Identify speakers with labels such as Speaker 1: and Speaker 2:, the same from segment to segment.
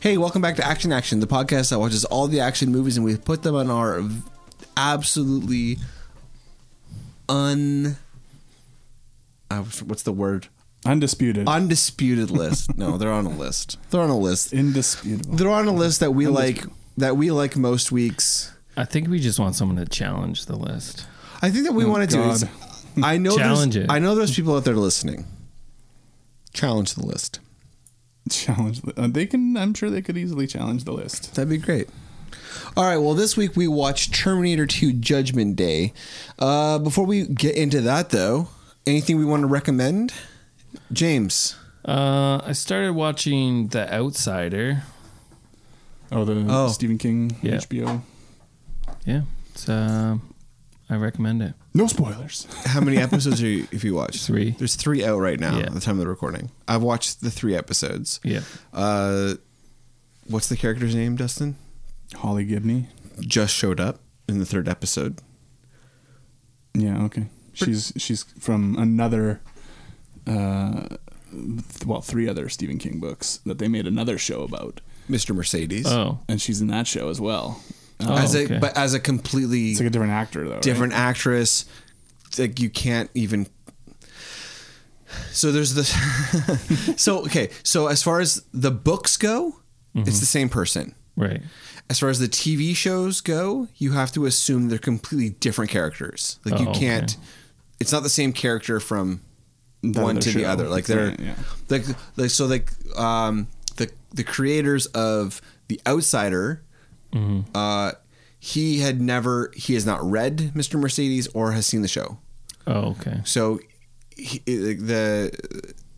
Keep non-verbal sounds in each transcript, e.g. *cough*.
Speaker 1: Hey, welcome back to Action Action, the podcast that watches all the action movies and we put them on our v- absolutely un. I was- What's the word?
Speaker 2: Undisputed.
Speaker 1: Undisputed list. No, they're on a list. They're on a list.
Speaker 2: Indisputable. *laughs*
Speaker 1: They're on a list that we like. That we like most weeks.
Speaker 3: I think we just want someone to challenge the list.
Speaker 1: I think that we
Speaker 2: Oh,
Speaker 1: want to do is
Speaker 2: God.
Speaker 1: I know
Speaker 3: Challenge
Speaker 1: there's,
Speaker 3: it.
Speaker 1: I know there's people out there listening. Challenge the list.
Speaker 2: challenge. the- uh, They can. I'm sure they could easily challenge the list.
Speaker 1: That'd be great. All right. Well, this week we watched Terminator 2 Judgment Day. Uh, before we get into that, though, anything we want to recommend? James.
Speaker 3: Uh, I started watching The Outsider.
Speaker 2: Oh, the
Speaker 1: Oh.
Speaker 2: Stephen King
Speaker 3: Yeah.
Speaker 2: HBO.
Speaker 3: Yeah, it's, uh, I recommend it.
Speaker 2: No spoilers. *laughs*
Speaker 1: How many episodes are you, if you watched?
Speaker 3: Three.
Speaker 1: There's three out right now
Speaker 3: Yeah.
Speaker 1: at the time of the recording. I've watched the three episodes.
Speaker 3: Yeah,
Speaker 1: Uh, what's the character's name, Dustin?
Speaker 2: Holly Gibney.
Speaker 1: Just showed up in the third episode.
Speaker 2: Yeah. Okay. She's she's from another. Uh, th- well, three other Stephen King books that they made another show about,
Speaker 1: Mr. Mercedes.
Speaker 3: Oh,
Speaker 2: and she's in that show as well.
Speaker 3: Oh,
Speaker 1: as a
Speaker 3: okay.
Speaker 1: but as a completely
Speaker 2: It's like a different actor though. right?
Speaker 1: different actress. Like you can't even. So there's this. *laughs* so okay, so as far as the books go, it's the same person.
Speaker 3: right.
Speaker 1: As far as the TV shows go, you have to assume they're completely different characters. Like
Speaker 3: Oh,
Speaker 1: you
Speaker 3: okay.
Speaker 1: can't. It's not the same character from
Speaker 2: The
Speaker 1: one
Speaker 2: other
Speaker 1: to the
Speaker 2: show.
Speaker 1: other. Like they're
Speaker 2: Right, yeah.
Speaker 1: like, like so like um the the creators of The Outsider uh he had never he has not read Mr. Mercedes or has seen the show.
Speaker 3: Oh, okay.
Speaker 1: So he, the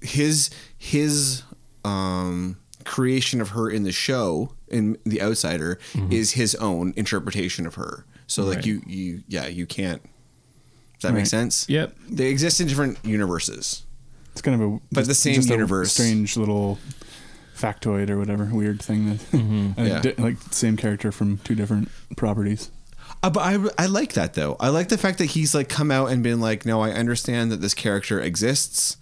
Speaker 1: his his um creation of her in the show in The Outsider is his own interpretation of her. So like
Speaker 3: Mm-hmm. Right.
Speaker 1: you you yeah, you can't does that make
Speaker 2: Right.
Speaker 1: sense?
Speaker 3: Yep.
Speaker 1: They exist in different universes.
Speaker 2: It's kind of a
Speaker 1: But the same
Speaker 2: a
Speaker 1: universe.
Speaker 2: strange little factoid or whatever weird thing that *laughs* a
Speaker 1: Yeah.
Speaker 2: di- like same character from two different properties.
Speaker 1: Uh, but I, I like that though. I like the fact that he's like come out and been like, no, I understand that this character exists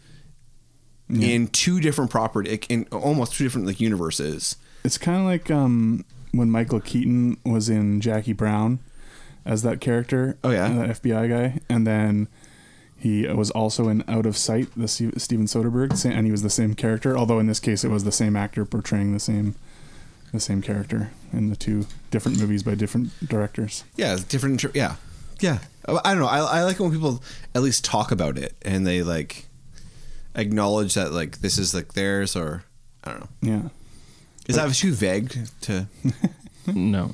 Speaker 1: in two different property, in almost two different like universes.
Speaker 2: It's kind of like um, when Michael Keaton was in Jackie Brown as that character. uh,
Speaker 1: Oh, yeah.
Speaker 2: that FBI guy, and then he was also in Out of Sight, the Ste- Steven Soderbergh, sa- and he was the same character. Although in this case, it was the same actor portraying the same the same character in the two different movies by different directors.
Speaker 1: Yeah, it's different. Inter- yeah, yeah. I I don't know. I, I like it when people at least talk about it and they like acknowledge that like this is like theirs or I don't know.
Speaker 2: Yeah.
Speaker 1: Is that too vague to
Speaker 3: No.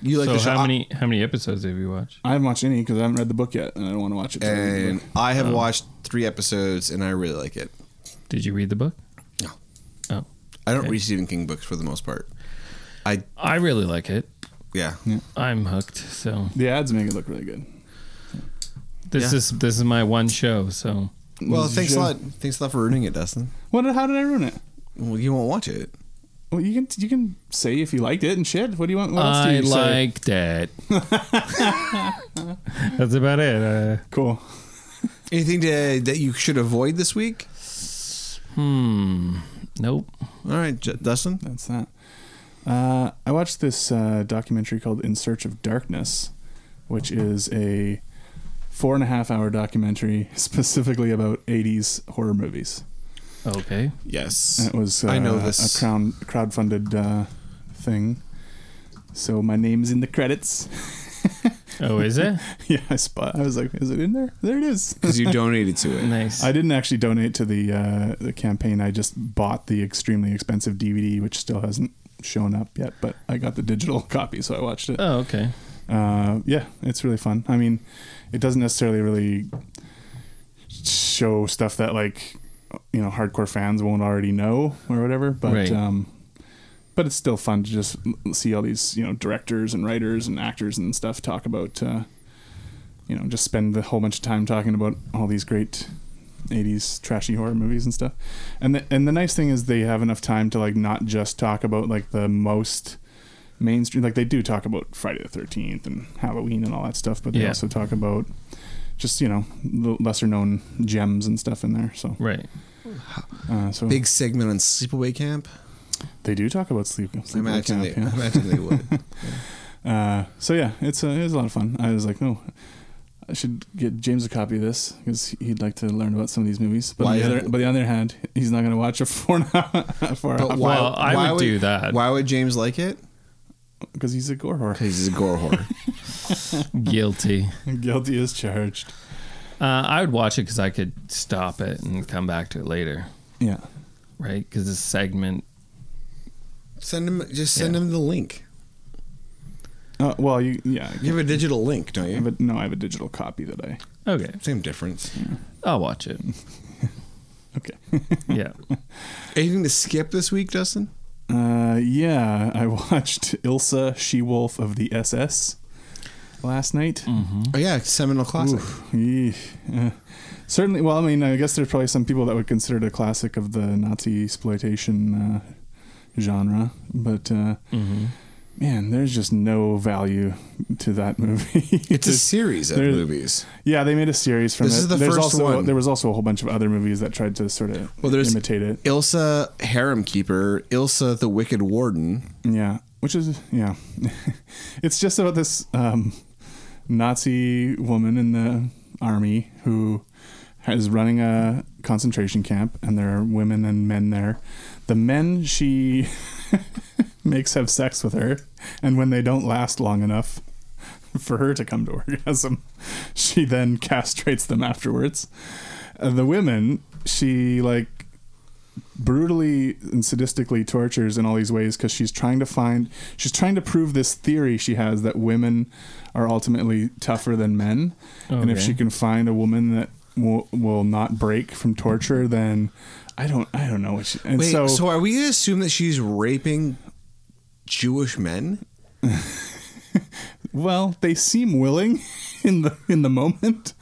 Speaker 1: you like
Speaker 3: so
Speaker 1: the show?
Speaker 3: how
Speaker 1: I-
Speaker 3: many how many episodes have you watched?
Speaker 2: I haven't watched any because I haven't read the book yet, and I don't want to watch it. till I read the
Speaker 1: And
Speaker 2: book.
Speaker 1: I
Speaker 3: Oh.
Speaker 1: have watched three episodes and I really like it.
Speaker 3: Did you read the book?
Speaker 1: No.
Speaker 3: Oh,
Speaker 1: I don't
Speaker 3: Okay.
Speaker 1: read Stephen King books for the most part. I
Speaker 3: I really like it.
Speaker 1: yeah.
Speaker 3: Mm, I'm hooked. So
Speaker 2: the ads make it look really good.
Speaker 3: this
Speaker 1: Yeah.
Speaker 3: is this is my one show. So
Speaker 1: Well,
Speaker 2: This is
Speaker 1: thanks a
Speaker 2: your-
Speaker 1: lot. Thanks a lot for ruining it, Dustin.
Speaker 2: What? How did I ruin it?
Speaker 1: Well, you won't watch it.
Speaker 2: Well, you can you can say if you liked it and shit. What do you want? What else do
Speaker 3: I
Speaker 2: you say? *laughs*
Speaker 3: liked it. That's about it. Uh,
Speaker 2: Cool.
Speaker 1: Anything to, that you should avoid this week?
Speaker 3: hmm. Nope.
Speaker 1: All right, J- Dustin.
Speaker 2: That's that. Uh, I watched this uh, documentary called In Search of Darkness, which is a four and a half hour documentary *laughs* specifically about 80s horror movies.
Speaker 3: Okay.
Speaker 1: Yes. *laughs*
Speaker 2: And it was uh,
Speaker 1: I know this.
Speaker 2: a crown crowdfunded uh, thing. So my name's in the credits. *laughs*
Speaker 3: Oh, is it?
Speaker 2: yeah, I spot. I was like, is it in there? There it is.
Speaker 1: Because you donated to it.
Speaker 3: nice.
Speaker 2: I didn't actually donate to the uh, the campaign. I just bought the extremely expensive DVD, which still hasn't shown up yet. But I got the digital *laughs* copy, so I watched it.
Speaker 3: oh, okay.
Speaker 2: Uh, yeah, it's really fun. I mean, it doesn't necessarily really show stuff that like you know hardcore fans won't already know or whatever. But
Speaker 3: Right.
Speaker 2: um, but it's still fun to just l- see all these you know directors and writers and actors and stuff talk about uh, you know just spend a whole bunch of time talking about all these great 80s trashy horror movies and stuff and the, and the nice thing is they have enough time to like not just talk about like the most mainstream like they do talk about friday the 13th and halloween and all that stuff but they
Speaker 3: Yeah.
Speaker 2: also talk about just you know the lesser known gems and stuff in there so
Speaker 3: Right.
Speaker 2: uh, so
Speaker 1: Big segment on Sleepaway Camp.
Speaker 2: They do talk about sleep. sleep
Speaker 1: I imagine they,
Speaker 2: camp, yeah.
Speaker 1: I imagine they would. *laughs*
Speaker 2: Uh, so yeah, it's uh, it was a lot of fun. I was like, oh, I should get James a copy of this because he'd like to learn about some of these movies. But on
Speaker 1: Why
Speaker 2: the
Speaker 1: is
Speaker 2: other,
Speaker 1: it-
Speaker 2: but on the other hand, he's not going to watch a four and a half, four
Speaker 1: But why,
Speaker 2: hour
Speaker 3: Well, I
Speaker 1: why
Speaker 3: would do that.
Speaker 1: Why would James like it?
Speaker 2: because he's a gore *laughs* whore.
Speaker 1: Because he's a gore whore.
Speaker 3: *laughs* Guilty.
Speaker 2: Guilty as charged.
Speaker 3: Uh, I would watch it because I could stop it and come back to it later,
Speaker 2: Yeah,
Speaker 3: right? Because this segment.
Speaker 1: *laughs* Send him, just send
Speaker 3: Yeah.
Speaker 1: him the link.
Speaker 2: uh, well, you yeah. I
Speaker 1: You have a digital link, don't
Speaker 2: have
Speaker 1: you?
Speaker 2: a, no, I have a digital copy that I
Speaker 3: Okay,
Speaker 1: Same difference.
Speaker 3: I'll watch *laughs* it.
Speaker 2: *laughs* okay.
Speaker 3: Yeah.
Speaker 1: Anything to skip this week, Dustin?
Speaker 2: Uh, yeah, I watched Ilsa She Wolf of the SS last night.
Speaker 1: Oh yeah, seminal classic.
Speaker 2: Oof, yeesh. Uh, certainly. Well, I mean, I guess there's probably some people that would consider it a classic of the Nazi exploitation uh, genre, but uh,
Speaker 3: Mm-hmm.
Speaker 2: man, there's just no value to that movie. *laughs*
Speaker 1: It's a
Speaker 2: There's-
Speaker 1: series of
Speaker 2: there's-
Speaker 1: movies.
Speaker 2: yeah, they made a series from
Speaker 1: This
Speaker 2: it.
Speaker 1: is the
Speaker 2: There's
Speaker 1: first
Speaker 2: also,
Speaker 1: one.
Speaker 2: There was also a whole bunch of other movies that tried to sort of
Speaker 1: Well, there's-
Speaker 2: imitate it.
Speaker 1: Ilsa Harem Keeper, Ilsa the Wicked Warden.
Speaker 2: Yeah, which is yeah, *laughs* it's just about this um, Nazi woman in the army who is running a concentration camp, and there are women and men there. The men she makes have sex with her, and when they don't last long enough for her to *laughs* come to orgasm, she then castrates them afterwards. Uh, the women, she like brutally and sadistically tortures in all these ways because she's trying to find she's trying to prove this theory she has that women are ultimately tougher than men and if
Speaker 3: Okay.
Speaker 2: she can find a woman that will, will not break from torture then i don't i don't know what she and
Speaker 1: Wait, so,
Speaker 2: so,
Speaker 1: are we to assume that she's raping Jewish men?
Speaker 2: well they seem willing *laughs* in the in the moment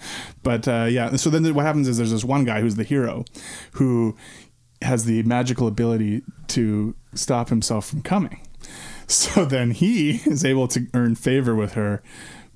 Speaker 2: but uh yeah so then what happens is there's this one guy who's the hero who has the magical ability to stop himself from coming So *laughs* then he is able to earn favor with her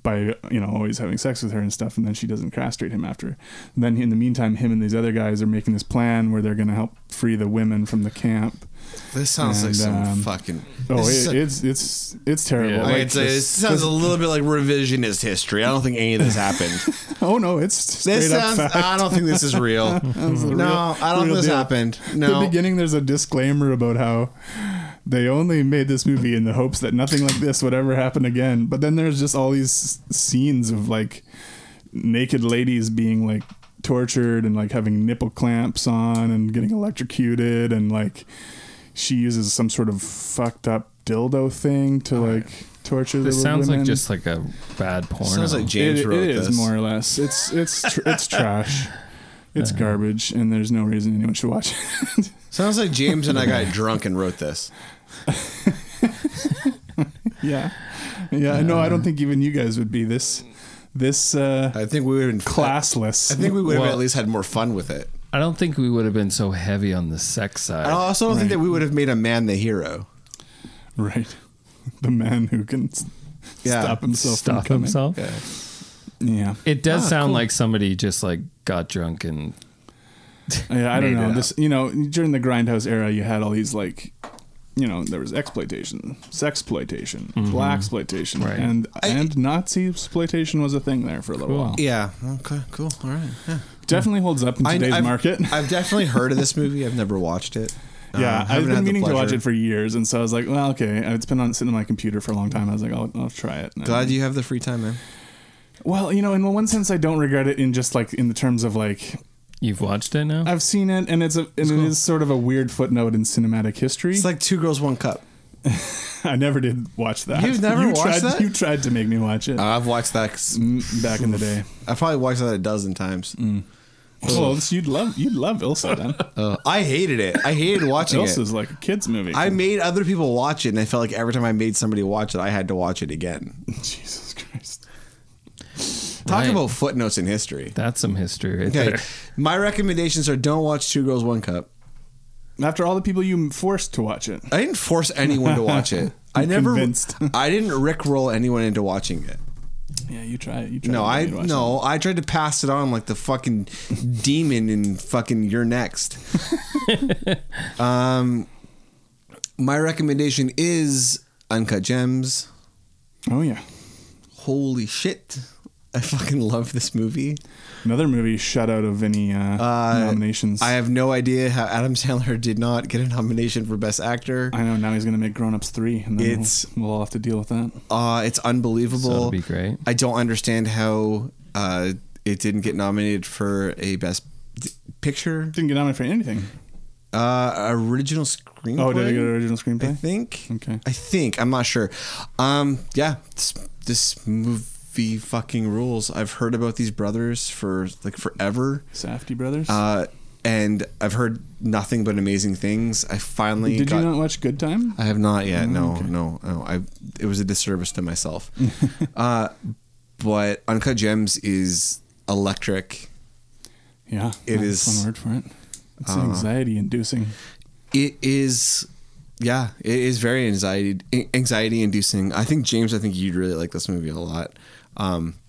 Speaker 2: by you know always having sex with her and stuff, and then she doesn't castrate him after. And then in the meantime, him and these other guys are making this plan where they're going to help free the women from the camp.
Speaker 1: This sounds like
Speaker 2: And,
Speaker 1: some
Speaker 2: um,
Speaker 1: fucking.
Speaker 2: Oh,
Speaker 1: this is
Speaker 2: it,
Speaker 1: a-
Speaker 2: it's it's it's terrible.
Speaker 3: Yeah.
Speaker 1: I
Speaker 2: Like
Speaker 1: gotta tell you,
Speaker 2: this-
Speaker 1: this sounds
Speaker 2: *laughs*
Speaker 1: a little bit like revisionist history. I don't think any of this happened.
Speaker 2: oh no, it's straight
Speaker 1: This um, sounds.
Speaker 2: up fact.
Speaker 1: I don't think this is real. no, I
Speaker 2: *laughs*
Speaker 1: don't think
Speaker 2: real
Speaker 1: this
Speaker 2: deal.
Speaker 1: happened.
Speaker 2: At the
Speaker 1: No,
Speaker 2: beginning, there's a disclaimer about how they only made this movie in the hopes that nothing like this would ever happen again. But then there's just all these s- scenes of like naked ladies being like tortured and like having nipple clamps on and getting electrocuted and like she uses some sort of fucked up dildo thing to like torture
Speaker 3: Oh, This
Speaker 2: the
Speaker 3: sounds
Speaker 2: women.
Speaker 3: like just like a bad porn.
Speaker 1: sounds like
Speaker 2: It-
Speaker 1: James wrote
Speaker 2: it is
Speaker 1: this.
Speaker 2: more or less. It's it's tr- it's
Speaker 1: *laughs*
Speaker 2: trash. It's
Speaker 1: Uh.
Speaker 2: garbage, and there's no reason anyone should watch it. *laughs*
Speaker 1: Sounds like James and I got drunk and wrote this.
Speaker 2: Yeah. Yeah. no, I don't
Speaker 1: Uh.
Speaker 2: think even you guys would be this this uh
Speaker 1: I think we would have been
Speaker 2: classless.
Speaker 1: I think we would have
Speaker 3: Well-
Speaker 1: at least had more fun with it.
Speaker 3: I don't think we would have been so heavy on the sex side.
Speaker 1: I also don't think that we would have made a man the hero.
Speaker 2: right. The man who can s-
Speaker 1: Yeah.
Speaker 2: stop himself. from
Speaker 3: Stop
Speaker 2: coming.
Speaker 3: himself.
Speaker 1: Yeah.
Speaker 2: Yeah.
Speaker 3: It does
Speaker 1: Ah,
Speaker 3: sound
Speaker 1: cool.
Speaker 3: like somebody just like got drunk and
Speaker 2: Yeah, I don't
Speaker 3: Made it
Speaker 2: know.
Speaker 3: up.
Speaker 2: This you know, during the grindhouse era you had all these like you know, there was exploitation, sexploitation,
Speaker 1: Mm-hmm.
Speaker 2: black exploitation,
Speaker 3: Right.
Speaker 2: and and Nazi exploitation was a thing there for a little
Speaker 3: Cool.
Speaker 2: while.
Speaker 1: Yeah. Okay. Cool. All right. Yeah.
Speaker 2: Definitely holds up in today's
Speaker 1: have *laughs*
Speaker 2: market.
Speaker 1: I've definitely heard of this movie. I've never watched it. Uh,
Speaker 2: *laughs* Yeah,
Speaker 1: haven't
Speaker 2: I've
Speaker 1: had the
Speaker 2: been meaning to watch
Speaker 1: pleasure.
Speaker 2: it for years, and so I was like, well, okay, it's been on sitting on my computer for a long time. I was like, I'll, I'll try it. And I-
Speaker 1: Glad you have the free time, man.
Speaker 2: Well, you know, in one sense, I don't regret it in just like in the terms of like
Speaker 3: you've watched it now.
Speaker 2: I've seen it, and it's a and it is sort of a weird footnote in cinematic history.
Speaker 1: It's like two girls, one cup.
Speaker 2: *laughs* I never did watch that.
Speaker 1: You've never
Speaker 2: you
Speaker 1: watched
Speaker 2: tried,
Speaker 1: that? Uh,
Speaker 2: You tried to make me watch it
Speaker 1: I've watched that.
Speaker 2: mm, back in the day.
Speaker 1: I've probably watched that a dozen times.
Speaker 2: Well, it's- you'd love you'd love
Speaker 1: *laughs*
Speaker 2: Ilsa then.
Speaker 1: Uh, I hated it. I hated watching it.
Speaker 2: Ilsa's like a kids movie.
Speaker 1: I made other people watch it, and I felt like every time I made somebody watch it, I had to watch it again.
Speaker 2: *laughs* Jesus Christ.
Speaker 1: Talk
Speaker 3: Right.
Speaker 1: about footnotes in history.
Speaker 3: *laughs* That's some history right
Speaker 1: Okay,
Speaker 3: there.
Speaker 1: my recommendations are: don't watch Two Girls, One Cup.
Speaker 2: After all the people you forced to watch it,
Speaker 1: I didn't force anyone to watch it. I never.
Speaker 2: Convinced.
Speaker 1: I didn't rickroll anyone into watching it.
Speaker 2: yeah, you try it. You tried
Speaker 1: No,
Speaker 2: to
Speaker 1: I
Speaker 2: make me watch
Speaker 1: no, I tried to pass it on like the fucking
Speaker 3: *laughs*
Speaker 1: demon in fucking you're next. um, My recommendation is Uncut Gems.
Speaker 2: Oh yeah,
Speaker 1: Holy shit. I fucking love this movie.
Speaker 2: another movie shut out of any uh, nominations.
Speaker 1: I have no idea how Adam Sandler did not get a nomination for Best Actor.
Speaker 2: I know now he's gonna make Grown Ups three, and then
Speaker 1: It's-
Speaker 2: we'll, we'll all have to deal with that.
Speaker 1: Uh, it's unbelievable.
Speaker 3: So it'll be great.
Speaker 1: I don't understand how uh, it didn't get nominated for a Best D- Picture.
Speaker 2: Didn't get nominated for anything.
Speaker 1: Uh, original screenplay.
Speaker 2: Oh, did I get an original
Speaker 1: I
Speaker 2: screenplay?
Speaker 1: think.
Speaker 2: Okay.
Speaker 1: I think. I'm not sure. Um, yeah, this, this movie fucking rules. I've heard about these brothers for like forever.
Speaker 2: Safety Brothers.
Speaker 1: Uh, and I've heard nothing but amazing things. I finally
Speaker 2: Did
Speaker 1: got.
Speaker 2: you not watch Good Time?
Speaker 1: I have not yet. No, no, no. I it was a disservice to
Speaker 2: *laughs*
Speaker 1: myself. uh, but Uncut Gems is electric.
Speaker 2: Yeah,
Speaker 1: It
Speaker 2: that's
Speaker 1: is- uh,
Speaker 2: one word for it. It's anxiety inducing.
Speaker 1: It is, yeah, it is very anxiety anxiety inducing. I think James, I think you'd really like this movie a lot. Um, *laughs*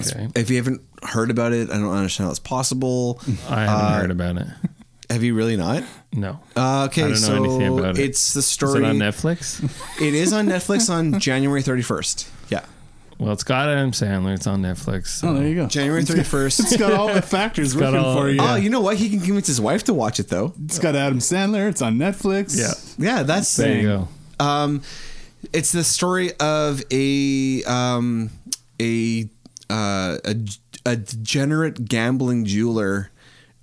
Speaker 3: Okay.
Speaker 1: if you haven't heard about it, I don't understand how it's possible.
Speaker 3: *laughs*
Speaker 1: Uh,
Speaker 3: I haven't heard about it.
Speaker 1: Have you really not?
Speaker 3: No.
Speaker 1: Uh, okay,
Speaker 3: I don't know
Speaker 1: so
Speaker 3: anything about it.
Speaker 1: it's the
Speaker 3: Is it
Speaker 1: story.
Speaker 3: on Netflix?
Speaker 1: *laughs* it is
Speaker 3: *laughs*
Speaker 1: on Netflix on January thirty first. Yeah,
Speaker 3: well, it's got Adam Sandler. It's on Netflix. so-
Speaker 2: Oh, there you go.
Speaker 3: *laughs*
Speaker 1: January thirty first.
Speaker 2: It's got all the factors
Speaker 3: got
Speaker 2: working
Speaker 3: all-
Speaker 2: for you.
Speaker 1: Oh, you know what? He can convince his wife to watch it though.
Speaker 2: It's got Adam Sandler. It's on Netflix.
Speaker 3: Yeah.
Speaker 1: Yeah, that's
Speaker 3: There you
Speaker 2: Bang.
Speaker 3: go.
Speaker 1: um, it's the story of a um, a, uh, a a degenerate gambling jeweler,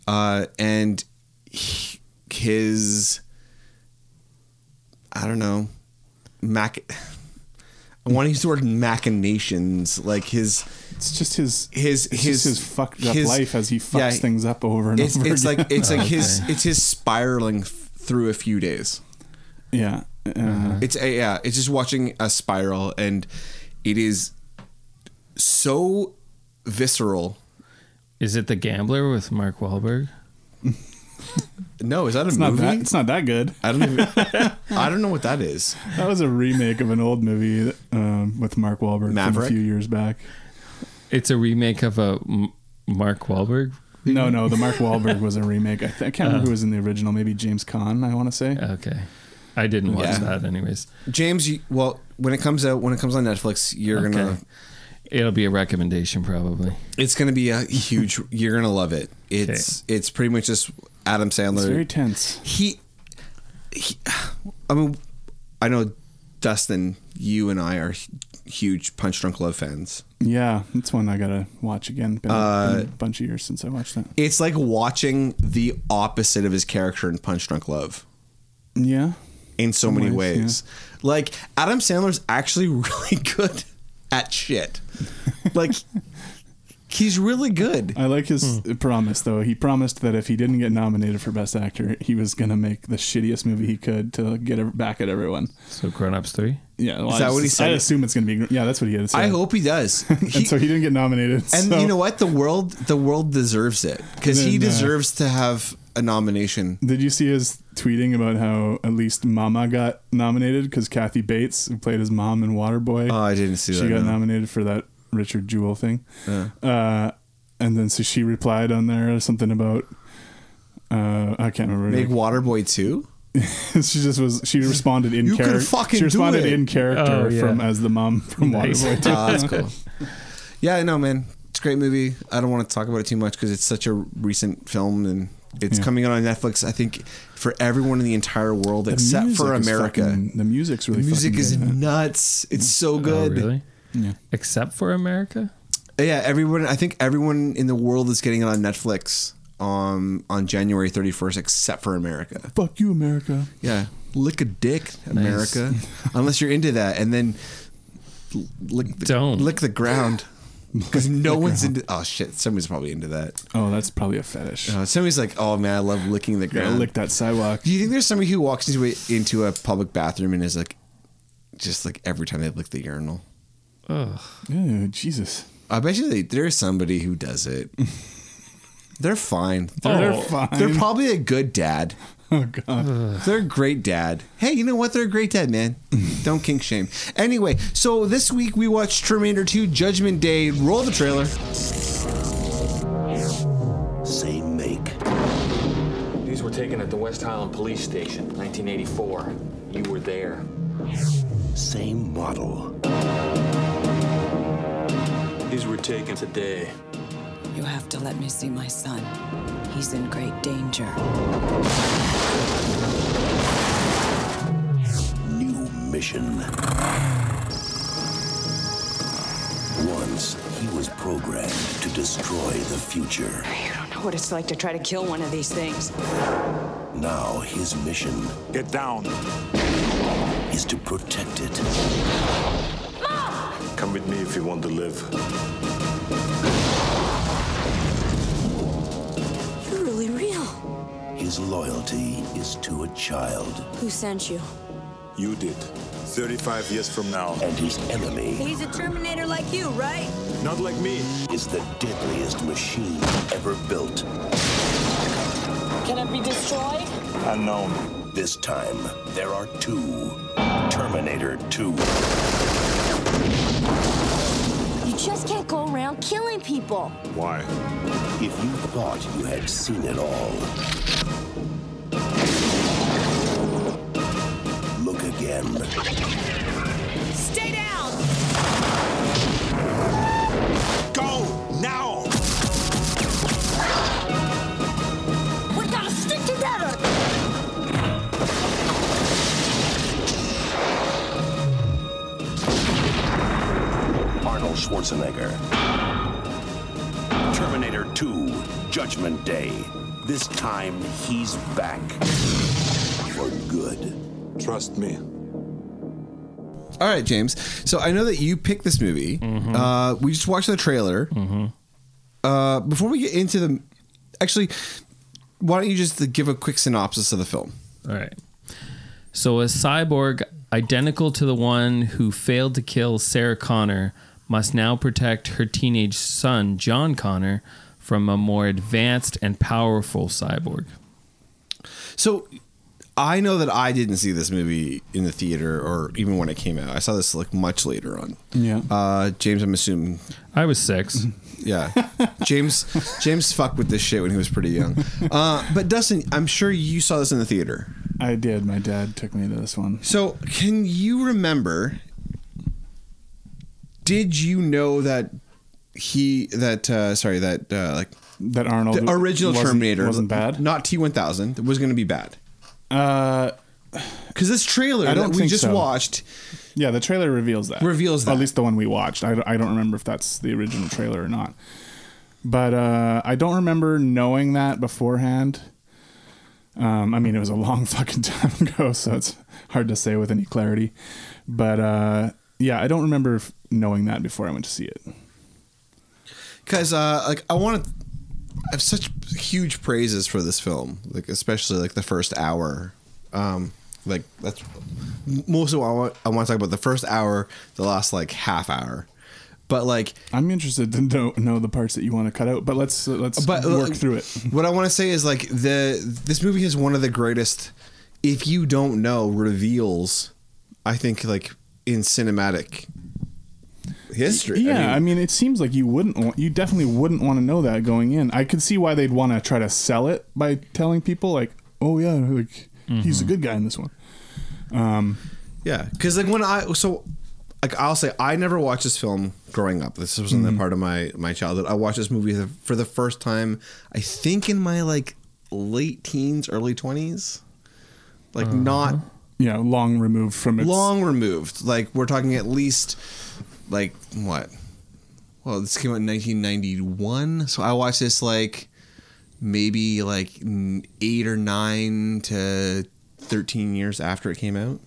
Speaker 1: uh, and he- his I don't know mac. *laughs* I want to use the word machinations, like his
Speaker 2: It's just his
Speaker 1: his
Speaker 2: it's
Speaker 1: his
Speaker 2: just his fucked up
Speaker 1: his-
Speaker 2: life as he fucks
Speaker 1: yeah,
Speaker 2: things up over and
Speaker 1: It's,
Speaker 2: over.
Speaker 1: it's
Speaker 2: again.
Speaker 1: like it's like his
Speaker 3: Okay.
Speaker 1: it's his spiraling th- through a few days.
Speaker 2: yeah. Uh,
Speaker 1: It's a, yeah, it's just watching a spiral, and it is so visceral.
Speaker 3: Is it The Gambler with Mark Wahlberg?
Speaker 1: No, is that a
Speaker 2: it's not
Speaker 1: movie?
Speaker 2: that. It's not that good.
Speaker 1: I don't
Speaker 2: *laughs*
Speaker 1: even. I don't know what that is.
Speaker 2: That was a remake of an old movie um, with Mark Wahlberg from a
Speaker 1: Maverick?
Speaker 2: few years back.
Speaker 3: It's a remake of a M- Mark Wahlberg.
Speaker 2: No, no, the Mark Wahlberg was a remake. I, th- I can't remember who was in the original. Maybe James Caan, I want to say.
Speaker 3: Okay. I didn't watch
Speaker 1: Yeah.
Speaker 3: that, anyways.
Speaker 1: James, you, well, when it comes out, when it comes on Netflix, you're gonna.
Speaker 3: Okay. It'll be a recommendation, probably.
Speaker 1: It's gonna be a huge. You're gonna love it. It's it's pretty much just Adam
Speaker 2: it's
Speaker 1: Sandler.
Speaker 2: very tense.
Speaker 1: he, he, I mean, I know, Dustin. You and I are hu- huge Punch Drunk Love fans.
Speaker 2: Yeah, it's one I gotta watch again. Been,
Speaker 1: Uh,
Speaker 2: been a bunch of years since I watched that.
Speaker 1: It's like watching the opposite of his character in Punch Drunk Love
Speaker 2: Yeah,
Speaker 1: in so many
Speaker 2: ways,
Speaker 1: ways. Like Adam Sandler's actually *laughs* really good at shit. Like he's really
Speaker 2: *laughs*
Speaker 1: good.
Speaker 2: I like his promise though. He promised that if he didn't get nominated for Best Actor, he was gonna make the shittiest movie he could to get ev- back at everyone.
Speaker 3: So, Grown Ups 3?
Speaker 2: Yeah, well,
Speaker 1: Is
Speaker 2: I
Speaker 1: that
Speaker 2: just-
Speaker 1: what he said?
Speaker 2: I assume it's gonna be. Yeah, that's what he had. said.
Speaker 1: I hope he does. He-
Speaker 2: *laughs* And so he didn't get nominated.
Speaker 1: and
Speaker 2: so-
Speaker 1: you know what? The world the world deserves it because he
Speaker 2: And then, uh,
Speaker 1: deserves to have a nomination.
Speaker 2: Did you see his tweeting about how at least Mama got nominated because Kathy Bates, who played his mom in Waterboy,
Speaker 1: Oh, I didn't see
Speaker 2: she
Speaker 1: that.
Speaker 2: got
Speaker 1: no.
Speaker 2: nominated for that Richard Jewell thing. Uh, and then so she replied on there something about uh, I can't remember.
Speaker 1: Make Waterboy two.
Speaker 2: *laughs* she just was she responded in
Speaker 1: You can
Speaker 2: character.
Speaker 1: fucking
Speaker 2: She
Speaker 1: do
Speaker 2: responded
Speaker 1: it.
Speaker 2: in character
Speaker 3: Oh, yeah.
Speaker 2: from as the mom from
Speaker 3: Nice.
Speaker 1: *laughs*
Speaker 3: Oh,
Speaker 2: Waterboy.
Speaker 3: *laughs*
Speaker 1: Ah,
Speaker 2: *laughs*
Speaker 1: that's cool. Yeah, no, man. It's a great movie. I don't want to talk about it too much because it's such a recent film and it's
Speaker 2: Yeah.
Speaker 1: coming out on Netflix, I think, for everyone in the entire world
Speaker 2: The
Speaker 1: except for
Speaker 2: music is
Speaker 1: America.
Speaker 2: fucking- the music's
Speaker 1: the
Speaker 2: really
Speaker 1: music
Speaker 2: fucking
Speaker 1: is
Speaker 2: good. Mm.
Speaker 1: nuts. It's so
Speaker 3: Oh,
Speaker 1: good.
Speaker 3: really?
Speaker 2: Yeah.
Speaker 3: Except for America?
Speaker 1: Yeah, everyone. I think everyone in the world is getting it on Netflix um, on January 31st, except for America.
Speaker 2: Fuck you, America.
Speaker 1: Yeah. Lick a dick, America. Unless you're into that. And then l- lick the,
Speaker 3: Don't.
Speaker 1: lick the
Speaker 2: *laughs*
Speaker 1: ground. Because no one's into. Oh, shit. Somebody's probably into
Speaker 2: *laughs*
Speaker 1: that.
Speaker 2: Oh, that's probably a fetish.
Speaker 1: Uh, somebody's like, "Oh man, I love licking the
Speaker 2: Gotta
Speaker 1: ground."
Speaker 2: lick that sidewalk.
Speaker 1: Do you think there's somebody who walks into a, into a public bathroom and is like, just like every time they lick the urinal?
Speaker 3: Ugh.
Speaker 2: Ew, Jesus.
Speaker 1: I bet you they, there's somebody who does
Speaker 2: *laughs*
Speaker 1: it. They're fine. They're,
Speaker 2: They're
Speaker 3: Oh.
Speaker 2: fine.
Speaker 1: they're probably a good dad.
Speaker 2: *laughs* oh god.
Speaker 1: They're a great dad. Hey, you know what? They're a great dad, *laughs* man. Don't kink shame. Anyway, so this week we watched Terminator 2 Judgment Day. Roll the trailer.
Speaker 4: Same make.
Speaker 5: These were taken at the West Highland Police Station, 1984.
Speaker 4: You were there.
Speaker 5: Same model.
Speaker 4: These were taken today.
Speaker 6: You have to let me see my son. He's in great danger.
Speaker 5: New mission. Once, he was programmed to destroy the future.
Speaker 6: You don't know what it's like to try to kill one of these things.
Speaker 5: Now, his mission
Speaker 7: Get down.
Speaker 5: is to protect it.
Speaker 7: Come with me if you want to live.
Speaker 8: You're really real.
Speaker 5: His loyalty is to a child,
Speaker 8: Who sent you?
Speaker 7: You did. 35 years from now.
Speaker 5: and his enemy
Speaker 8: He's a Terminator like you, right?
Speaker 7: Not like me.
Speaker 5: is the deadliest machine ever built.
Speaker 6: Can it be destroyed?
Speaker 7: Unknown.
Speaker 5: This time, there are two Terminator 2.
Speaker 8: You just can't go around killing people.
Speaker 7: Why?
Speaker 5: If you thought you had seen it all, look again.
Speaker 8: Stay down!
Speaker 7: Go now.
Speaker 8: We gotta stick together!
Speaker 5: Arnold Schwarzenegger. Terminator 2, Judgment Day. This time, he's back. For good.
Speaker 7: Trust me.
Speaker 1: All right, James. So I know that you picked this movie. Uh, we just watched the trailer. Uh, before we get into the, actually, why don't you just give a quick synopsis of the film?
Speaker 3: All right. So a cyborg identical to the one who failed to kill Sarah Connor must now protect her teenage son, John Connor, from a more advanced and powerful cyborg.
Speaker 1: So I know that I didn't see this movie in the theater or even when it came out. I saw this like much later on.
Speaker 2: Yeah.
Speaker 1: Uh, James, I'm assuming.
Speaker 3: I
Speaker 2: *laughs*
Speaker 3: was six.
Speaker 1: Yeah. James James fucked with this shit when he was pretty young. Uh, but Dustin, I'm sure you saw this in the theater.
Speaker 2: I did. My dad took me to this one.
Speaker 1: So, can you remember? Did you know that he that uh, sorry that uh, like
Speaker 2: That Arnold
Speaker 1: the original
Speaker 2: wasn't-
Speaker 1: Terminator
Speaker 2: wasn't bad.
Speaker 1: Not T one thousand was going to be bad
Speaker 2: Uh,
Speaker 1: because this trailer
Speaker 2: I don't
Speaker 1: that we
Speaker 2: think
Speaker 1: just
Speaker 2: so.
Speaker 1: watched.
Speaker 2: yeah, the trailer reveals that.
Speaker 1: Reveals
Speaker 2: At
Speaker 1: that.
Speaker 2: least the one we watched. I, don't- I don't remember if that's the original trailer or not. But uh, I don't remember knowing that beforehand. Um, I mean, it was a long *laughs* fucking time ago, so it's hard to say with any clarity. But uh, yeah, I don't remember f- knowing that before I went to see it.
Speaker 1: because uh, like I want to. I have such huge praises for this film, like especially like the first hour. Um, like that's most of what I want, I want to talk about the first hour, the last like half hour, but like
Speaker 2: I'm interested to know, know the parts that you want to cut out, but uh, let's let's
Speaker 1: but uh,
Speaker 2: work
Speaker 1: like,
Speaker 2: through *laughs* it.
Speaker 1: What I want to say is like the this movie has one of the greatest, if you don't know, reveals. I think like in cinematic history.
Speaker 2: Yeah, I mean, it seems like you wouldn't want, you definitely wouldn't want to know that going in. I could see why they'd want to try to sell it by telling people like, "Oh yeah, like he's a
Speaker 1: Mm-hmm.
Speaker 2: good guy in this one."
Speaker 1: Yeah, because like when I so like I'll say I never watched this film growing up. This wasn't a part of my my childhood. I watched this movie for the first time. I think in my like late teens, early twenties, like not
Speaker 2: Yeah, long removed from its
Speaker 1: long removed. Like we're talking at least like what? Well, this came out in 1991, so I watched this like maybe like n- eight or nine to 13 years after it came out.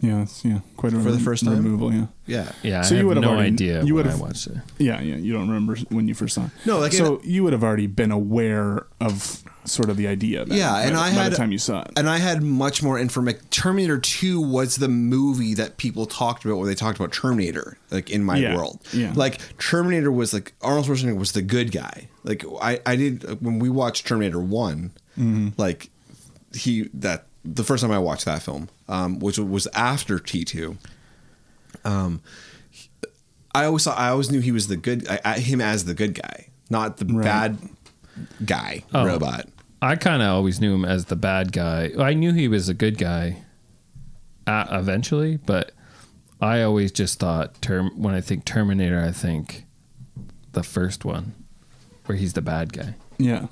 Speaker 2: Yeah, it's- yeah, quite a
Speaker 1: the
Speaker 2: rem-
Speaker 1: first time?
Speaker 2: removal. Yeah,
Speaker 1: Yeah.
Speaker 3: Yeah,
Speaker 2: So you
Speaker 3: I have
Speaker 2: would've
Speaker 3: no
Speaker 2: already-
Speaker 3: idea
Speaker 2: you
Speaker 3: when I
Speaker 2: would've-
Speaker 3: watched it.
Speaker 2: yeah, yeah. You don't remember when you first saw. It.
Speaker 1: No, like,
Speaker 2: so you would have already been aware of sort of the idea. By,
Speaker 1: Yeah,
Speaker 2: by
Speaker 1: and
Speaker 2: the-
Speaker 1: I
Speaker 2: by
Speaker 1: had
Speaker 2: the time you saw it.
Speaker 1: and I had much more information. Terminator Two was the movie that people talked about when they talked about Terminator, like in my
Speaker 2: Yeah,
Speaker 1: world.
Speaker 2: yeah.
Speaker 1: Like Terminator was like Arnold Schwarzenegger was the good guy. Like I, I did when we watched Terminator One,
Speaker 2: Mm-hmm.
Speaker 1: like he that the first time I watched that film, um, which was after T two. Um, I always saw, I always knew he was the good I, I, him as the good guy, not the bad guy
Speaker 2: Oh.
Speaker 1: robot.
Speaker 3: I kind of always knew him as the bad guy. I knew he was a good guy uh, eventually, but I always just thought term when I think Terminator, I think the first one where he's the bad guy.
Speaker 2: Yeah.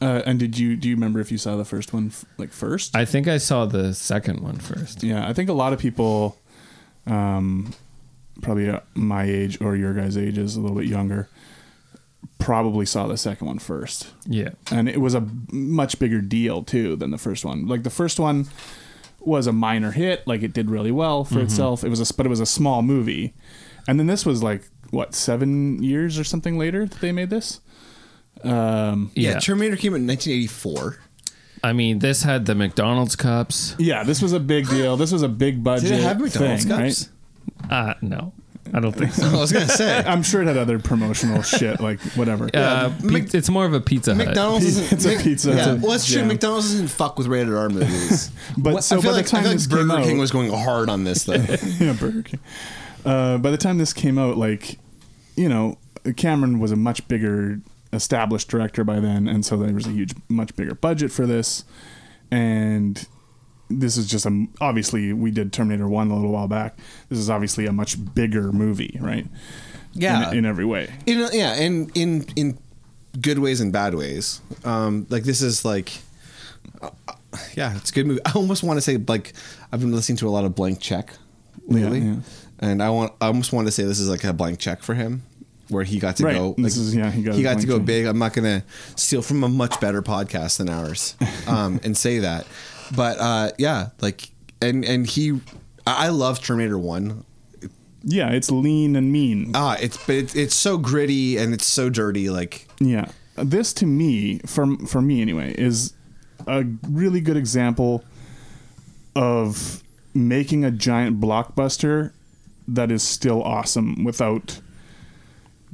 Speaker 2: Uh, and did you do you remember if you saw the first one f- like first?
Speaker 3: I think I saw the second one first.
Speaker 2: yeah, I think a lot of people, um, probably uh, my age or your guys' age is a little bit younger, probably saw the second one first,
Speaker 3: Yeah.
Speaker 2: and it was a much bigger deal too than the first one. Like the first one was a minor hit, like it did really well for itself. It was a s- but it was a small movie, and then this was like what seven years or something later that they made this.
Speaker 1: Yeah.
Speaker 3: Yeah.
Speaker 1: Terminator came out in 1984.
Speaker 3: I mean, this had the McDonald's cups.
Speaker 2: Yeah, this was a big deal. This was a big budget.
Speaker 1: Did it have McDonald's
Speaker 2: thing,
Speaker 1: cups?
Speaker 2: right?
Speaker 3: Uh, no, I don't think *laughs* so.
Speaker 1: I was gonna
Speaker 2: *laughs*
Speaker 1: say
Speaker 2: I'm sure it had other promotional *laughs* shit, like whatever.
Speaker 3: Uh,
Speaker 1: Mc-
Speaker 3: pi- it's more of a Pizza Hut.
Speaker 1: McDonald's isn't.
Speaker 2: It's a
Speaker 1: Mc-
Speaker 2: pizza.
Speaker 1: Yeah.
Speaker 2: It's a
Speaker 1: Well, that's true.
Speaker 2: jam.
Speaker 1: McDonald's doesn't fuck with rated R movies.
Speaker 2: *laughs* But
Speaker 1: Well,
Speaker 2: so
Speaker 1: I feel
Speaker 2: by
Speaker 1: like,
Speaker 2: the
Speaker 1: I
Speaker 2: time
Speaker 1: feel like
Speaker 2: this
Speaker 1: Burger
Speaker 2: came out,
Speaker 1: King was going hard on this
Speaker 2: *laughs*
Speaker 1: though.
Speaker 2: yeah, Burger King. Uh, by the time this came out, like you know, Cameron was a much bigger established director by then, and so there was a huge, much bigger budget for this, and this is just a obviously we did Terminator One a little while back. This is obviously a much bigger movie, right?
Speaker 1: Yeah.
Speaker 2: in, in every way.
Speaker 1: in yeah, and in in good ways and bad ways. Um, like this is like, uh, yeah, it's a good movie. I almost want to say like I've been listening to a lot of Blank Check lately,
Speaker 2: Yeah, yeah.
Speaker 1: and I want I almost want to say this is like a blank check for him. Where he got to
Speaker 2: Right.
Speaker 1: go,
Speaker 2: This
Speaker 1: like,
Speaker 2: is- yeah, he got his
Speaker 1: to
Speaker 2: blank
Speaker 1: go
Speaker 2: check.
Speaker 1: big. I'm not gonna steal from a much better podcast than ours,
Speaker 2: *laughs*
Speaker 1: um, and say that. But uh, yeah, like, and and he, I I love Terminator One.
Speaker 2: Yeah, it's lean and mean.
Speaker 1: Ah, it's but it's, it's so gritty and it's so dirty. Like,
Speaker 2: Yeah, this to me, for for me anyway, is a really good example of making a giant blockbuster that is still awesome without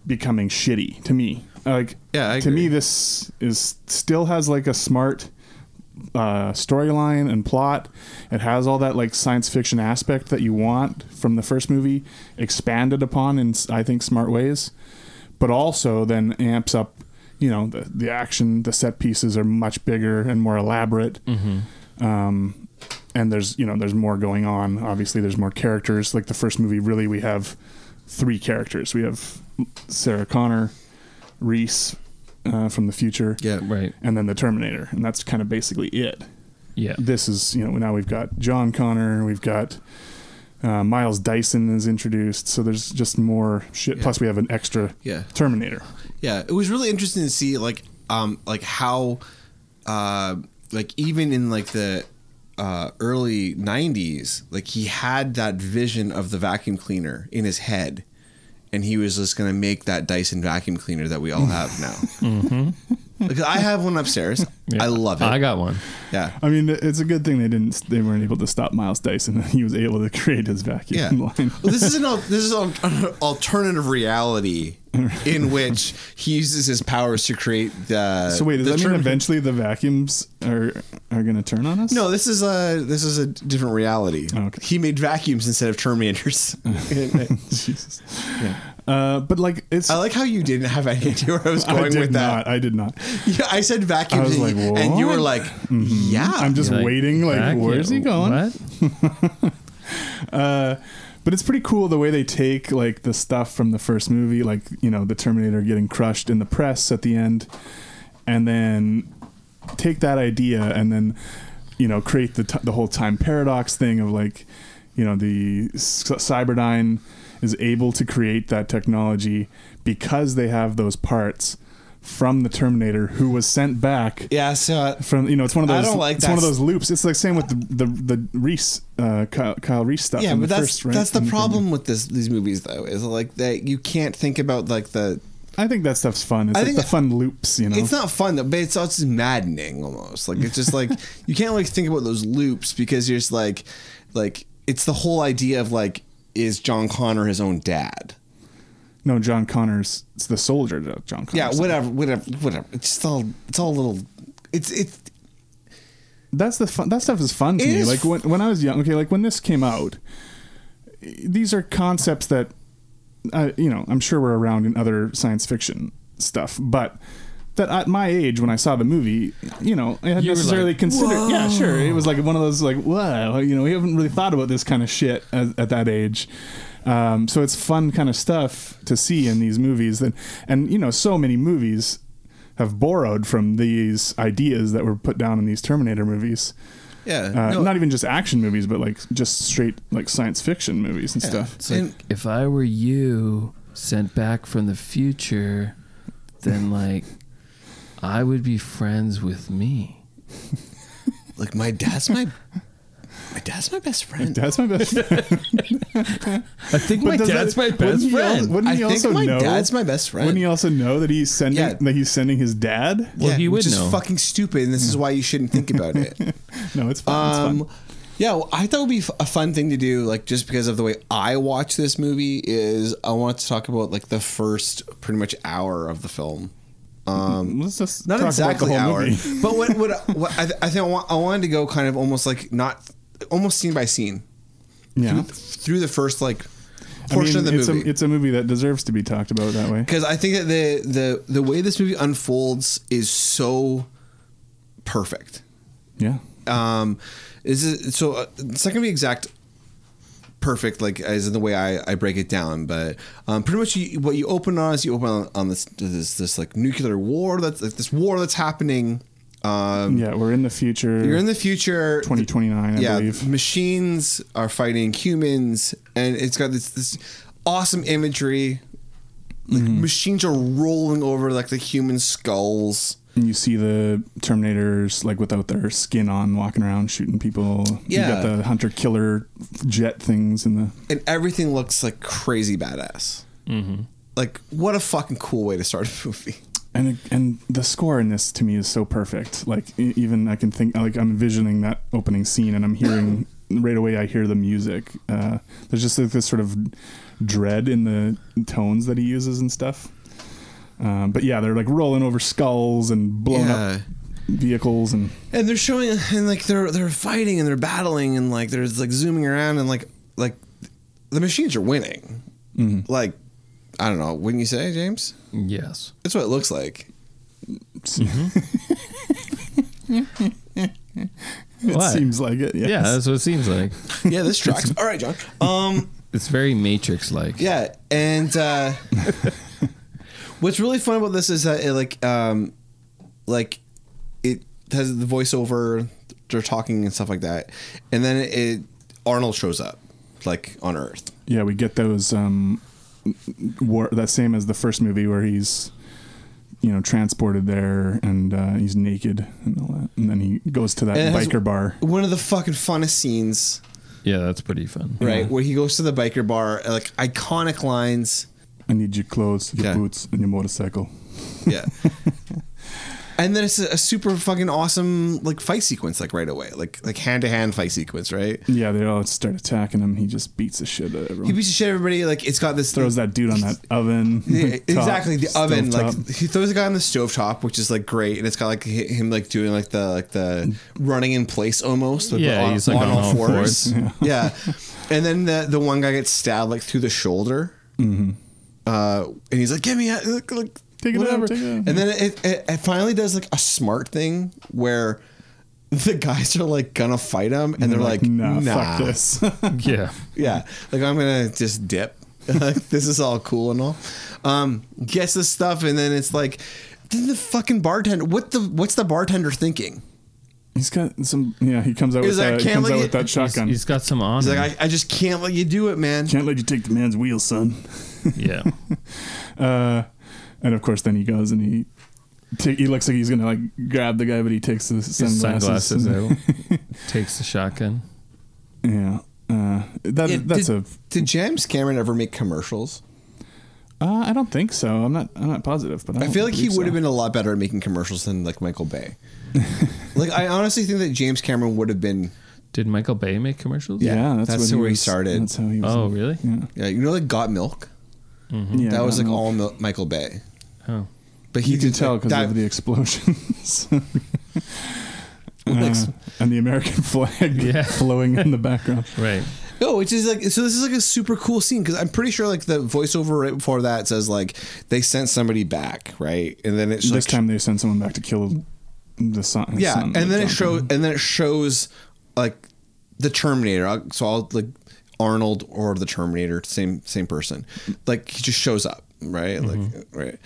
Speaker 2: becoming shitty. To me, like
Speaker 1: Yeah, I
Speaker 2: to me,
Speaker 1: agree.
Speaker 2: this is still has like a smart uh, storyline and plot. It has all that like science fiction aspect that you want from the first movie, expanded upon in I think smart ways, but also then amps up. You know the the action, the set pieces are much bigger and more elaborate. Um, and there's you know there's more going on. Obviously, there's more characters. Like the first movie, really, we have three characters. We have Sarah Connor, Reese uh, from the future,
Speaker 1: yeah,
Speaker 3: Right.
Speaker 2: and then the Terminator, and that's kind of basically it.
Speaker 3: Yeah.
Speaker 2: This is you know now we've got John Connor, we've got uh, Miles Dyson is introduced, so there's just more shit. Plus we have an extra
Speaker 1: Yeah.
Speaker 2: Terminator.
Speaker 1: Yeah, it was really interesting to see like um like how uh like even in like the uh early 90s like he had that vision of the vacuum cleaner in his head and he was just going to make that Dyson vacuum cleaner that we all have now.
Speaker 2: Mm-hmm.
Speaker 1: Like I have one upstairs.
Speaker 3: Yeah.
Speaker 1: I love it.
Speaker 3: I got one.
Speaker 1: yeah.
Speaker 2: I mean, it's a good thing they didn't they weren't able to stop Miles Dyson. *laughs* He was able to create his
Speaker 1: Yeah.
Speaker 2: vacuum
Speaker 1: Well,
Speaker 2: *laughs* line.
Speaker 1: this is an al- *laughs* this is an alternative reality
Speaker 2: *laughs*
Speaker 1: in which he uses his powers to create the
Speaker 2: So wait, does
Speaker 1: the
Speaker 2: that mean
Speaker 1: Terminator-
Speaker 2: eventually the vacuums are are going to turn on us?
Speaker 1: No, *laughs* this is a this is a different reality.
Speaker 2: Oh, Okay. Mm-hmm.
Speaker 1: He made vacuums instead of Terminators.
Speaker 2: *laughs* Jesus. Uh, but like it's
Speaker 1: I like how you didn't have any idea where I was going
Speaker 2: *laughs* I did
Speaker 1: with
Speaker 2: not.
Speaker 1: that.
Speaker 2: I did not.
Speaker 1: *laughs* yeah, I said vacuums,
Speaker 2: I was
Speaker 1: and,
Speaker 2: like,
Speaker 1: and you were
Speaker 2: what? Mm-hmm.
Speaker 1: like, "Yeah,
Speaker 2: I'm just
Speaker 3: You're
Speaker 2: waiting. Like,
Speaker 3: "Back
Speaker 2: where's he
Speaker 3: you-
Speaker 2: going?
Speaker 3: What?
Speaker 2: Uh, but it's pretty cool the way they take like the stuff from the first movie, like you know the Terminator getting crushed in the press at the end, and then take that idea and then you know create the t- the whole time paradox thing of like you know the s- Cyberdyne is able to create that technology because they have those parts from the Terminator who was sent back
Speaker 1: yeah." So uh,
Speaker 2: from you know it's one of
Speaker 1: I
Speaker 2: those
Speaker 1: don't like
Speaker 2: it's one of
Speaker 1: that.
Speaker 2: those loops. It's like same with the the, the Reese uh, Kyle, Kyle Reese stuff.
Speaker 1: yeah,
Speaker 2: in
Speaker 1: but
Speaker 2: the
Speaker 1: that's
Speaker 2: first, right?
Speaker 1: that's the
Speaker 2: In
Speaker 1: problem with this these movies though is like that you can't think about like the.
Speaker 2: I think that stuff's fun. It's
Speaker 1: I
Speaker 2: like
Speaker 1: think-
Speaker 2: the fun loops, you know.
Speaker 1: It's not fun though, but it's also maddening almost. Like it's just
Speaker 2: *laughs*
Speaker 1: like you can't like think about those loops because you're just like, like it's the whole idea of like is John Connor his own dad?
Speaker 2: no, John Connors. It's the soldier, that John Connors.
Speaker 1: Yeah, whatever, whatever, whatever. It's just all it's all little. It's it's
Speaker 2: That's the fun. That stuff is fun to
Speaker 1: It
Speaker 2: me.
Speaker 1: is
Speaker 2: Like when when I was young. Okay, like when this came out, these are concepts that, uh, you know, I'm sure were around in other science fiction stuff, but that at my age when I saw the movie, you know, I had
Speaker 3: You were
Speaker 2: necessarily
Speaker 3: like,
Speaker 2: considered. Yeah, sure. It was like one of those like, wow, you know, we haven't really thought about this kind of shit at, at that age. Um, so it's fun kind of stuff to see in these movies. That, and you know, so many movies have borrowed from these ideas that were put down in these Terminator movies.
Speaker 1: Yeah,
Speaker 2: Uh,
Speaker 1: no,
Speaker 2: not even just action movies, but like just straight like science fiction movies and stuff.
Speaker 3: It's like,
Speaker 1: And-
Speaker 3: if I were you, sent back from the future, then like I would be friends with me.
Speaker 1: like my dad's my my dad's my best friend.
Speaker 2: That's my
Speaker 3: *laughs*
Speaker 2: best. friend.
Speaker 3: I think my
Speaker 2: does
Speaker 3: dad's
Speaker 2: that-
Speaker 3: my
Speaker 2: wouldn't
Speaker 3: best
Speaker 2: he al-
Speaker 3: friend.
Speaker 2: wouldn't
Speaker 1: I
Speaker 2: he
Speaker 1: think
Speaker 2: also
Speaker 1: my
Speaker 2: know?
Speaker 1: dad's my best friend.
Speaker 2: Wouldn't he also know that he's sending
Speaker 1: Yeah.
Speaker 2: that he's sending his dad?
Speaker 3: Well, he would
Speaker 1: which
Speaker 3: know.
Speaker 1: is fucking stupid, and this is why you shouldn't *laughs* think about it.
Speaker 2: No, it's fun. it's
Speaker 1: Um,
Speaker 2: fun.
Speaker 1: yeah, well, I thought it would be f- a fun thing to do, like just because of the way I watch this movie is I want to talk about like the first pretty much hour of the film.
Speaker 2: Let's just
Speaker 1: um, Not
Speaker 2: talk
Speaker 1: exactly
Speaker 2: about the whole
Speaker 1: hour, *laughs*
Speaker 2: movie.
Speaker 1: but what what, what I, th- I think I, want, I wanted to go kind of almost like not almost scene by scene
Speaker 2: Yeah,
Speaker 1: through the first like
Speaker 2: I
Speaker 1: portion
Speaker 2: mean,
Speaker 1: of the
Speaker 2: it's
Speaker 1: movie.
Speaker 2: A, it's a movie that deserves to be talked about that way.
Speaker 1: because I think that the the the way this movie unfolds is so perfect.
Speaker 2: Yeah,
Speaker 1: Um, is it, so uh, it's not gonna be exact perfect like as in the way I, I break it down, but um, pretty much you, what you open on is you open on, on this this this like nuclear war that's like, this war that's happening. Um,
Speaker 2: yeah, we're in the future.
Speaker 1: You're in the future.
Speaker 2: 2029, I
Speaker 1: yeah,
Speaker 2: believe.
Speaker 1: machines are fighting humans, and it's got this this awesome imagery. Like
Speaker 2: Mm-hmm.
Speaker 1: machines are rolling over like the human skulls.
Speaker 2: and you see the Terminators like without their skin on, walking around shooting people. you
Speaker 1: Yeah.
Speaker 2: got the hunter killer jet things and the
Speaker 1: and everything looks like crazy badass.
Speaker 2: Mm-hmm.
Speaker 1: Like, what a fucking cool way to start a *laughs* movie.
Speaker 2: and it- and the score in this to me is so perfect. Like e- even I can think like I'm envisioning that opening scene, and I'm hearing *coughs* right away. I hear the music. Uh, there's just like this sort of dread in the tones that he uses and stuff. Um, but yeah, they're like rolling over skulls and blowing
Speaker 1: Yeah.
Speaker 2: up vehicles, and
Speaker 1: And they're showing, and like they're they're fighting and they're battling and like there's like zooming around and like like the machines are winning.
Speaker 2: Mm-hmm.
Speaker 1: Like, I don't know, wouldn't you say, James?
Speaker 3: Yes.
Speaker 1: That's what it looks
Speaker 2: *laughs*
Speaker 1: like.
Speaker 2: it
Speaker 3: What?
Speaker 2: seems like it. Yes.
Speaker 3: Yeah, that's what it seems like.
Speaker 1: Yeah, this tracks. All right, John. Um,
Speaker 3: It's very Matrix like.
Speaker 1: yeah, and uh, *laughs* what's really fun about this is that it like um, like it has the voiceover they're talking and stuff like that and then it arnold shows up like on earth
Speaker 2: yeah, we get those um, war that same as the first movie where he's you know transported there and uh, he's naked and all that, and then he goes to that
Speaker 1: And it has-
Speaker 2: biker bar.
Speaker 1: one of the fucking funnest scenes
Speaker 3: Yeah, that's pretty fun.
Speaker 1: right where he goes to the biker bar like iconic lines
Speaker 2: I need your clothes, your
Speaker 1: Yeah.
Speaker 2: boots, and your motorcycle.
Speaker 1: yeah and then it's a, a super fucking awesome like fight sequence like right away like like hand-to-hand fight sequence right
Speaker 2: Yeah, they all start attacking him. He just beats the shit out of everyone.
Speaker 1: he beats the shit out of everybody like it's got this
Speaker 2: Throws that dude
Speaker 1: *laughs*
Speaker 2: on that oven.
Speaker 1: Yeah,
Speaker 2: *laughs* top,
Speaker 1: exactly the oven
Speaker 2: stovetop.
Speaker 1: like he throws a guy on the stovetop which is like great and it's got like hi- him like doing like the like the running in place almost like,
Speaker 3: Yeah,
Speaker 1: on,
Speaker 3: he's, like, on all fours.
Speaker 1: yeah and then the the one guy gets stabbed like through the shoulder uh and he's like give me a like, like
Speaker 2: Take it out,
Speaker 1: whatever
Speaker 2: take it
Speaker 1: and
Speaker 2: out.
Speaker 1: then it, it it finally does like a smart thing where *laughs* the guys are like gonna fight him and, they're like,
Speaker 2: nah,
Speaker 1: nah,
Speaker 2: fuck this. *laughs*
Speaker 3: Yeah.
Speaker 1: yeah like i'm gonna just dip *laughs* like this is all cool and all um gets this stuff and then it's like then the fucking bartender what the what's the bartender thinking
Speaker 2: he's got some. Yeah, he comes out
Speaker 1: *laughs* He's
Speaker 2: with
Speaker 1: like,
Speaker 2: that. He
Speaker 1: "Can't
Speaker 2: comes
Speaker 1: let
Speaker 2: out
Speaker 1: you-"
Speaker 2: with that
Speaker 3: He's,
Speaker 2: shotgun.
Speaker 3: he's got some on.
Speaker 1: he's like I, I just can't let you do it man
Speaker 2: Can't let you take the man's wheel, son.
Speaker 3: yeah.
Speaker 2: Uh, and of course, then he goes and he ta- he looks like he's gonna like grab the guy, but he takes the
Speaker 3: *laughs* His
Speaker 2: sunglasses.
Speaker 3: sunglasses
Speaker 2: and-
Speaker 3: out. *laughs* Takes the shotgun.
Speaker 2: yeah, uh, that
Speaker 1: It-
Speaker 2: that's
Speaker 1: did,
Speaker 2: a.
Speaker 1: did james cameron ever make commercials
Speaker 2: Uh, I don't think so. I'm not. I'm not positive, but I,
Speaker 1: i
Speaker 2: don't
Speaker 1: feel like he
Speaker 2: believe
Speaker 1: would have
Speaker 2: so.
Speaker 1: been a lot better at making commercials than like michael
Speaker 2: *laughs*
Speaker 1: bay like i honestly think that james cameron would have been
Speaker 3: Did Michael Bay make commercials?
Speaker 1: Yeah.
Speaker 2: that's,
Speaker 1: that's
Speaker 2: when
Speaker 1: where he
Speaker 2: was-
Speaker 1: started.
Speaker 2: That's how he was.
Speaker 3: Oh, really?
Speaker 2: Yeah,
Speaker 1: yeah you know like got milk
Speaker 2: yeah
Speaker 1: that was like
Speaker 2: know.
Speaker 1: all Mil- michael bay
Speaker 3: Oh.
Speaker 1: but he
Speaker 2: You can
Speaker 1: did,
Speaker 2: tell
Speaker 1: like,
Speaker 2: because
Speaker 1: that-
Speaker 2: of
Speaker 1: *laughs*
Speaker 2: the explosions
Speaker 1: like,
Speaker 2: *laughs* and the American flag
Speaker 3: Yeah. *laughs*
Speaker 2: flowing in the background.
Speaker 3: Right.
Speaker 1: No, which is like so. This is like a super cool scene because I'm pretty sure like the voiceover right before that says like they sent somebody back, right? And then it's
Speaker 2: This
Speaker 1: like,
Speaker 2: time they send someone back to kill the son. his
Speaker 1: yeah,
Speaker 2: son,
Speaker 1: and then it
Speaker 2: John
Speaker 1: shows
Speaker 2: Connor.
Speaker 1: and then it shows like the Terminator. I'll- So I'll like Arnold or the Terminator, same same person. Like he just shows up, right? Like right,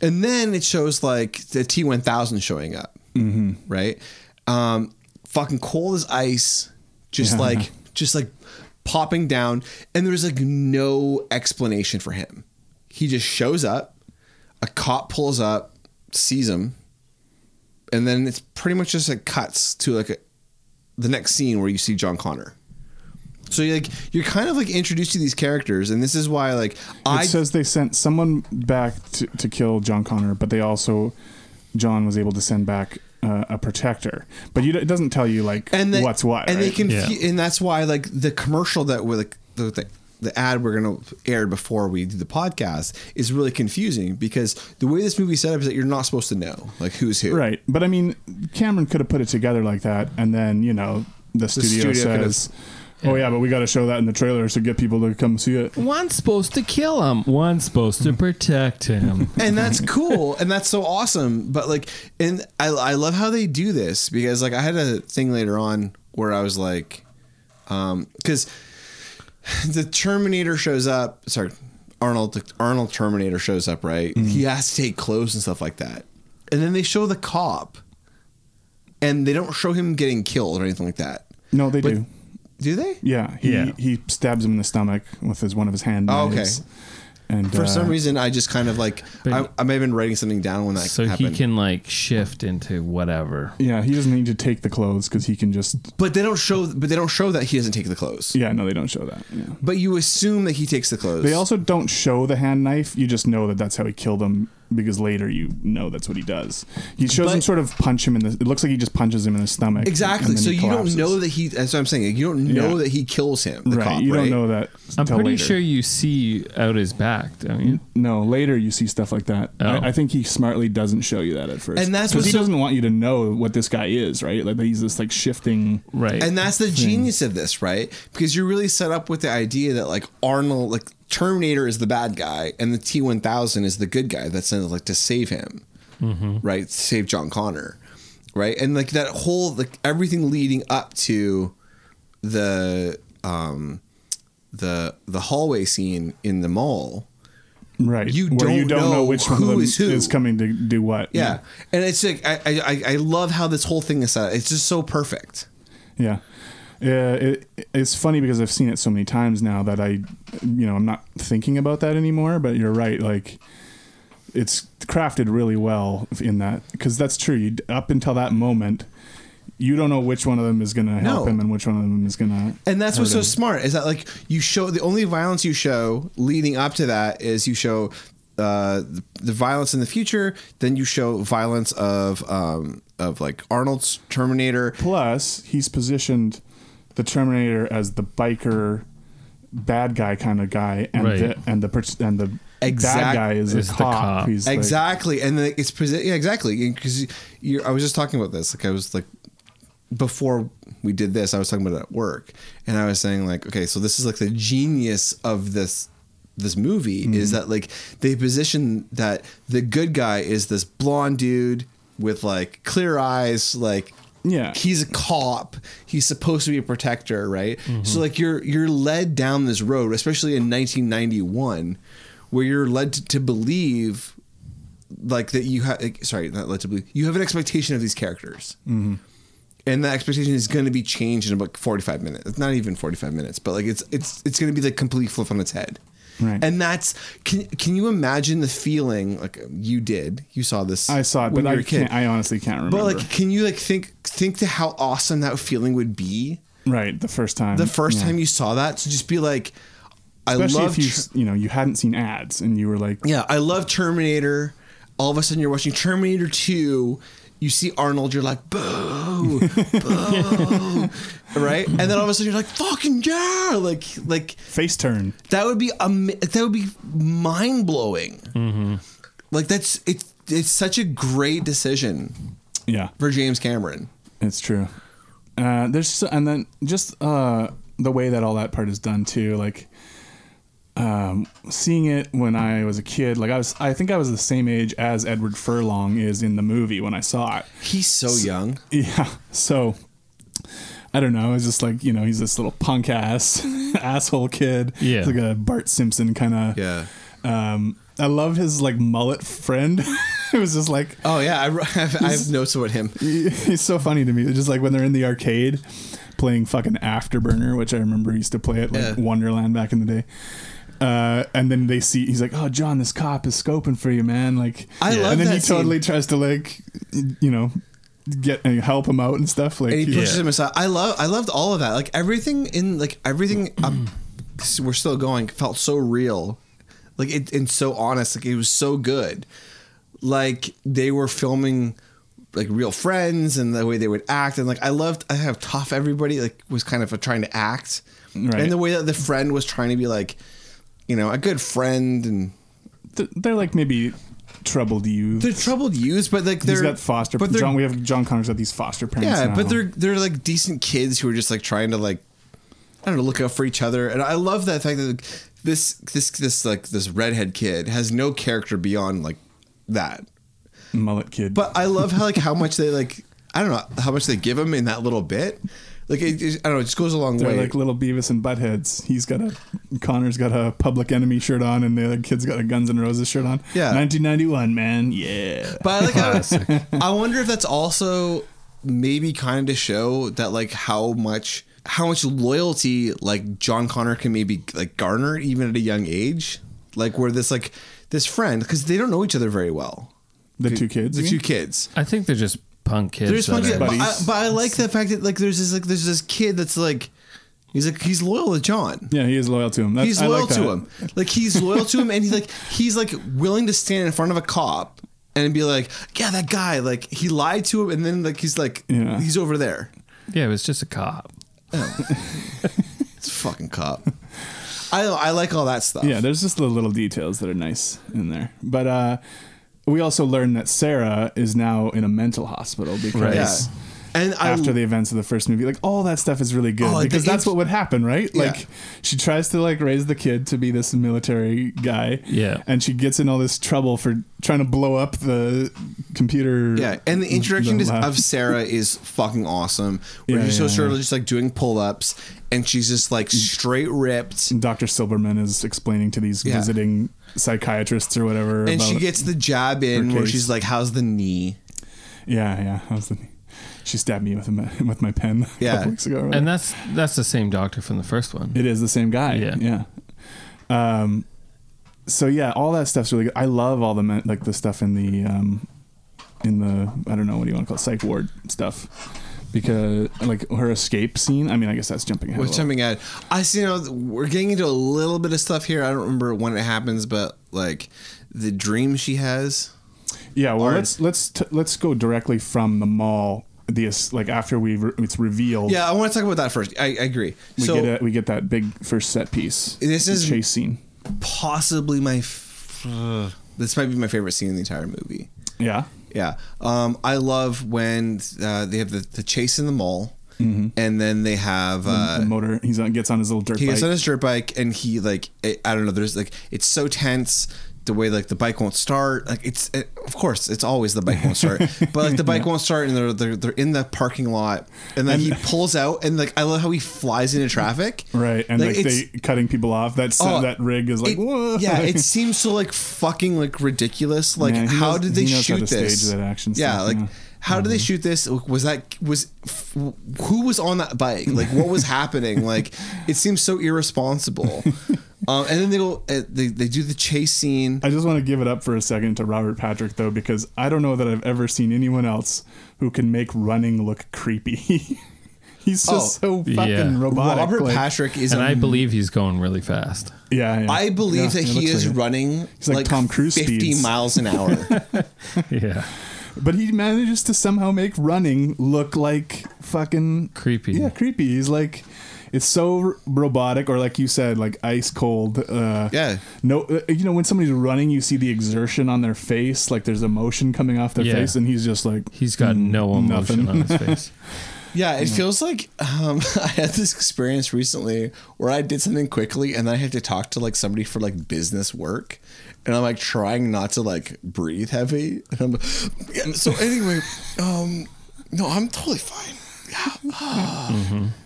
Speaker 1: and then it shows like the T1000 showing up, right? Um, fucking cold as ice, just
Speaker 2: Yeah.
Speaker 1: like just like popping down, and there's like no explanation for him. He just shows up. A cop pulls up, sees him, and then it's pretty much just like cuts to like a, the next scene where you see John Connor. So you're like you're kind of like introduced to these characters, and this is why like
Speaker 2: It
Speaker 1: I
Speaker 2: says they sent someone back to, to kill John Connor, but they also John was able to send back uh, a protector. But you, it doesn't tell you like
Speaker 1: and they,
Speaker 2: what's what.
Speaker 1: and they
Speaker 2: right?
Speaker 1: can
Speaker 3: Yeah.
Speaker 1: and that's why like the commercial that we're like the, the the ad we're gonna air before we do the podcast is really confusing because the way this movie's set up is that you're not supposed to know like who's who.
Speaker 2: Right. But I mean, Cameron could have put it together like that, and then, you know, the studio,
Speaker 1: studio could have-
Speaker 2: says, oh, yeah, but we got to show that in the trailer to get people to come see it.
Speaker 3: One's supposed to kill him. One's supposed to protect *laughs* him.
Speaker 1: and that's cool and that's so awesome but like and I, I love how they do this because like i had a thing later on where i was like um because the terminator shows up sorry arnold the arnold terminator shows up right
Speaker 3: Mm-hmm.
Speaker 1: he has to take clothes and stuff like that and then they show the cop and they don't show him getting killed or anything like that
Speaker 2: No, they
Speaker 1: But-
Speaker 2: do.
Speaker 1: do they
Speaker 2: Yeah. He,
Speaker 3: Yeah.
Speaker 2: he stabs him in the stomach with his one of his hand
Speaker 1: Oh,
Speaker 2: knives.
Speaker 1: okay.
Speaker 2: And
Speaker 1: for
Speaker 2: uh,
Speaker 1: some reason i just kind of like I,
Speaker 3: But-
Speaker 1: I may have been writing something down when that
Speaker 3: so
Speaker 1: happened
Speaker 3: he can like shift into whatever.
Speaker 2: Yeah, he doesn't need to take the clothes because he can just.
Speaker 1: but they don't show but they don't show that he doesn't take the clothes
Speaker 2: Yeah, no, they don't show that. Yeah.
Speaker 1: But you assume that he takes the clothes.
Speaker 2: They also don't show the hand knife. You just know that that's how he killed him because later you know that's what he does. He shows him
Speaker 1: But-
Speaker 2: sort of punch him in the. It looks like he just punches him in the stomach.
Speaker 1: exactly.
Speaker 2: and then
Speaker 1: So
Speaker 2: he
Speaker 1: you
Speaker 2: collapses.
Speaker 1: don't know that he. That's what I'm saying. like, You don't know
Speaker 2: Yeah.
Speaker 1: that he kills him. The
Speaker 2: right.
Speaker 1: cop.
Speaker 2: you
Speaker 1: right?
Speaker 2: don't know that.
Speaker 3: I'm
Speaker 2: till
Speaker 3: pretty
Speaker 2: later.
Speaker 3: sure you see out his back, don't you?
Speaker 2: No, later you see stuff like that.
Speaker 3: Oh.
Speaker 2: I, I think he smartly doesn't show you that at first,
Speaker 1: And that's
Speaker 2: because
Speaker 1: what's
Speaker 2: he
Speaker 1: so-
Speaker 2: doesn't want you to know what this guy is, right? Like he's this like shifting.
Speaker 3: Right.
Speaker 1: And that's the genius of this, right? Because you're really set up with the idea that like Arnold, like Terminator, is the bad guy, and the T1000 is the good guy that's sent like to save him,
Speaker 2: Mm-hmm.
Speaker 1: right? Save John Connor, right? And like that whole like everything leading up to the um the the hallway scene in the mall
Speaker 2: Right.
Speaker 1: You
Speaker 2: Where you
Speaker 1: don't
Speaker 2: don't know,
Speaker 1: know
Speaker 2: which one
Speaker 1: who
Speaker 2: of them
Speaker 1: is who.
Speaker 2: coming to do what.
Speaker 1: Yeah. And it's like I, I I- I love how this whole thing is set. up. It's just so perfect.
Speaker 2: Yeah. Yeah, it, it's funny because I've seen it so many times now that I, you know, I'm not thinking about that anymore. But you're right, like it's crafted really well in that because that's true. You, up until that moment, you don't know which one of them is going to help
Speaker 1: No.
Speaker 2: him and which one of them is going to.
Speaker 1: And that's what's so smart is that like you show the only violence you show leading up to that is you show uh, the, the violence in the future, then you show violence of um, of like Arnold's Terminator.
Speaker 2: Plus, he's positioned the Terminator as the biker, bad guy kind of guy, and
Speaker 3: Right.
Speaker 2: the and the pers- and the
Speaker 1: Exact-
Speaker 2: bad guy is,
Speaker 3: is
Speaker 2: a
Speaker 3: the
Speaker 2: cop.
Speaker 3: cop.
Speaker 2: He's like-
Speaker 1: Exactly, and then it's present. Yeah, exactly. Because you, I was just talking about this. Like I was like before we did this, I was talking about it at work, and I was saying like, okay, so this is like the genius of this this movie is
Speaker 2: Mm-hmm.
Speaker 1: that like they position that the good guy is this blonde dude with like clear eyes, like
Speaker 2: Yeah.
Speaker 1: he's a cop he's supposed to be a protector right
Speaker 2: Mm-hmm.
Speaker 1: so like you're you're led down this road especially in 1991 where you're led to, to believe like that you have sorry not led to believe you have an expectation of these characters
Speaker 2: Mm-hmm.
Speaker 1: and that expectation is going to be changed in about 45 minutes It's not even 45 minutes but like it's it's it's going to be the complete flip on its head
Speaker 2: Right.
Speaker 1: and that's can can you imagine the feeling like you did you saw this
Speaker 2: I saw it,
Speaker 1: when
Speaker 2: but
Speaker 1: you were
Speaker 2: I
Speaker 1: a kid.
Speaker 2: can't. I honestly can't remember.
Speaker 1: But like, can you like think think to how awesome that feeling would be
Speaker 2: right, the first time.
Speaker 1: the first
Speaker 2: Mm, yeah.
Speaker 1: time you saw that? To just be like, I
Speaker 2: especially
Speaker 1: love,
Speaker 2: if you
Speaker 1: Ter-
Speaker 2: s you know you hadn't seen ads and you were like,
Speaker 1: yeah, I love Terminator. All of a sudden, you're watching Terminator Two. You see Arnold, you're like, boo, boo, *laughs* right? And then all of a sudden, you're like, fucking yeah, like, like
Speaker 2: face turn.
Speaker 1: that would be um, that would be mind blowing. Like that's it's it's such a great decision
Speaker 2: Yeah,
Speaker 1: for James Cameron.
Speaker 2: it's true. Uh, there's so- and then just uh, the way that all that part is done too, like um, seeing it when I was a kid, like I was, I think I was the same age as Edward Furlong is in the movie when I saw it. *laughs*
Speaker 1: He's so young.
Speaker 2: Yeah. So I don't know. It's just like, you know, he's this little punk ass *laughs* asshole kid.
Speaker 3: Yeah.
Speaker 2: He's like a Bart Simpson kind of.
Speaker 1: Yeah.
Speaker 2: Um, I love his like mullet friend. *laughs* it was just like,
Speaker 1: Oh yeah, I, *laughs* I've, I have notes about him.
Speaker 2: he's so funny to me. It's just like when they're in the arcade playing fucking Afterburner, which I remember he used to play at like
Speaker 1: Yeah.
Speaker 2: Wonderland back in the day. Uh, and then they see he's like, "Oh, John, this cop is scoping for you, man!" Like,
Speaker 1: I love
Speaker 2: and then
Speaker 1: that
Speaker 2: he totally
Speaker 1: scene.
Speaker 2: tries to like, you know, get and help him out and stuff. Like,
Speaker 1: and he
Speaker 2: he's-
Speaker 1: pushes him aside. I love, I loved all of that. Like everything in, like everything. up, we're still going. Felt so real, like it, and so honest. Like it was so good. Like they were filming, like real friends and the way they would act. And like I loved, I have tough. Everybody like was kind of trying to act,
Speaker 2: Right.
Speaker 1: and the way that the friend was trying to be like, you know, a good friend and
Speaker 2: th- they're like maybe troubled youth.
Speaker 1: they're troubled youths, but like they're
Speaker 2: He's got foster.
Speaker 1: but they're-
Speaker 2: John, we have John Connor's got these foster parents.
Speaker 1: Yeah,
Speaker 2: now.
Speaker 1: but they're they're like decent kids who are just like trying to like I don't know look out for each other, and I love that fact that like, this this this like this redhead kid has no character beyond like that.
Speaker 2: mullet kid.
Speaker 1: But I love how like how much they like I don't know how much they give him in that little bit. Like it, it- I don't know, it just goes a long
Speaker 2: they're
Speaker 1: way.
Speaker 2: like little Beavis and Buttheads. He's got a Connor's got a Public Enemy shirt on, and the other kid's got a Guns N' Roses shirt on.
Speaker 1: Yeah.
Speaker 2: 1991, man. Yeah.
Speaker 1: But I like how, I wonder if that's also maybe kind of show that like how much how much loyalty like John Connor can maybe like garner even at a young age, like where this like this friend because they don't know each other very well.
Speaker 2: The two Mm-hmm. kids.
Speaker 1: the
Speaker 2: you
Speaker 1: two
Speaker 2: mean?
Speaker 1: kids.
Speaker 3: I think they're just punk kids.
Speaker 1: There's
Speaker 3: that
Speaker 1: plenty,
Speaker 3: are-
Speaker 1: but, I,
Speaker 2: buddies.
Speaker 1: but I like the fact that like there's this like there's this kid that's like he's like he's loyal to John.
Speaker 2: Yeah, he is loyal to him. That's,
Speaker 1: He's
Speaker 2: I
Speaker 1: loyal
Speaker 2: like
Speaker 1: to
Speaker 2: that.
Speaker 1: him. Like he's loyal to him, and he's like he's like willing to stand in front of a cop and be like, yeah, that guy. Like he lied to him, and then like he's like
Speaker 2: Yeah.
Speaker 1: he's over there.
Speaker 3: yeah, it was just a cop.
Speaker 1: It's a fucking cop.
Speaker 2: *laughs*
Speaker 1: I I like all that stuff.
Speaker 2: Yeah, there's just the little details that are nice in there. But uh, we also learn that Sarah is now in a mental hospital because.
Speaker 3: Right.
Speaker 1: yeah. And I
Speaker 2: after the events of the first movie. Like all that stuff is really good
Speaker 1: Oh,
Speaker 2: because
Speaker 1: the-
Speaker 2: that's what would happen, right?
Speaker 1: Yeah.
Speaker 2: Like she tries to like raise the kid to be this military guy.
Speaker 3: Yeah.
Speaker 2: And she gets in all this trouble for trying to blow up the computer.
Speaker 1: Yeah, and the introduction
Speaker 2: the
Speaker 1: to-
Speaker 2: lab.
Speaker 1: of Sarah is fucking awesome. Where
Speaker 2: Yeah,
Speaker 1: she's so
Speaker 2: yeah,
Speaker 1: sure
Speaker 2: yeah.
Speaker 1: just like doing pull ups, and she's just like straight ripped.
Speaker 2: Dr. Silberman is explaining to these
Speaker 1: Yeah.
Speaker 2: visiting psychiatrists or whatever.
Speaker 1: And
Speaker 2: about-
Speaker 1: she gets the jab in
Speaker 2: her
Speaker 1: where
Speaker 2: case.
Speaker 1: she's like, "How's the knee?"
Speaker 2: Yeah, yeah. That was the she stabbed me with a, ma- with my *laughs* pen a
Speaker 1: Yeah.
Speaker 2: couple weeks ago. or whatever.
Speaker 3: And that's that's the same doctor from the first one.
Speaker 2: It is the same guy.
Speaker 3: Yeah.
Speaker 2: Yeah. Um, so yeah, all that stuff's really good. I love all the men, like the stuff in the um, in the I don't know what do you want to call it, psych ward stuff because like her escape scene. I mean, I guess that's jumping ahead. a
Speaker 1: What's
Speaker 2: little.
Speaker 1: jumping at? I see. You know, we're getting into a little bit of stuff here. I don't remember when it happens, but like the dream she has.
Speaker 2: Yeah. Well,
Speaker 1: Or-
Speaker 2: let's let's t- let's go directly from the mall. The es- like after we re- it's revealed.
Speaker 1: Yeah, I want to talk about that first. I, I agree.
Speaker 2: We
Speaker 1: so
Speaker 2: get a, we get that big first set piece.
Speaker 1: This
Speaker 2: the
Speaker 1: is-
Speaker 2: chase scene.
Speaker 1: possibly my. F- *sighs* ugh. this might be my favorite scene in the entire movie.
Speaker 2: Yeah.
Speaker 1: Yeah. Um, I love when uh, they have the, the chase in the mall,
Speaker 2: Mm-hmm.
Speaker 1: and then they have. Uh,
Speaker 2: the motor. He's on gets on his little dirt
Speaker 1: he
Speaker 2: bike.
Speaker 1: gets on his dirt bike and he like I I don't know. There's like it's so tense the way like the bike won't start. Like it's it, of course it's always the bike won't
Speaker 2: *laughs*
Speaker 1: start, but like the bike won't start and they're, they're they're in the parking lot and then he pulls out and like I love how he flies into traffic.
Speaker 2: Right, and like,
Speaker 1: it's-
Speaker 2: they cutting people off. That set,
Speaker 1: Oh,
Speaker 2: that rig is like,
Speaker 1: it-
Speaker 2: whoa.
Speaker 1: yeah,
Speaker 2: *laughs*
Speaker 1: it seems so like fucking like ridiculous. Like,
Speaker 2: Yeah, he
Speaker 1: how
Speaker 2: knows-
Speaker 1: did they
Speaker 2: he knows how
Speaker 1: shoot
Speaker 2: to
Speaker 1: this?
Speaker 2: stage that action
Speaker 1: yeah,
Speaker 2: stuff,
Speaker 1: like
Speaker 2: yeah. Uh-huh.
Speaker 1: how did they shoot this? Like, Was that was f- who was on that bike? Like, what
Speaker 2: *laughs*
Speaker 1: was happening? Like, it seems so irresponsible. um, and then they go, uh, they they do the chase scene.
Speaker 2: I just want to give it up for a second to Robert Patrick though, because I don't know that I've ever seen anyone else who can make running look creepy. *laughs* He's just
Speaker 1: Oh,
Speaker 2: so fucking
Speaker 3: yeah.
Speaker 2: robotic.
Speaker 1: Robert
Speaker 2: like-
Speaker 1: Patrick is.
Speaker 3: And I
Speaker 1: a-
Speaker 3: believe he's going really fast.
Speaker 2: Yeah, yeah.
Speaker 1: I believe
Speaker 2: Yeah,
Speaker 1: that
Speaker 2: it
Speaker 1: he
Speaker 2: looks
Speaker 1: is
Speaker 2: like it.
Speaker 1: running
Speaker 2: He's like Tom Cruise
Speaker 1: 50
Speaker 2: speeds.
Speaker 1: miles an hour.
Speaker 3: *laughs*
Speaker 2: *laughs*
Speaker 3: Yeah.
Speaker 2: but he manages to somehow make running look like fucking
Speaker 3: Creepy.
Speaker 2: Yeah, creepy. He's like, it's so r- robotic, or like you said, like ice cold. Uh,
Speaker 1: Yeah.
Speaker 2: No, uh, you know when somebody's running, you see the exertion on their face, like there's emotion coming off their
Speaker 3: Yeah.
Speaker 2: face, and he's just like, "Mm,
Speaker 3: He's got no emotion *laughs*
Speaker 2: Nothing.
Speaker 3: on his face.
Speaker 1: Yeah, it feels like um, *laughs* I had this experience recently where I did something quickly and then I had to talk to like somebody for like business work, and I'm like trying not to like breathe heavy. And I'm yeah, so anyway, um, no, I'm totally fine. Yeah. *sighs*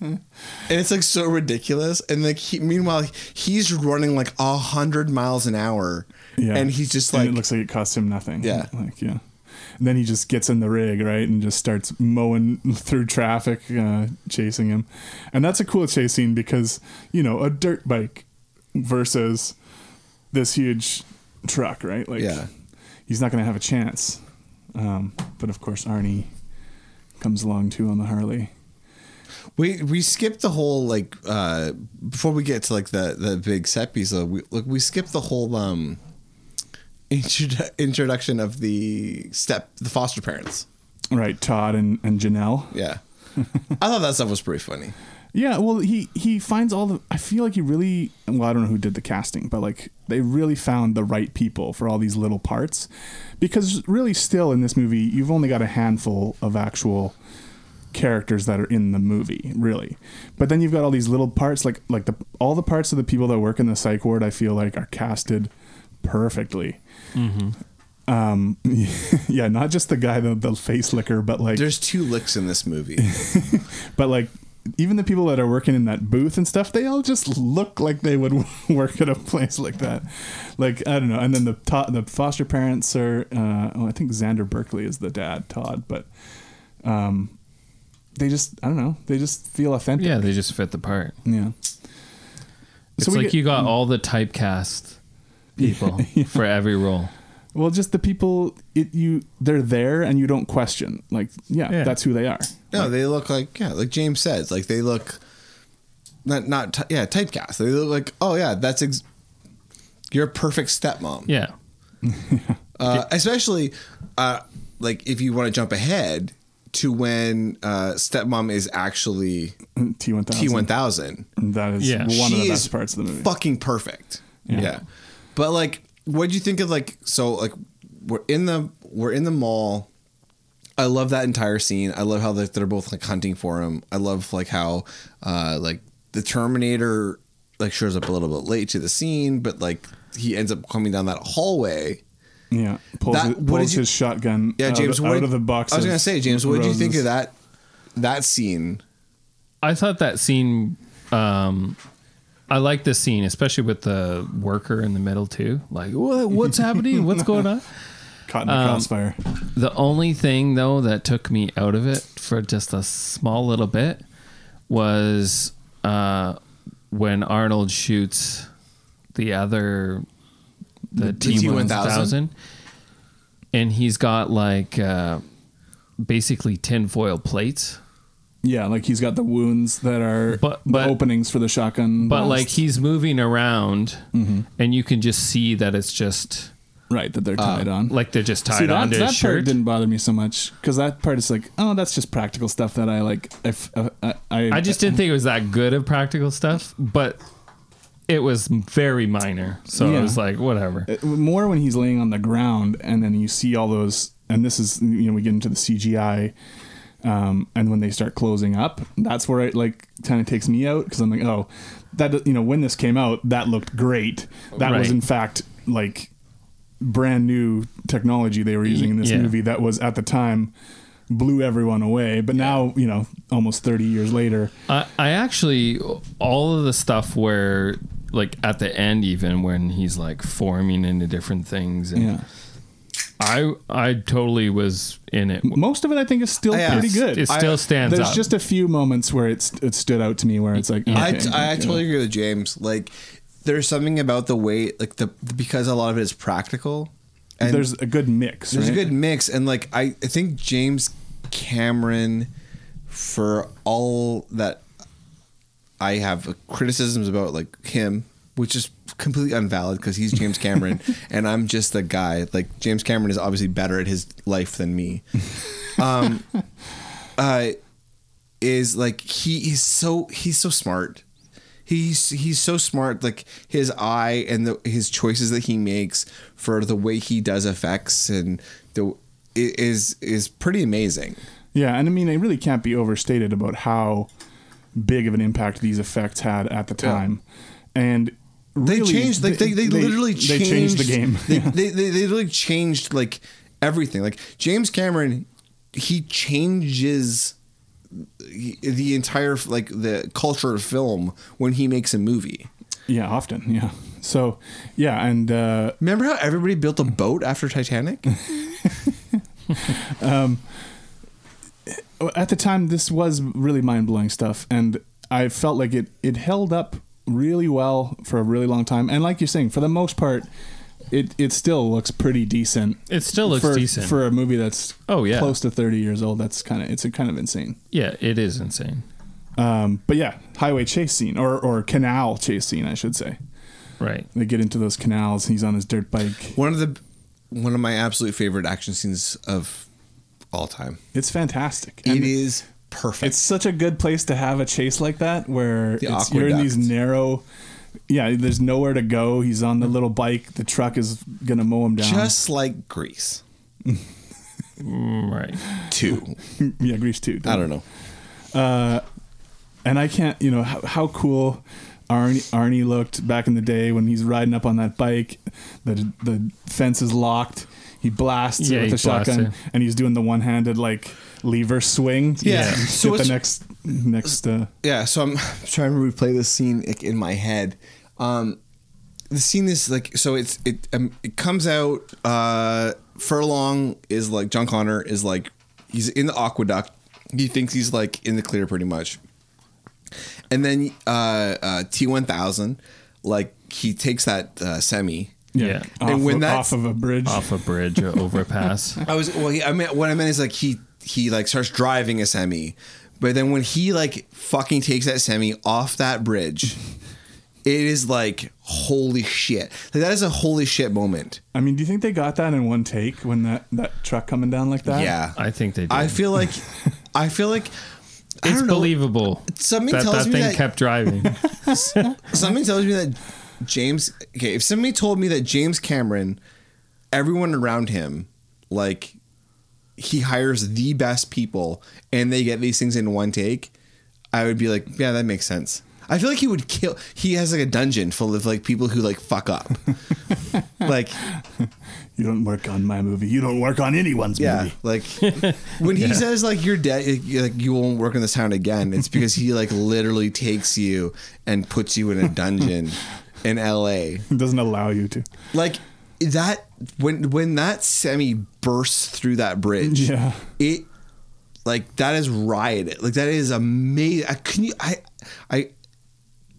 Speaker 1: And it's like so ridiculous. And like, he, meanwhile, he's running like a hundred miles an hour,
Speaker 2: *laughs* Yeah.
Speaker 1: and he's just
Speaker 2: And
Speaker 1: like,
Speaker 2: it looks like it cost him nothing.
Speaker 1: Yeah.
Speaker 2: Like, yeah. And then he just gets in the rig, right? And just starts mowing *laughs* through traffic, uh, chasing him. And that's a cool chase scene because, you know, a dirt bike versus this huge truck, right? Like,
Speaker 1: Yeah.
Speaker 2: he's not going to have a chance. Um, but of course, Arnie comes along too on the Harley.
Speaker 1: We we skipped the whole like uh before we get to like the the big set piece though we like we skipped the whole um introdu- introduction of the step the foster parents
Speaker 2: Right, Todd and, and Janelle.
Speaker 1: yeah I thought that stuff was pretty funny
Speaker 2: Yeah, well, he he finds all the. I feel like he really. Well, I don't know who did the casting, but like they really found the right people for all these little parts, because really, still in this movie, you've only got a handful of actual characters that are in the movie, really. But then you've got all these little parts, like like the all the parts of the people that work in the psych ward. I feel like are casted perfectly. Um, *laughs* yeah, not just the guy the, the face licker, but like
Speaker 1: there's two licks in this movie
Speaker 2: but like even the people that are working in that booth and stuff they all just look like they would *laughs* work at a place like that like i don't know and then the to- the foster parents are uh, oh, i think xander berkeley is the dad todd but um they just i don't know they just feel authentic
Speaker 3: Yeah, they just fit the part.
Speaker 2: yeah
Speaker 3: It's
Speaker 2: So we
Speaker 3: like
Speaker 2: get- Mm.
Speaker 3: you got all
Speaker 2: *laughs*
Speaker 3: the typecast people for every role.
Speaker 2: well just the people it you they're there and you don't question like yeah,
Speaker 3: Yeah.
Speaker 2: that's who they are
Speaker 1: no they look like yeah like James says like they look not not ty- yeah typecast they look like oh yeah that's ex- you're a perfect stepmom
Speaker 3: Yeah.
Speaker 1: Uh, especially uh, like if you want to jump ahead to when uh, stepmom is actually
Speaker 2: t1000
Speaker 1: T one thousand.
Speaker 2: that is
Speaker 3: Yeah.
Speaker 2: one of
Speaker 1: She
Speaker 2: the
Speaker 1: is
Speaker 2: best parts of the movie
Speaker 1: fucking perfect. Yeah.
Speaker 2: Mm-hmm. Yeah.
Speaker 1: but like, what do you think of like? So like, we're in the we're in the mall. I love that entire scene. I love how like, they're both like hunting for him. I love like how uh like the Terminator like shows up a little bit late to the scene, but like he ends up coming down that hallway.
Speaker 2: Yeah, pulls,
Speaker 1: That-
Speaker 2: it-
Speaker 1: what did
Speaker 2: pulls
Speaker 1: you-
Speaker 2: his shotgun.
Speaker 1: Yeah,
Speaker 2: out
Speaker 1: James,
Speaker 2: of,
Speaker 1: what
Speaker 2: out
Speaker 1: did-
Speaker 2: of the box.
Speaker 1: I was
Speaker 2: of
Speaker 1: gonna say, James, what did you think
Speaker 2: roses.
Speaker 1: of that that scene?
Speaker 3: I thought that scene. Um, I like this scene, especially with the worker in the middle too. Like, what, what's happening? What's going on?
Speaker 2: Caught in the
Speaker 3: Um,
Speaker 2: crossfire.
Speaker 3: The only thing though that took me out of it for just a small little bit was uh, when Arnold shoots the other the T one
Speaker 1: T1000?
Speaker 3: thousand, and he's got like uh, basically tinfoil plates.
Speaker 2: Yeah, like he's got the wounds that are
Speaker 3: But-
Speaker 2: the
Speaker 3: but-
Speaker 2: openings for the shotgun.
Speaker 3: But
Speaker 2: blast.
Speaker 3: like he's moving around,
Speaker 2: Mm-hmm.
Speaker 3: and you can just see that it's just
Speaker 2: right that they're tied on.
Speaker 3: like they're just tied
Speaker 2: See, that,
Speaker 3: onto
Speaker 2: that
Speaker 3: his shirt.
Speaker 2: part didn't bother me so much because that part is like, oh, that's just practical stuff that I like. If uh, I, I,
Speaker 3: I just didn't think it was that good of practical stuff, but it was very minor. So I
Speaker 2: Yeah.
Speaker 3: was like, whatever.
Speaker 2: more when he's laying on the ground and then you see all those and this is you know we get into the cgi um, and when they start closing up that's where it like kind of takes me out because i'm like oh that you know when this came out that looked great that was
Speaker 3: Right.
Speaker 2: in fact like brand new technology they were using in this
Speaker 3: Yeah.
Speaker 2: movie that was at the time blew everyone away but now you know almost 30 years later
Speaker 3: I, I actually, all of the stuff where, like, at the end, even when he's like forming into different things, and
Speaker 2: yeah
Speaker 3: I, I totally was in it.
Speaker 2: most of it i think is still
Speaker 1: Yeah.
Speaker 2: pretty
Speaker 1: It's-
Speaker 2: good
Speaker 3: It still stands
Speaker 2: There's
Speaker 3: out.
Speaker 2: just a few moments where it's it stood out to me where it's like okay,
Speaker 1: I,
Speaker 2: like,
Speaker 1: I, I
Speaker 2: you
Speaker 1: totally
Speaker 2: know.
Speaker 1: agree with James. Like, there's something about the way, like the because a lot of it is practical, and
Speaker 2: there's a good mix.
Speaker 1: there's
Speaker 2: right?
Speaker 1: a good mix. And like, I, I think James Cameron, for all that I have criticisms about, like him, which is completely unvalid because he's James
Speaker 2: *laughs*
Speaker 1: Cameron, and I'm just the guy. Like James Cameron is obviously better at his life than
Speaker 2: *laughs*
Speaker 1: me. Um, uh, is like he is so he's so smart. He's he's so smart. Like his eye and the, his choices that he makes for the way he does effects and the i- is is pretty amazing.
Speaker 2: Yeah, and I mean, it really can't be overstated about how big of an impact these effects had at the time, and
Speaker 1: They
Speaker 2: really,
Speaker 1: changed like they, they, literally
Speaker 2: they
Speaker 1: changed,
Speaker 2: the game.
Speaker 1: They,
Speaker 2: Yeah.
Speaker 1: they, they, they literally changed like everything. Like James Cameron, he changes the the entire like the culture of film when he makes a movie.
Speaker 2: *laughs* yeah, often, yeah. So, yeah, and uh,
Speaker 1: Remember how everybody built a boat after Titanic?
Speaker 2: at the time this was really mind-blowing stuff and i felt like it it held up really well for a really long time and like you're saying for the most part it it still looks pretty decent
Speaker 3: It still looks
Speaker 2: for,
Speaker 3: decent.
Speaker 2: for a movie that's
Speaker 3: Oh, yeah.
Speaker 2: close to 30 years old that's kind of it's a kind of insane
Speaker 3: yeah, it is insane.
Speaker 2: um but yeah highway chase scene or or canal chase scene i should say
Speaker 3: Right.
Speaker 2: they get into those canals he's on his dirt bike
Speaker 1: one of the one of my absolute favorite action scenes of all time.
Speaker 2: it's fantastic
Speaker 1: It is
Speaker 2: And
Speaker 1: perfect.
Speaker 2: it's such a good place to have a chase like that where
Speaker 1: The
Speaker 2: it's, you're in these
Speaker 1: aqueduct.
Speaker 2: narrow yeah there's nowhere to go he's on the little bike the truck is gonna mow him down
Speaker 1: just like Grease
Speaker 3: Right.
Speaker 1: Two.
Speaker 2: *laughs* yeah grease too
Speaker 1: I don't know.
Speaker 2: and i can't you know how, how cool arnie, arnie looked back in the day when he's riding up on that bike the the fence is locked he blasts
Speaker 3: Yeah,
Speaker 2: it with
Speaker 3: he
Speaker 2: a shotgun
Speaker 3: blasts
Speaker 2: and he's doing the one-handed like lever swing to
Speaker 1: Yeah.
Speaker 2: get-
Speaker 1: So
Speaker 2: get the
Speaker 1: it's-
Speaker 2: next next uh
Speaker 1: yeah so i'm *laughs* trying to replay this scene like, in my head um the scene is like so it's it um, it comes out uh furlong is like john connor is like he's in the aqueduct he thinks he's like in the clear pretty much and then uh uh t1000 like he takes that uh, semi
Speaker 3: Yeah.
Speaker 2: Off,
Speaker 1: And when
Speaker 2: of,
Speaker 1: that's-
Speaker 2: off of a bridge
Speaker 3: Off a bridge or
Speaker 1: *laughs*
Speaker 3: overpass.
Speaker 1: I was well. He, I mean, what I meant is like he he like starts driving a semi, but then when he like fucking takes that semi off that bridge, it is like holy shit. Like that is a holy shit moment.
Speaker 2: I mean, do you think they got that in one take when that, that truck coming down like that?
Speaker 1: yeah,
Speaker 3: I think they did.
Speaker 1: I feel like I feel like I
Speaker 3: it's
Speaker 1: don't know.
Speaker 3: believable.
Speaker 1: Something
Speaker 3: that
Speaker 1: tells
Speaker 3: that
Speaker 1: me
Speaker 3: thing
Speaker 1: that-
Speaker 3: kept driving.
Speaker 1: Somebody tells me that James. Okay, if somebody told me that James Cameron, everyone around him, like he hires the best people and they get these things in one take, I would be like, yeah, that makes sense. I feel like he would kill. He has like a dungeon full of like people who like fuck up. like
Speaker 2: You don't work on my movie. You don't work on anyone's
Speaker 1: yeah,
Speaker 2: movie.
Speaker 1: like when he says like you're dead, like you won't work in this town again. It's because he like literally takes you and puts you in a dungeon in L.A.
Speaker 2: It doesn't allow you to.
Speaker 1: like that when when that semi bursts through that bridge
Speaker 2: Yeah.
Speaker 1: it like that is riot like that is amazing i can you i i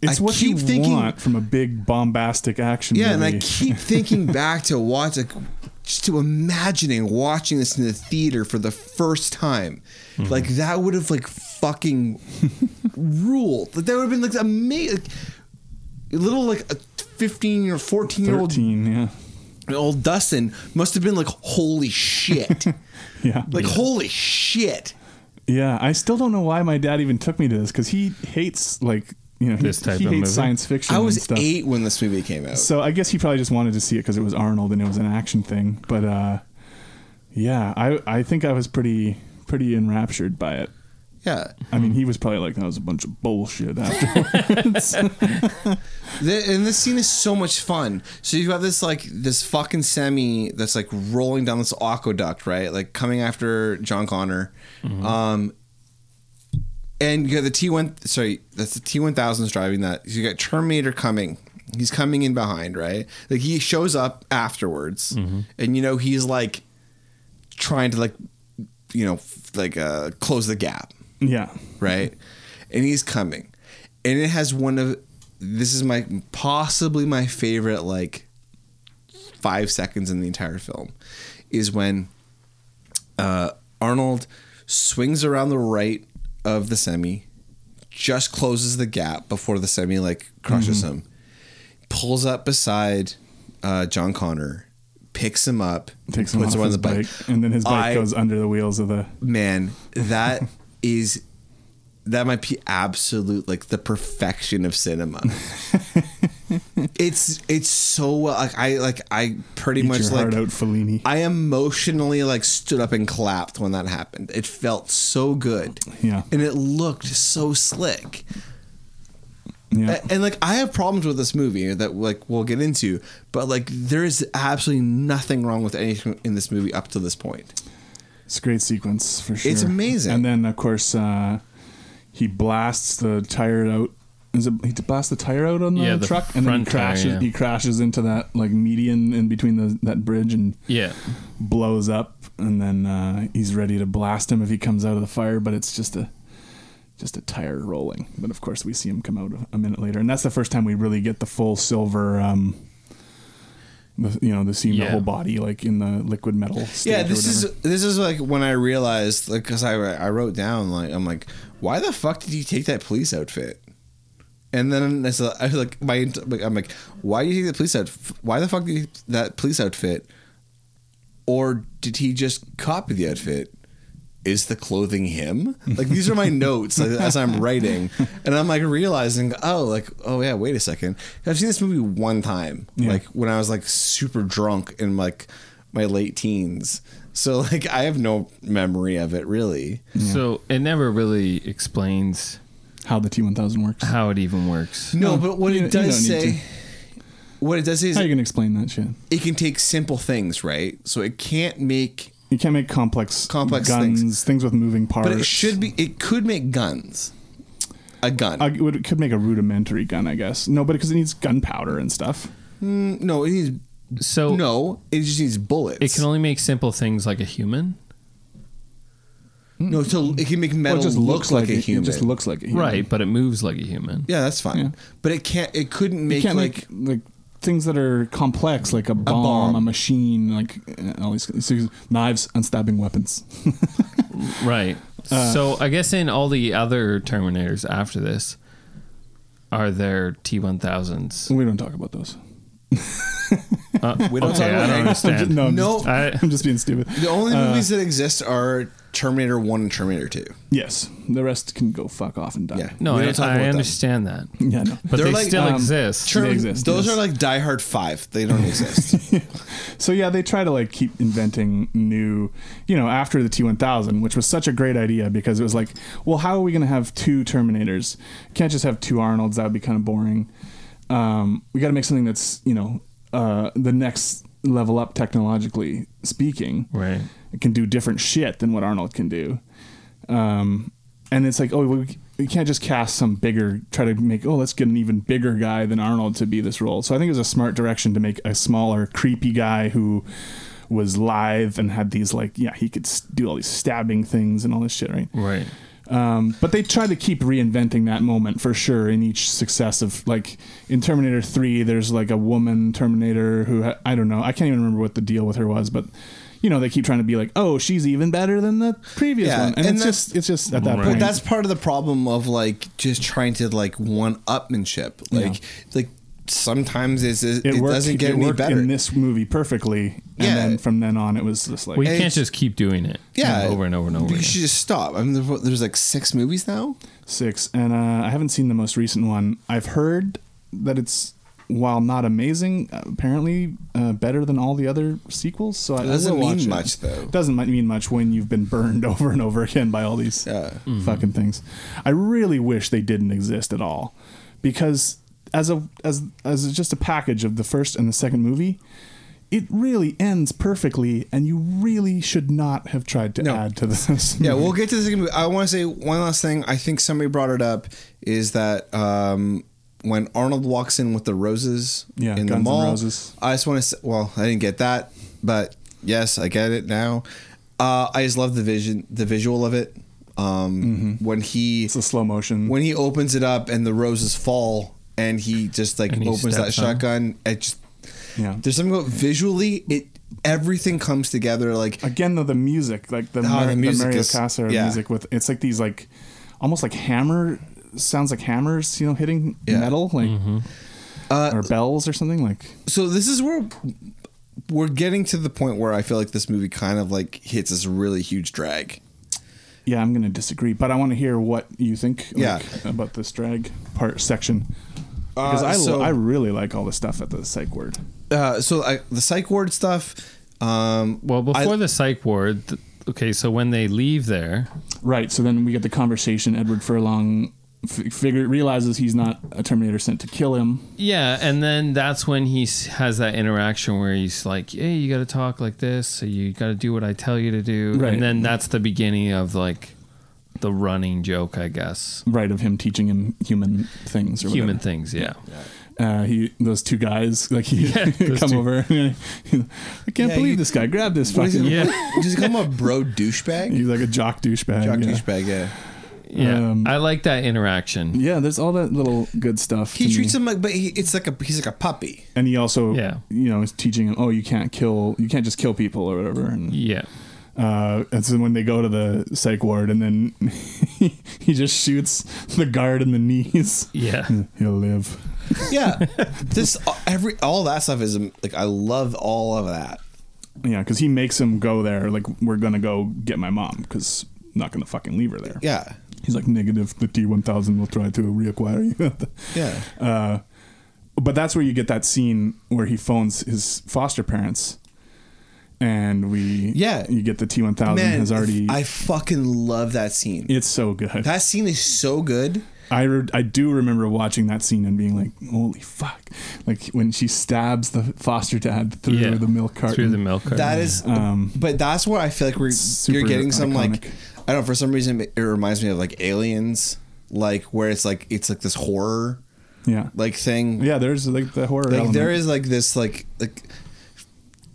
Speaker 2: It's
Speaker 1: I
Speaker 2: what you
Speaker 1: keep thinking-
Speaker 2: want from a big bombastic action
Speaker 1: yeah and
Speaker 2: movie.
Speaker 1: i keep thinking back to watch like just to imagining watching this in the theater for the first time like that would have like fucking ruled like that would have been like amazing like, a little like a 15 or 14 year old
Speaker 2: 13, yeah.
Speaker 1: old Dustin must have been like, holy shit.
Speaker 2: Yeah.
Speaker 1: like,
Speaker 2: yeah.
Speaker 1: holy shit.
Speaker 2: yeah, I still don't know why my dad even took me to this because he hates, like, you know, he-
Speaker 3: This type
Speaker 2: he
Speaker 3: of
Speaker 2: hates
Speaker 3: movie.
Speaker 2: science fiction
Speaker 1: I
Speaker 2: and
Speaker 1: was
Speaker 2: stuff.
Speaker 1: eight when this movie came out.
Speaker 2: So I guess he probably just wanted to see it because it was Arnold and it was an action thing. But uh, yeah, I, I think I was pretty pretty enraptured by it.
Speaker 1: Yeah.
Speaker 2: I mean, he was probably like, that was a bunch of
Speaker 1: *laughs*
Speaker 2: bullshit after.
Speaker 1: The, and this scene is so much fun. So you have this like this fucking semi that's like rolling down this aqueduct, right? Like coming after John Connor.
Speaker 2: Mm-hmm.
Speaker 1: Um and you got the T one sorry, that's the T one thousand's driving that. You got Terminator coming. He's coming in behind, right? Like he shows up afterwards
Speaker 2: Mm-hmm.
Speaker 1: and you know he's like trying to like you know f- like uh close the gap
Speaker 2: yeah.
Speaker 1: right? And he's coming. And it has one of this is my possibly my favorite like 5 seconds in the entire film is when uh Arnold swings around the right of the semi just closes the gap before the semi like crushes
Speaker 2: Mm-hmm.
Speaker 1: him pulls up beside uh John Connor picks him up
Speaker 2: Takes him
Speaker 1: puts
Speaker 2: off
Speaker 1: on
Speaker 2: his
Speaker 1: the
Speaker 2: bike, and then his bike
Speaker 1: I-
Speaker 2: goes under the wheels of the.
Speaker 1: man, that *laughs* is
Speaker 2: *laughs*
Speaker 1: that might be absolute like the perfection of cinema. It's it's so well. Like I like I pretty
Speaker 2: Eat
Speaker 1: much
Speaker 2: your
Speaker 1: like
Speaker 2: heart out, Fellini.
Speaker 1: I emotionally like stood up and clapped when that happened. It felt so good.
Speaker 2: Yeah.
Speaker 1: And it looked so slick.
Speaker 2: yeah.
Speaker 1: A- And like I have problems with this movie that like we'll get into, but like there is absolutely nothing wrong with anything in this movie up to this point.
Speaker 2: It's a great sequence for sure.
Speaker 1: It's amazing.
Speaker 2: And then of course uh, he blasts the tire out. Is it he blasts the tire out on the
Speaker 3: Yeah, the
Speaker 2: truck and then he
Speaker 3: front tire,
Speaker 2: crashes.
Speaker 3: yeah.
Speaker 2: He crashes into that like median in between the, that bridge and
Speaker 3: Yeah.
Speaker 2: blows up. And then uh, he's ready to blast him if he comes out of the fire, but it's just a just a tire rolling. But of course we see him come out a- a minute later, and that's the first time we really get the full silver. Um, the, you know, the seeing the
Speaker 3: Yeah.
Speaker 2: whole body like in the liquid metal. state
Speaker 1: yeah
Speaker 2: or
Speaker 1: this
Speaker 2: whatever.
Speaker 1: is this is like when i realized like because I, I wrote down like i'm like why the fuck did you take that police outfit and then it's like, I was like my int- like, i'm like why do you take the police outfit why the fuck did you that police outfit or did he just copy the outfit is the clothing him like these *laughs* are my notes like, as i'm writing and i'm like realizing oh like oh yeah wait a second i've seen this movie one time
Speaker 2: Yeah.
Speaker 1: like when i was like super drunk in like my late teens so like i have no memory of it really
Speaker 3: So it never really explains
Speaker 2: how the T1000 works.
Speaker 1: Uh-huh.
Speaker 2: How
Speaker 3: how it even works.
Speaker 1: no
Speaker 2: Oh,
Speaker 1: but what
Speaker 2: you-
Speaker 1: it
Speaker 2: you don't
Speaker 1: does
Speaker 2: need
Speaker 1: say
Speaker 2: to.
Speaker 1: what it does say is
Speaker 2: are you going to explain that shit?
Speaker 1: it can take simple things right so it can't make
Speaker 2: You can't make complex
Speaker 1: Complex
Speaker 2: guns,
Speaker 1: things.
Speaker 2: with moving parts.
Speaker 1: but it should be it could make guns a gun
Speaker 2: I would, could make a rudimentary gun, I guess. No, but because it needs gunpowder and stuff.
Speaker 1: no it needs
Speaker 3: So
Speaker 1: no Oh. it just needs bullets
Speaker 3: it can only make simple things like a human.
Speaker 1: No, so it can make metal
Speaker 2: Well, it just
Speaker 1: look
Speaker 2: looks
Speaker 1: like, a
Speaker 2: it-
Speaker 1: human.
Speaker 2: It just looks like a human.
Speaker 3: Right, but it moves like a human.
Speaker 1: Yeah, that's fine.
Speaker 2: Yeah.
Speaker 1: But it can't. It couldn't
Speaker 2: You
Speaker 1: make
Speaker 2: can't
Speaker 1: like
Speaker 2: make like things that are complex, like a bomb, a,
Speaker 1: bomb.
Speaker 2: machine, like uh, all these so, knives and stabbing weapons.
Speaker 3: Right.
Speaker 1: uh,
Speaker 3: so I guess in all the other Terminators after this, are there T1000s?
Speaker 2: we don't talk about those.
Speaker 3: Uh,
Speaker 2: *laughs*
Speaker 1: we don't talk about
Speaker 3: okay, I don't
Speaker 2: I'm just, *laughs*
Speaker 3: understand.
Speaker 2: no, I'm,
Speaker 1: No.
Speaker 2: Just,
Speaker 3: I-
Speaker 2: I'm just being stupid.
Speaker 1: the only
Speaker 2: Uh,
Speaker 1: movies that exist are Terminator One and Terminator Two.
Speaker 2: Yes, the rest can go fuck off and die.
Speaker 1: Yeah.
Speaker 3: No,
Speaker 1: We
Speaker 3: I,
Speaker 1: don't talk
Speaker 3: I
Speaker 1: about them.
Speaker 3: understand that.
Speaker 2: *laughs* yeah no.
Speaker 3: But
Speaker 1: They're
Speaker 3: they
Speaker 1: like,
Speaker 3: still
Speaker 1: um,
Speaker 3: exist.
Speaker 1: Term-
Speaker 2: exist,
Speaker 1: those
Speaker 2: yes.
Speaker 1: are like Die Hard Five. They
Speaker 2: *laughs*
Speaker 1: don't exist.
Speaker 2: So yeah, they try to like keep inventing new, you know, after the T1000, which was such a great idea because it was like, well, how are we going to have two Terminators? Can't just have two Arnolds. That would be kind of boring. Um, we got to make something that's, you know, uh, the next level up technologically speaking.
Speaker 3: Right.
Speaker 2: It can do different shit than what Arnold can do. Um, and it's like, oh, we, we can't just cast some bigger, try to make, oh, let's get an even bigger guy than Arnold to be this role. So I think it was a smart direction to make a smaller, creepy guy who was live and had these, like, yeah, he could s- do all these stabbing things and all this shit, right?
Speaker 3: Right.
Speaker 2: Um, but they try to keep reinventing that moment for sure in each successive. Like in Terminator 3, there's like a woman Terminator who, ha- I don't know, I can't even remember what the deal with her was, but. You know, they keep trying to be like, "Oh, she's even better than the previous
Speaker 1: Yeah,
Speaker 2: one," and,
Speaker 1: and
Speaker 2: it's
Speaker 1: that's-
Speaker 2: just, it's just at that
Speaker 3: But
Speaker 1: but
Speaker 2: point.
Speaker 1: that's part of the problem of like just trying to like one upmanship. Like like sometimes it's, it,
Speaker 2: it,
Speaker 1: it
Speaker 2: worked,
Speaker 1: doesn't get
Speaker 2: it
Speaker 1: any
Speaker 2: worked
Speaker 1: better.
Speaker 2: in this movie perfectly, and
Speaker 1: Yeah.
Speaker 2: then from then on, it was just like
Speaker 3: Well, you
Speaker 1: Hey,
Speaker 3: can't just keep doing it.
Speaker 1: yeah,
Speaker 3: Over and over and over.
Speaker 1: You
Speaker 3: again.
Speaker 1: should just stop. I mean, there's- there's like six movies now.
Speaker 2: six. And uh, I haven't seen the most recent one. I've heard that it's while not amazing, apparently uh, better than all the other sequels. So it
Speaker 1: Doesn't
Speaker 2: I will watch
Speaker 1: mean
Speaker 2: it.
Speaker 1: much, though.
Speaker 2: Doesn't mi- mean much when you've been burned *laughs* over and over again by all these
Speaker 1: Yeah.
Speaker 2: fucking things. I really wish they didn't exist at all, because as a as as just a package of the first and the second movie. It really ends perfectly, and you really should not have tried to
Speaker 1: No.
Speaker 2: add to this.
Speaker 1: Yeah, we'll get to this. I want to say one last thing. I think somebody brought it up is that um, when Arnold walks in with the roses
Speaker 2: Yeah,
Speaker 1: in the
Speaker 2: Guns N'
Speaker 1: mall,
Speaker 2: Roses.
Speaker 1: I just want to say, well, I didn't get that, but yes, I get it now. Uh, I just love the vision, the visual of it. Um, When he
Speaker 2: *laughs* Mm-hmm. it's a slow motion.
Speaker 1: when he opens it up and the roses fall and he just like
Speaker 3: And he
Speaker 1: opens that
Speaker 3: steps on.
Speaker 1: shotgun, it just
Speaker 2: Yeah.
Speaker 1: there's something about visually it everything comes together like
Speaker 2: again though the music like the,
Speaker 1: Ah,
Speaker 2: Mar-
Speaker 1: the
Speaker 2: the
Speaker 1: music
Speaker 2: Mario
Speaker 1: is-
Speaker 2: Casas
Speaker 1: yeah.
Speaker 2: music with it's like these like almost like hammer sounds like hammers you know hitting
Speaker 1: Yeah. Uh,
Speaker 2: metal like
Speaker 3: Mm-hmm.
Speaker 2: or bells or something like
Speaker 1: so this is where we're getting to the point where I feel like this movie kind of like hits this really huge drag.
Speaker 2: yeah I'm gonna disagree but I want to hear what you think
Speaker 1: Yeah. Uh,
Speaker 2: like, about this drag part section Because I,
Speaker 1: so-
Speaker 2: Uh, I really like all the stuff at the psych ward.
Speaker 1: Uh, so I, the psych ward stuff. Um,
Speaker 3: Well, before
Speaker 1: I-
Speaker 3: the psych ward, th- okay, so when they leave there,
Speaker 2: Right. So then we get the conversation. Edward Furlong f- figure realizes he's not a Terminator sent to kill him.
Speaker 3: yeah, and then that's when he s- has that interaction where he's like, "Hey, you got to talk like this, so you got to do what I tell you to do,"
Speaker 2: Right.
Speaker 3: and then that's the beginning of like the running joke, I guess.
Speaker 2: Right of him teaching him human things or
Speaker 3: Human
Speaker 2: whatever.
Speaker 3: things, yeah.
Speaker 2: Uh, he those two guys like
Speaker 3: *laughs*
Speaker 2: he *laughs*
Speaker 3: those
Speaker 2: come
Speaker 3: two-
Speaker 2: over. I can't
Speaker 1: Yeah,
Speaker 2: believe
Speaker 1: you-
Speaker 2: this guy. Grab this
Speaker 1: what is
Speaker 2: fucking.
Speaker 1: it?
Speaker 3: Yeah.
Speaker 1: Does he call him a bro douchebag?
Speaker 2: *laughs* He's like a jock douchebag.
Speaker 1: Jock
Speaker 2: yeah.
Speaker 1: douchebag. Yeah.
Speaker 3: Yeah,
Speaker 2: Um,
Speaker 3: I like that interaction.
Speaker 2: Yeah, there's all that little good stuff.
Speaker 1: He
Speaker 2: to
Speaker 1: treats
Speaker 2: me.
Speaker 1: him like, but he, it's like a he's like a puppy.
Speaker 2: and he also,
Speaker 3: Yeah.
Speaker 2: you know, is teaching him, oh, you can't kill, you can't just kill people or whatever. And
Speaker 3: Yeah.
Speaker 2: uh, and so when they go to the psych ward, and then *laughs* he, he just shoots the guard in the knees.
Speaker 3: Yeah.
Speaker 2: *laughs* He'll live.
Speaker 1: *laughs* Yeah. this uh, every all that stuff is um, like I love all of that.
Speaker 2: Yeah, because he makes him go there. Like we're gonna go get my mom because not gonna fucking leave her there.
Speaker 1: Yeah.
Speaker 2: He's like negative. The T one thousand will try to reacquire you. *laughs*
Speaker 1: Yeah.
Speaker 2: Uh, but that's where you get that scene where he phones his foster parents, and we
Speaker 1: Yeah.
Speaker 2: you get the T one thousand
Speaker 1: Man,
Speaker 2: has already.
Speaker 1: I fucking love that scene.
Speaker 2: it's so good.
Speaker 1: That scene is so good.
Speaker 2: I re- I do remember watching that scene and being like, holy fuck! Like when she stabs the foster dad through
Speaker 3: yeah.
Speaker 2: the milk carton.
Speaker 3: Through the milk carton.
Speaker 1: That is,
Speaker 2: Um,
Speaker 1: but that's what I feel like we're
Speaker 2: super
Speaker 1: you're getting some like
Speaker 2: iconic.
Speaker 1: I don't know for some reason it reminds me of like Aliens, like where it's like it's like this horror
Speaker 2: Yeah.
Speaker 1: like thing.
Speaker 2: yeah. There's like the horror.
Speaker 1: like
Speaker 2: element.
Speaker 1: there is like this like like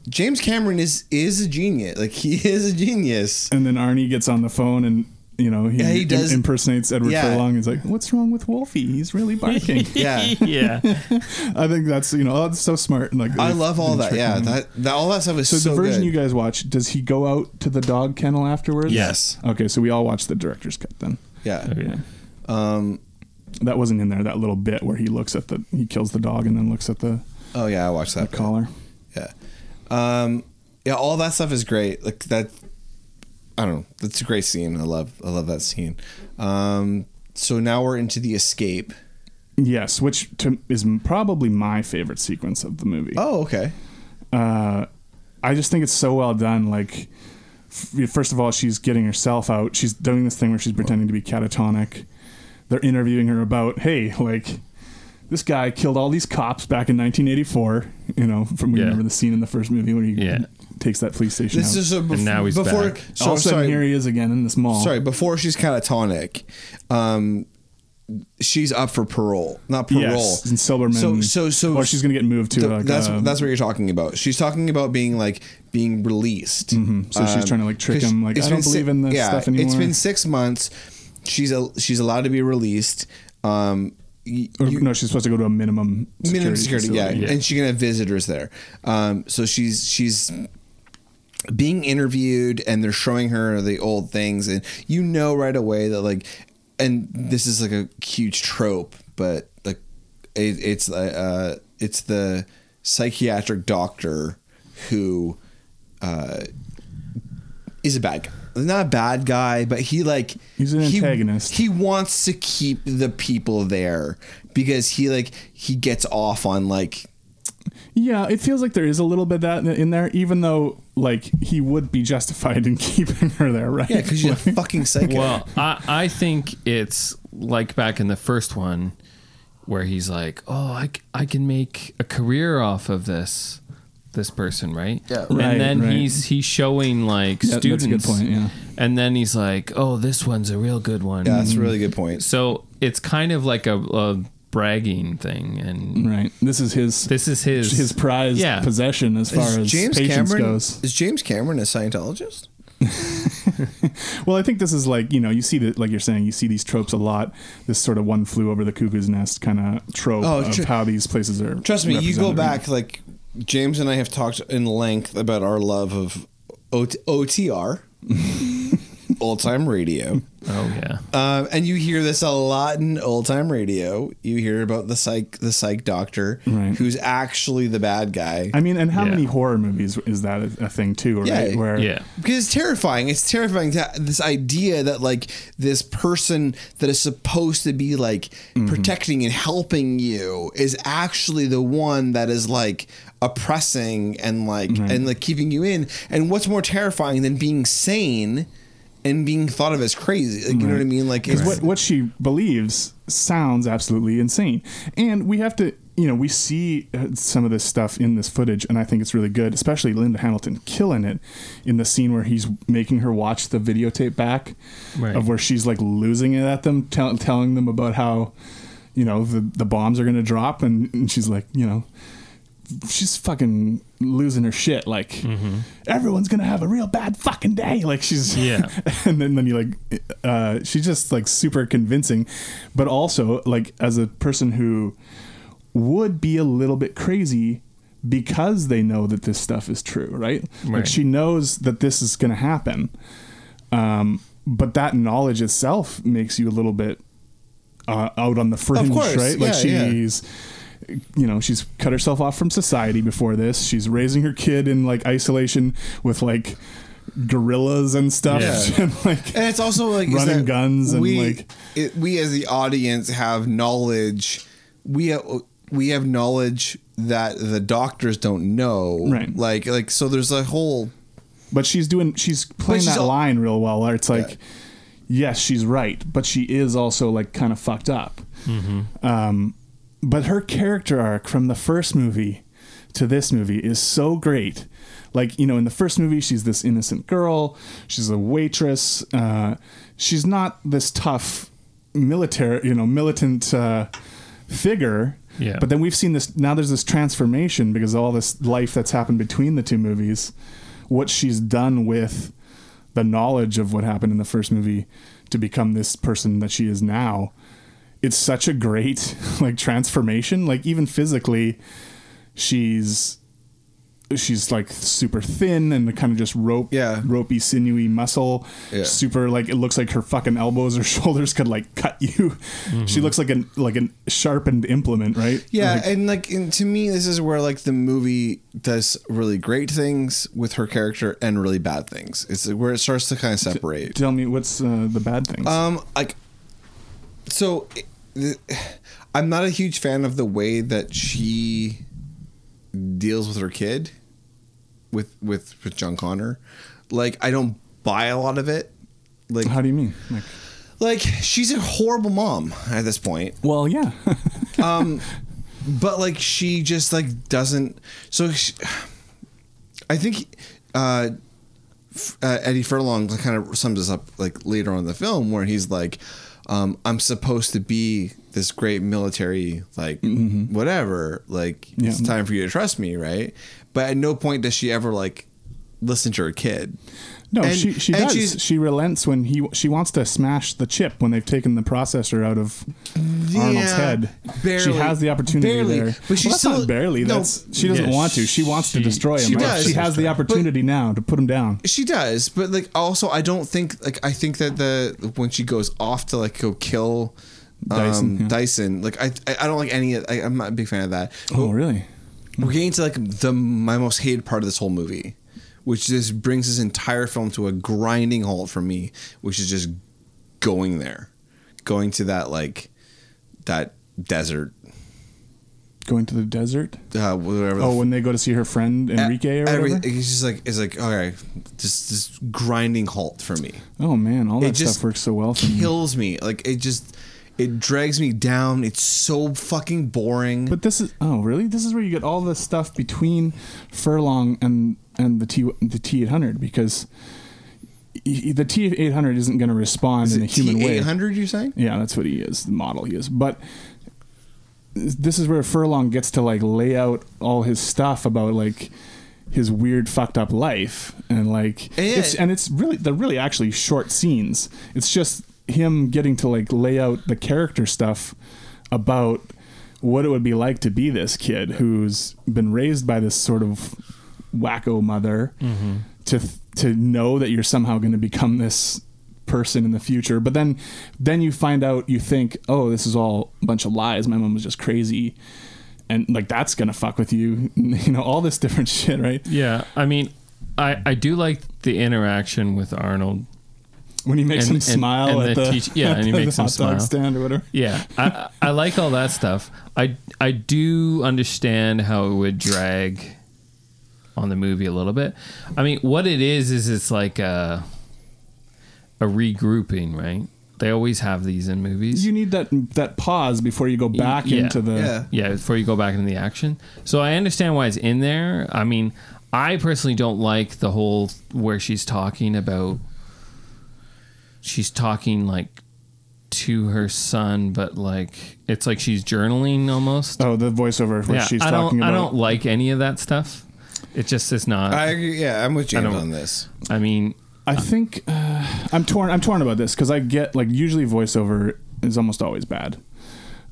Speaker 1: James Cameron is is a genius. Like he *laughs* is a genius.
Speaker 2: And then Arnie gets on the phone and. You know, he,
Speaker 1: Yeah, he
Speaker 2: im-
Speaker 1: does-
Speaker 2: impersonates Edward
Speaker 1: Yeah.
Speaker 2: Furlong. He's like, "What's wrong with Wolfie? He's really
Speaker 3: *laughs*
Speaker 2: barking." *laughs*
Speaker 1: Yeah.
Speaker 3: yeah.
Speaker 2: I think that's you know, oh, that's so smart. And like,
Speaker 1: I
Speaker 2: they've
Speaker 1: love all
Speaker 2: been
Speaker 1: that.
Speaker 2: tricking
Speaker 1: Yeah,
Speaker 2: him.
Speaker 1: that, that all that stuff is
Speaker 2: So,
Speaker 1: so,
Speaker 2: the version
Speaker 1: good.
Speaker 2: you guys watch, does he go out to the dog kennel afterwards?
Speaker 1: Yes.
Speaker 2: Okay, so we all watched the director's cut then.
Speaker 1: yeah,
Speaker 3: yeah.
Speaker 2: That wasn't in there. That little bit where he looks at the he kills the dog and then looks at the
Speaker 1: oh yeah, I watched that.
Speaker 2: collar.
Speaker 1: Yeah, um, yeah, all that stuff is great. Like that, I don't know. That's a great scene. I love, I love that scene. Um, so now we're into the escape.
Speaker 2: Yes, which to, is m- probably my favorite sequence of the movie.
Speaker 1: Oh, okay.
Speaker 2: uh, I just think it's so well done. Like, f- first of all, she's getting herself out. She's doing this thing where she's pretending to be catatonic. They're interviewing her about, hey, like, this guy killed all these cops back in 1984. You know, from we
Speaker 3: Yeah.
Speaker 2: remember the scene in the first movie where he
Speaker 3: Yeah.
Speaker 2: takes that police station.
Speaker 1: This
Speaker 2: out.
Speaker 1: is a bef-
Speaker 3: And now he's
Speaker 1: before.
Speaker 3: back.
Speaker 1: So
Speaker 2: all of a sudden
Speaker 1: sorry,
Speaker 2: here he is again in this mall.
Speaker 1: sorry. Before she's catatonic, um, she's up for parole, not parole.
Speaker 2: Yes, in Silberman.
Speaker 1: So so so.
Speaker 2: or she's gonna get moved to.
Speaker 1: th-
Speaker 2: like,
Speaker 1: that's
Speaker 2: uh,
Speaker 1: that's what you're talking about. She's talking about being like being released.
Speaker 2: So she's
Speaker 1: Um,
Speaker 2: trying to like trick
Speaker 1: 'cause
Speaker 2: him. Like
Speaker 1: it's
Speaker 2: I don't
Speaker 1: been si-
Speaker 2: believe in this
Speaker 1: yeah,
Speaker 2: stuff anymore.
Speaker 1: It's been six months. She's a, she's allowed to be released. Um, y-
Speaker 2: Or,
Speaker 1: you-
Speaker 2: no, she's supposed to go to a minimum security
Speaker 1: minimum security, yeah.
Speaker 2: facility.
Speaker 1: and she can have visitors there. Um, so she's she's being interviewed, and they're showing her the old things, and you know right away that like, and this is like a huge trope, but like, it, it's uh, uh, it's the psychiatric doctor who uh, is a bad guy. Not a bad guy, but he like
Speaker 2: He's an
Speaker 1: he-
Speaker 2: antagonist.
Speaker 1: he wants to keep the people there because he like he gets off on like
Speaker 2: Yeah, it feels like there is a little bit of that in there, even though like he would be justified in *laughs* keeping her there, right?
Speaker 1: yeah
Speaker 2: *laughs*
Speaker 1: because you're a fucking psycho.
Speaker 3: Well, I, I think it's like back in the first one where he's like, oh, I, c- I can make a career off of this this person, right? Yeah. And
Speaker 2: Right,
Speaker 3: then
Speaker 2: right.
Speaker 3: he's he's showing like
Speaker 2: Yeah, that's a good
Speaker 3: students.
Speaker 2: point, yeah.
Speaker 3: And then he's like, oh, this one's a real good one.
Speaker 1: yeah,
Speaker 2: Mm-hmm.
Speaker 1: that's a really good point.
Speaker 3: So it's kind of like a, a bragging thing, and
Speaker 2: right. This is his
Speaker 3: this is his
Speaker 2: Mm-hmm. his prized
Speaker 3: Yeah.
Speaker 2: possession as far as patience
Speaker 1: Cameron
Speaker 2: goes.
Speaker 1: is James Cameron a Scientologist?
Speaker 2: Well, I think this is like you know you see that like you're saying you see these tropes a lot. This sort of one flew over the cuckoo's nest kind of trope
Speaker 1: Oh,
Speaker 2: of
Speaker 1: tr-
Speaker 2: how these places are.
Speaker 1: Trust me, you go
Speaker 2: represented.
Speaker 1: back like James and I
Speaker 2: *laughs*
Speaker 1: have talked in length about our love of O- OTR. old time radio.
Speaker 3: Oh yeah.
Speaker 2: Uh,
Speaker 1: Um, and you hear this a lot in old time radio. You hear about the psych the psych doctor
Speaker 2: Right.
Speaker 1: who's actually the bad guy.
Speaker 2: I mean, and how
Speaker 3: Yeah.
Speaker 2: many horror movies is that a, a thing too? Right?
Speaker 1: Yeah.
Speaker 2: Where
Speaker 3: Yeah.
Speaker 1: because it's terrifying. It's terrifying to this idea that like this person that is supposed to be like
Speaker 2: Mm-hmm.
Speaker 1: protecting and helping you is actually the one that is like oppressing and like and like keeping you in. And what's more terrifying than being sane and being thought of as crazy? Like, You know what I mean? Like it's
Speaker 2: what what she believes sounds absolutely insane. And we have to, you know, we see uh, some of this stuff in this footage, and I think it's really good, especially Linda Hamilton killing it in the scene where he's making her watch the videotape back
Speaker 3: Right.
Speaker 2: of where she's like losing it at them, tell, telling them about how, you know, the, the bombs are going to drop, and, and she's like, you know, she's fucking losing her shit. Like
Speaker 1: Mm-hmm.
Speaker 2: everyone's gonna have a real bad fucking day. Like she's
Speaker 3: Yeah.
Speaker 2: *laughs* and then then you like, uh, she's just like super convincing, but also like as a person who would be a little bit crazy because they know that this stuff is true, right? Like
Speaker 3: Right.
Speaker 2: she knows that this is gonna happen. Um, but that knowledge itself makes you a little bit uh, out on the fringe,
Speaker 1: course.
Speaker 2: right? Like
Speaker 1: Yeah, yeah.
Speaker 2: she's you know she's cut herself off from society before this she's raising her kid in like isolation with like gorillas and stuff *laughs*
Speaker 3: Yeah.
Speaker 2: and like
Speaker 1: And it's also like is
Speaker 2: Running
Speaker 1: that
Speaker 2: guns and,
Speaker 1: we,
Speaker 2: like-
Speaker 1: it, we as the audience have knowledge. We have, we have knowledge that the doctors don't know.
Speaker 2: Right.
Speaker 1: Like like so. There's a whole
Speaker 2: but she's doing she's playing
Speaker 1: she's
Speaker 2: that
Speaker 1: al-
Speaker 2: line real well where it's like
Speaker 1: Yeah.
Speaker 2: yes she's right but she is also like kind of fucked up um, but her character arc from the first movie to this movie is so great like you know in the first movie she's this innocent girl she's a waitress uh, she's not this tough military you know militant uh, figure
Speaker 3: Yeah.
Speaker 2: but then we've seen this now there's this transformation because of all this life that's happened between the two movies what she's done with the knowledge of what happened in the first movie to become this person that she is now it's such a great *laughs* like transformation like even physically she's she's like super thin and kind of just rope
Speaker 1: Yeah.
Speaker 2: ropey sinewy muscle
Speaker 1: Yeah.
Speaker 2: super like it looks like her fucking elbows or *laughs* shoulders could like cut you she looks like an like an sharpened implement right
Speaker 1: yeah,
Speaker 2: Like,
Speaker 1: and like and to me, this is where like the movie does really great things with her character and really bad things. It's where it starts to kind of separate.
Speaker 2: tell me what's uh, the bad things
Speaker 1: Um, like, so *sighs* it- the- I'm not a huge fan of the way that she deals with her kid, with with with John Connor. Like, I don't buy a lot of it. Like,
Speaker 2: how do you mean like
Speaker 1: like she's a horrible mom at this point,
Speaker 2: well yeah
Speaker 1: but like she just like doesn't. So, she, I think. uh uh, Eddie Furlong kind of sums this up like later on in the film where he's like, um, "I'm supposed to be this great military like whatever. Like it's
Speaker 2: Yeah.
Speaker 1: time for you to trust me, right?" But at no point does she ever like listen to her kid.
Speaker 2: No,
Speaker 1: And-
Speaker 2: she she
Speaker 1: and
Speaker 2: does.
Speaker 1: she's-
Speaker 2: She relents when he she wants to smash the chip when they've taken the processor out of Arnold's
Speaker 1: Yeah,
Speaker 2: head. she
Speaker 1: barely.
Speaker 2: has the opportunity
Speaker 1: Barely.
Speaker 2: there,
Speaker 1: But
Speaker 2: Well,
Speaker 1: she
Speaker 2: that's
Speaker 1: still-
Speaker 2: not barely.
Speaker 1: no.
Speaker 2: That's she doesn't
Speaker 3: Yeah,
Speaker 2: want to. She wants to
Speaker 3: she-
Speaker 2: destroy him.
Speaker 3: she
Speaker 2: Like,
Speaker 1: does.
Speaker 2: she has the opportunity now to put him down.
Speaker 1: She does, but like also I don't think like I think that the when she goes off to like go kill um, Dyson,
Speaker 2: Dyson, yeah.
Speaker 1: like I I I don't like any. of- I, I'm not a big fan of that.
Speaker 2: Oh, really?
Speaker 1: we're getting to like the my most hated part of this whole movie, which just brings this entire film to a grinding halt for me, which is just going there, going to that like that desert,
Speaker 2: Going to the desert?
Speaker 1: uh, whatever. the
Speaker 2: Oh,
Speaker 1: f-
Speaker 2: when they go to see her friend Enrique or
Speaker 1: every-
Speaker 2: whatever.
Speaker 1: It's just like it's like okay, just this grinding halt for me.
Speaker 2: oh man, all that
Speaker 1: it just
Speaker 2: stuff works so well. For me.
Speaker 1: Kills me like it just it drags me down. It's so fucking boring.
Speaker 2: But this is oh really? This is where you get all the stuff between Furlong and and the T the T eight hundred because y- y- the T eight hundred isn't going to respond in a human way.
Speaker 1: eight hundred, you saying?
Speaker 2: Yeah, that's what he is, the model he is. But this is where Furlong gets to like lay out all his stuff about like his weird fucked up life and like
Speaker 1: Yeah.
Speaker 2: it's and it's really they're really actually short scenes. It's just him getting to like lay out the character stuff about what it would be like to be this kid who's been raised by this sort of wacko mother to to know that you're somehow going to become this person in the future. But then, then you find out, you think, oh, this is all a bunch of lies. My mom was just crazy, and like that's gonna fuck with you. *laughs* You know, all this different *laughs* shit, right?
Speaker 3: Yeah, I mean, I I do like the interaction with Arnold.
Speaker 2: When he makes
Speaker 3: And-
Speaker 2: him
Speaker 3: and-
Speaker 2: smile
Speaker 3: and
Speaker 2: at
Speaker 3: the
Speaker 2: the
Speaker 3: teach-
Speaker 2: *laughs*
Speaker 3: yeah,
Speaker 2: at
Speaker 3: and he
Speaker 2: the
Speaker 3: makes him
Speaker 2: hot dog
Speaker 3: smile.
Speaker 2: stand or whatever.
Speaker 3: Yeah, I I I like all that stuff. I I do understand how it would drag on the movie a little bit. I mean, what it is is it's like a a regrouping, right? They always have these in movies.
Speaker 2: You need that that pause before you go back
Speaker 3: yeah.
Speaker 2: into the
Speaker 1: Yeah.
Speaker 3: yeah, before you go back into the action. So I understand why it's in there. I mean, I personally don't like the whole where she's talking about she's talking like to her son, but like it's like she's journaling almost.
Speaker 2: oh the voiceover where
Speaker 3: yeah,
Speaker 2: she's
Speaker 3: I
Speaker 2: talking
Speaker 3: don't
Speaker 2: about.
Speaker 3: I don't like any of that stuff. It just is not.
Speaker 1: I
Speaker 3: I,
Speaker 1: agree. Yeah, I'm with James
Speaker 3: don't-
Speaker 1: on this.
Speaker 3: mean,
Speaker 2: I think uh, I'm torn. I'm torn about this because I get like usually voiceover is almost always bad.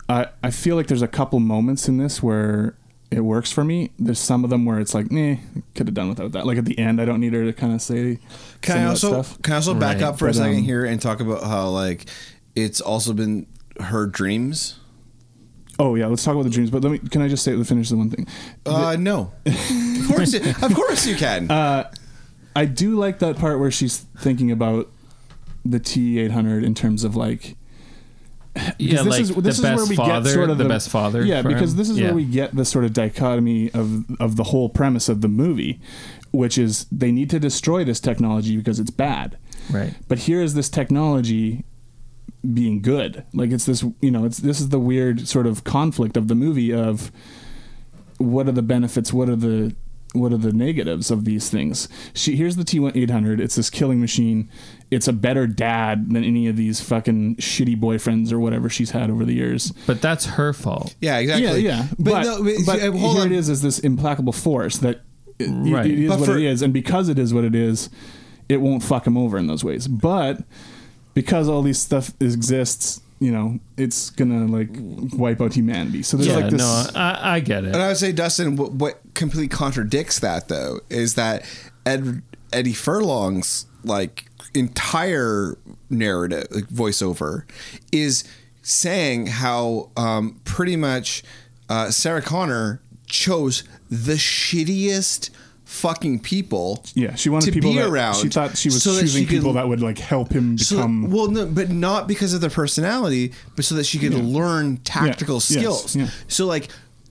Speaker 2: I I feel like there's a couple moments in this where it works for me. There's some of them where it's like, eh, could have done without that. Like at the end, I don't need her to kind of say.
Speaker 1: Can I
Speaker 2: some of that
Speaker 1: also
Speaker 2: stuff.
Speaker 1: can I also back
Speaker 3: Right,
Speaker 1: up for a
Speaker 2: but,
Speaker 1: second
Speaker 2: um,
Speaker 1: here and talk about how like it's also been her dreams?
Speaker 2: Oh yeah, let's talk about the dreams. But let me. Can I just say finish the one thing?
Speaker 1: Uh,
Speaker 2: *laughs*
Speaker 1: no, of course, it, of course you can.
Speaker 2: Uh, I do like that part where she's thinking about the T eight hundred in terms of like
Speaker 3: yeah,
Speaker 2: Because
Speaker 3: like
Speaker 2: this is, this
Speaker 3: the
Speaker 2: is
Speaker 3: best
Speaker 2: where we
Speaker 3: father,
Speaker 2: get sort of
Speaker 3: the, best father.
Speaker 2: Yeah,
Speaker 3: for
Speaker 2: because
Speaker 3: him.
Speaker 2: this is
Speaker 3: Yeah.
Speaker 2: where we get the sort of dichotomy of of the whole premise of the movie, which is they need to destroy this technology because it's bad.
Speaker 3: right.
Speaker 2: But here is this technology being good. Like it's this, you know, it's this is the weird sort of conflict of the movie of what are the benefits, what are the what are the negatives of these things? She here's the T one eight hundred. It's this killing machine. It's a better dad than any of these fucking shitty boyfriends or whatever she's had over the years.
Speaker 3: But that's her fault.
Speaker 1: yeah, exactly.
Speaker 2: Yeah, yeah.
Speaker 1: But, no, but,
Speaker 2: but
Speaker 1: uh, hold
Speaker 2: here
Speaker 1: on.
Speaker 2: it is, is this implacable force that it,
Speaker 3: Right.
Speaker 2: it is
Speaker 1: But
Speaker 2: what
Speaker 1: for-
Speaker 2: it is, and because it is what it is, it won't fuck him over in those ways. But because all these stuff exists, you know, it's gonna like wipe out humanity. So there's
Speaker 3: yeah,
Speaker 2: like this.
Speaker 3: no, I, I get it.
Speaker 1: And I would say, Dustin, what, what completely contradicts that though is that Ed, Eddie Furlong's like entire narrative, like voiceover, is saying how um, pretty much uh, Sarah Connor chose the shittiest fucking people.
Speaker 2: yeah, she wanted
Speaker 1: to
Speaker 2: people
Speaker 1: be
Speaker 2: that
Speaker 1: around.
Speaker 2: she thought she was
Speaker 1: so that
Speaker 2: choosing
Speaker 1: she could-
Speaker 2: people that would like help him
Speaker 1: so-
Speaker 2: become.
Speaker 1: well, no, but not because of their personality, but so that she could learn tactical
Speaker 2: yes,
Speaker 1: skills.
Speaker 2: yeah.
Speaker 1: So like,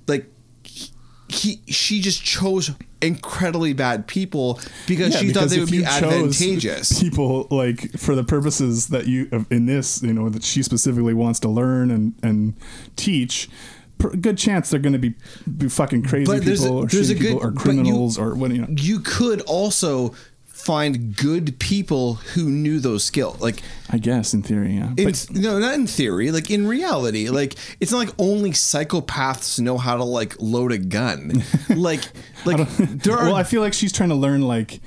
Speaker 1: like he- he, she just chose incredibly bad people because
Speaker 2: Yeah,
Speaker 1: she thought
Speaker 2: because
Speaker 1: they
Speaker 2: if
Speaker 1: would be
Speaker 2: you chose
Speaker 1: advantageous.
Speaker 2: *laughs* People like for the purposes that you of- in this, you know, that she specifically wants to learn and and teach. pr- Good chance they're going to be be fucking crazy
Speaker 1: But there's a-
Speaker 2: people or
Speaker 1: there's a
Speaker 2: shitty people
Speaker 1: good-
Speaker 2: or
Speaker 1: but you-
Speaker 2: criminals or what you know.
Speaker 1: You could also find good people who knew those skills. Like,
Speaker 2: I guess in theory, yeah.
Speaker 1: in,
Speaker 2: But
Speaker 1: no, not in theory. Like in reality, like it's not like only psychopaths know how to like load a
Speaker 2: *laughs*
Speaker 1: gun. Like, like there are
Speaker 2: well, I feel like she's trying to learn like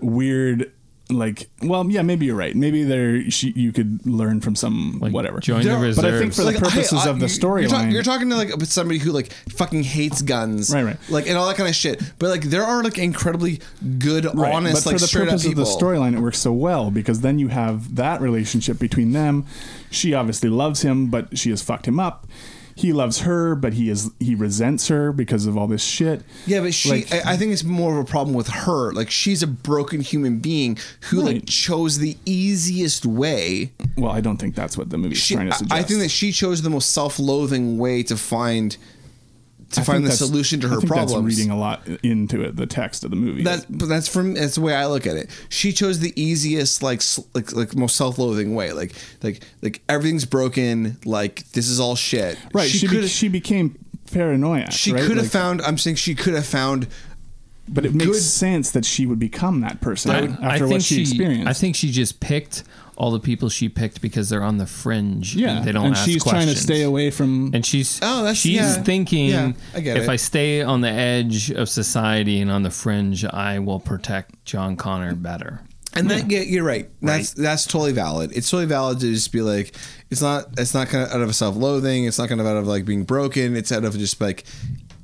Speaker 2: weird. Like, well, yeah, maybe you're right. Maybe there, she, you could learn from some
Speaker 3: Like,
Speaker 2: whatever.
Speaker 3: join the
Speaker 2: But I think
Speaker 3: reserves.
Speaker 2: for the purposes of the
Speaker 1: you're talk-
Speaker 2: storyline,
Speaker 1: You're talking to like with somebody who like fucking hates guns,
Speaker 2: Right, right.
Speaker 1: Like and all that kind of shit. But like there are like incredibly good,
Speaker 2: Right,
Speaker 1: honest,
Speaker 2: but
Speaker 1: like
Speaker 2: for the
Speaker 1: straight up
Speaker 2: purpose of
Speaker 1: people.
Speaker 2: the storyline, it works so well because then you have that relationship between them. She obviously loves him, but she has fucked him up. He loves her, but he is he resents her because of all this shit.
Speaker 1: Yeah, but she,
Speaker 2: Like-
Speaker 1: I, I think it's more of a problem with her. Like she's a broken human being who like
Speaker 2: Right.
Speaker 1: chose the easiest way.
Speaker 2: Well, I don't think that's what the movie's
Speaker 1: She,
Speaker 2: trying
Speaker 1: I
Speaker 2: to suggest.
Speaker 1: I think that she chose the most self-loathing way to find to
Speaker 2: I think
Speaker 1: find the
Speaker 2: that's-
Speaker 1: solution to
Speaker 2: I
Speaker 1: her
Speaker 2: think
Speaker 1: problems.
Speaker 2: That's reading a lot into it, the text of the movie.
Speaker 1: That's but that's from that's the way I look at it. She chose the easiest, like s- like like most self-loathing way. Like like like everything's broken. Like this is all shit.
Speaker 2: right.
Speaker 1: She
Speaker 2: She,
Speaker 1: could
Speaker 2: be, she became paranoia.
Speaker 1: she
Speaker 2: right?
Speaker 1: could have
Speaker 2: Like,
Speaker 1: found. I'm saying she could have found.
Speaker 2: but it makes
Speaker 1: good-
Speaker 2: sense that she would become that person after what she, experienced.
Speaker 3: I think she just picked all the people she picked because they're on the fringe. and
Speaker 2: yeah,
Speaker 3: they don't.
Speaker 2: and
Speaker 3: ask
Speaker 2: she's trying to
Speaker 3: questions.
Speaker 2: stay away from.
Speaker 3: And she's
Speaker 1: Oh, that's-
Speaker 3: she's
Speaker 1: yeah.
Speaker 3: thinking
Speaker 1: Yeah, I get
Speaker 3: if
Speaker 1: it.
Speaker 3: I stay on the edge of society and on the fringe, I will protect John Connor better.
Speaker 1: And that yeah, you're right. That's that's totally valid. It's totally valid to just be like, it's not it's not kind of out of self-loathing. It's not kind of out of like being broken. It's out of just like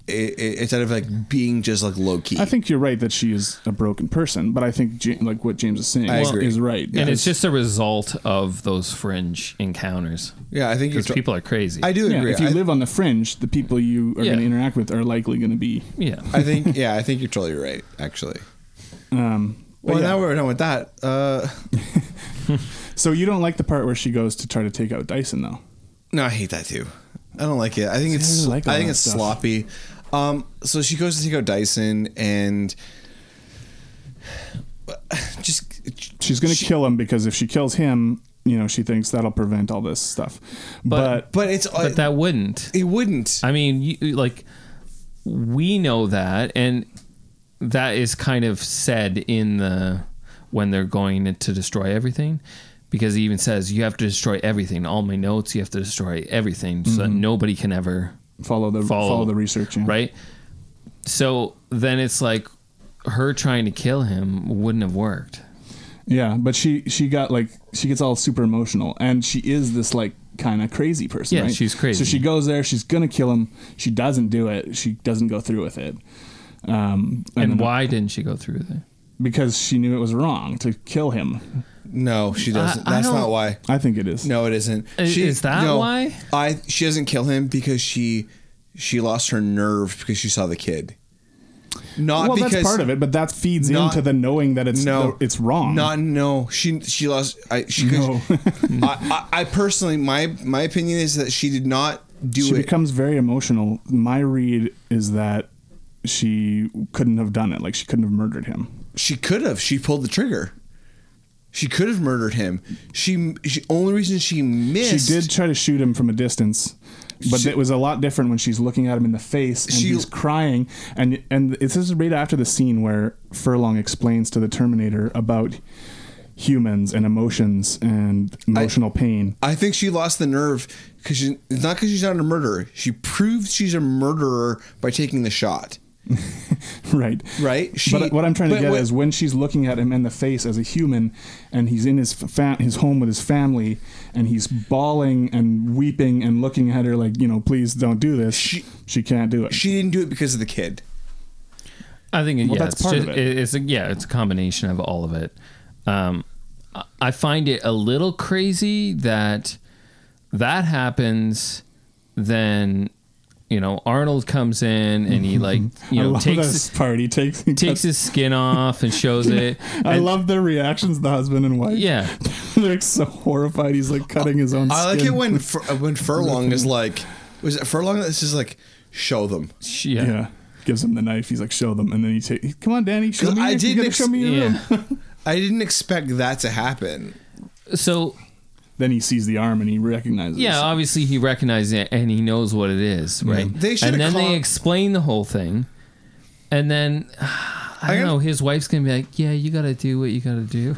Speaker 1: it, it, instead of like being just like low key.
Speaker 2: I think you're right that she is a broken person, but I think Ja- like what James is saying
Speaker 1: I
Speaker 2: is,
Speaker 1: agree.
Speaker 2: is right.
Speaker 3: and
Speaker 2: because-
Speaker 3: it's just a result of those fringe encounters.
Speaker 1: yeah, I think you're
Speaker 3: Because people are crazy.
Speaker 1: I do
Speaker 2: yeah,
Speaker 1: agree.
Speaker 2: if you
Speaker 1: I,
Speaker 2: live on the fringe, the people you are
Speaker 3: Yeah.
Speaker 2: going to interact with are likely going to be.
Speaker 3: yeah.
Speaker 1: I think yeah, I think you're totally right. Actually.
Speaker 2: Um, but
Speaker 1: Well,
Speaker 2: yeah.
Speaker 1: now we're done with that. Uh,
Speaker 2: so you don't like the part where she goes to try to take out Dyson, though.
Speaker 1: no, I hate that too. I don't like it. I think it's
Speaker 2: really like a
Speaker 1: I
Speaker 2: lot
Speaker 1: think
Speaker 2: of
Speaker 1: it's
Speaker 2: stuff.
Speaker 1: sloppy. Um, so she goes to take out Dyson and *sighs* just
Speaker 2: She's going to kill him because if she kills him, you know, she thinks that'll prevent all this stuff. But,
Speaker 1: but it's uh,
Speaker 3: but that wouldn't.
Speaker 1: it wouldn't.
Speaker 3: I mean, you, you- like we know that, and that is kind of said in the when they're going to destroy everything, because he even says you have to destroy everything. All my notes, you have to destroy everything, so that nobody can ever
Speaker 2: follow Mm-hmm. the follow,
Speaker 3: follow,
Speaker 2: the research, yeah.
Speaker 3: right? So then it's like her trying to kill him wouldn't have worked.
Speaker 2: Yeah, but she she got like she gets all super emotional, and she is this like kind of crazy person.
Speaker 3: Yeah,
Speaker 2: right?
Speaker 3: she's crazy.
Speaker 2: So she goes there. She's gonna kill him. She doesn't do it. She doesn't go through with it. Um,
Speaker 3: And,
Speaker 2: then-
Speaker 3: why didn't she go through with it?
Speaker 2: Because she knew it was wrong to kill him.
Speaker 1: no, she doesn't.
Speaker 3: I
Speaker 1: That's
Speaker 3: don't-
Speaker 1: not why.
Speaker 2: I think it is.
Speaker 1: No, it isn't.
Speaker 3: I-
Speaker 1: She,
Speaker 3: is that
Speaker 1: no,
Speaker 3: why?
Speaker 1: I she doesn't kill him because she she lost her nerve because she saw the kid. Not
Speaker 2: well,
Speaker 1: because
Speaker 2: that's part of it, but that feeds
Speaker 1: Not-
Speaker 2: into the knowing that it's
Speaker 1: No,
Speaker 2: the- it's wrong.
Speaker 1: Not no. She she lost. I she.
Speaker 2: No. *laughs*
Speaker 1: I, I, I personally, my my opinion is that she did not do
Speaker 2: she
Speaker 1: it.
Speaker 2: becomes very emotional. My read is that she couldn't have done it. Like she couldn't have murdered him.
Speaker 1: she could have. She pulled the trigger. She could have murdered him. She, she only reason she
Speaker 2: She
Speaker 1: missed.
Speaker 2: did try to shoot him from a distance, but
Speaker 1: She-
Speaker 2: it was a lot different when she's looking at him in the face and
Speaker 1: She-
Speaker 2: he's crying. And and it's this is right after the scene where Furlong explains to the Terminator about humans and emotions and emotional pain. *laughs*
Speaker 1: I think she lost the nerve because it's not because she's not a murderer. She proved she's a murderer by taking the shot.
Speaker 2: Right.
Speaker 1: Right? She-
Speaker 2: but what I'm trying to
Speaker 1: but
Speaker 2: get
Speaker 1: what-
Speaker 2: is when she's looking at him in the face as a human, and he's in his fa- his home with his family, and he's bawling and weeping and looking at her like you know, please don't do this.
Speaker 1: She-
Speaker 2: She, can't do it.
Speaker 1: She didn't do it because of the kid.
Speaker 3: I think yeah,
Speaker 2: that's
Speaker 3: it's
Speaker 2: part
Speaker 3: just,
Speaker 2: of it.
Speaker 3: it. It's a, yeah, it's a combination of all of it. Um, I- I find it a little crazy that that happens. Then you know Arnold comes in and he like
Speaker 2: *laughs*
Speaker 3: you
Speaker 2: I
Speaker 3: know
Speaker 2: love
Speaker 3: takes
Speaker 2: this
Speaker 3: his,
Speaker 2: part. He takes
Speaker 3: takes his skin off
Speaker 2: *laughs*
Speaker 3: and shows it.
Speaker 2: I
Speaker 3: And-
Speaker 2: love the reactions of the husband and wife.
Speaker 3: Yeah.
Speaker 2: *laughs* They're like so horrified. He's like cutting his own
Speaker 1: I like
Speaker 2: skin.
Speaker 1: it when Fur- when Furlong is like, was it Furlong? This is like, show them.
Speaker 3: yeah.
Speaker 2: *laughs* Yeah. Gives him the knife. He's like, show them. And then he takes, come on, Danny, show
Speaker 1: 'Cause
Speaker 2: me.
Speaker 1: I
Speaker 2: your- you
Speaker 1: didn't
Speaker 2: gotta
Speaker 1: ex-
Speaker 2: show me your room."
Speaker 3: Yeah.
Speaker 1: I didn't expect that to happen.
Speaker 3: So
Speaker 2: Then he sees the arm and he recognizes
Speaker 3: yeah, uh, obviously he recognizes it and he knows what it is, right?
Speaker 1: They should've
Speaker 3: and then
Speaker 1: called-
Speaker 3: they explain the whole thing, and then *sighs* I don't
Speaker 1: gotta-
Speaker 3: know. His wife's gonna be like, "Yeah, you gotta do what you gotta do."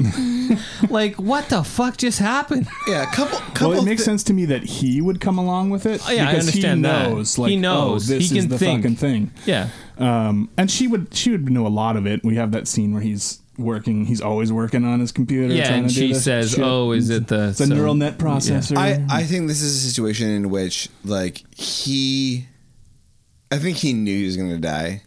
Speaker 3: like, what the fuck just happened?
Speaker 1: Yeah, a couple. couple
Speaker 2: Well, it makes
Speaker 1: thi-
Speaker 2: sense to me that he would come along with it.
Speaker 3: Oh, yeah, I understand
Speaker 2: he
Speaker 3: that.
Speaker 2: knows,
Speaker 3: He
Speaker 2: Like,
Speaker 3: knows.
Speaker 2: Oh, this
Speaker 3: He
Speaker 2: is
Speaker 3: can
Speaker 2: the
Speaker 3: think.
Speaker 2: fucking thing.
Speaker 3: Yeah,
Speaker 2: Um, and she would she would know a lot of it. We have that scene where he's working. He's always working on his computer.
Speaker 3: Yeah,
Speaker 2: trying
Speaker 3: and
Speaker 2: to do
Speaker 3: she
Speaker 2: this
Speaker 3: says,
Speaker 2: shit.
Speaker 3: "Oh, is it the-
Speaker 2: it's a
Speaker 3: so-
Speaker 2: neural net processor?"
Speaker 1: I, I think this is a situation in which like he, I think he knew he was gonna die.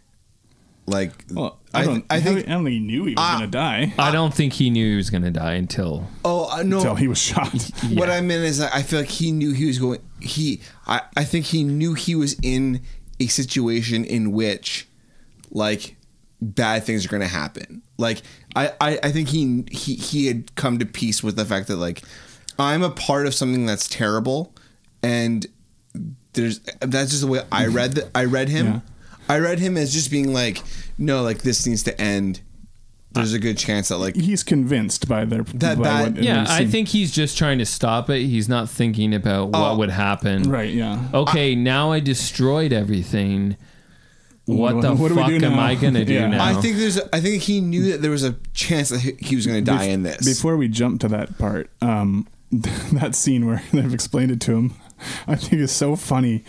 Speaker 1: Like
Speaker 2: Well,
Speaker 1: I
Speaker 2: I
Speaker 1: th-
Speaker 2: don't.
Speaker 1: I
Speaker 2: I,
Speaker 1: think-
Speaker 2: think I don't think he knew he was
Speaker 1: Ah.
Speaker 2: gonna die
Speaker 3: I don't think he knew he was gonna die until
Speaker 1: oh I- no,
Speaker 2: until he was shot. *laughs*
Speaker 1: what I meant is that I feel like he knew he was going. He I I think he knew he was in a situation in which like bad things are gonna happen. Like I I, I think he he he had come to peace with the fact that like I'm a part of something that's terrible and there's that's just the way I read the, I read him.
Speaker 2: Yeah.
Speaker 1: I read him as just being like, no, like this needs to end. There's a good chance that like
Speaker 2: He's convinced by their
Speaker 1: That
Speaker 2: by
Speaker 1: bad-
Speaker 2: what
Speaker 3: Yeah,
Speaker 2: they
Speaker 3: I
Speaker 2: seem-
Speaker 3: think he's just trying to stop it. He's not thinking about
Speaker 1: Oh.
Speaker 3: what would happen.
Speaker 2: right. Yeah,
Speaker 3: Okay, now I destroyed everything. What,
Speaker 2: What do-
Speaker 3: the
Speaker 2: what do we
Speaker 3: fuck
Speaker 2: do
Speaker 3: am
Speaker 2: now?
Speaker 3: I gonna do
Speaker 2: Yeah.
Speaker 3: now?
Speaker 1: I think there's. I think he knew that there was a chance that he he was going to die in this.
Speaker 2: Before we jump to that part, um, *laughs* that scene where *laughs* they've explained *laughs* it to him, I think is so funny.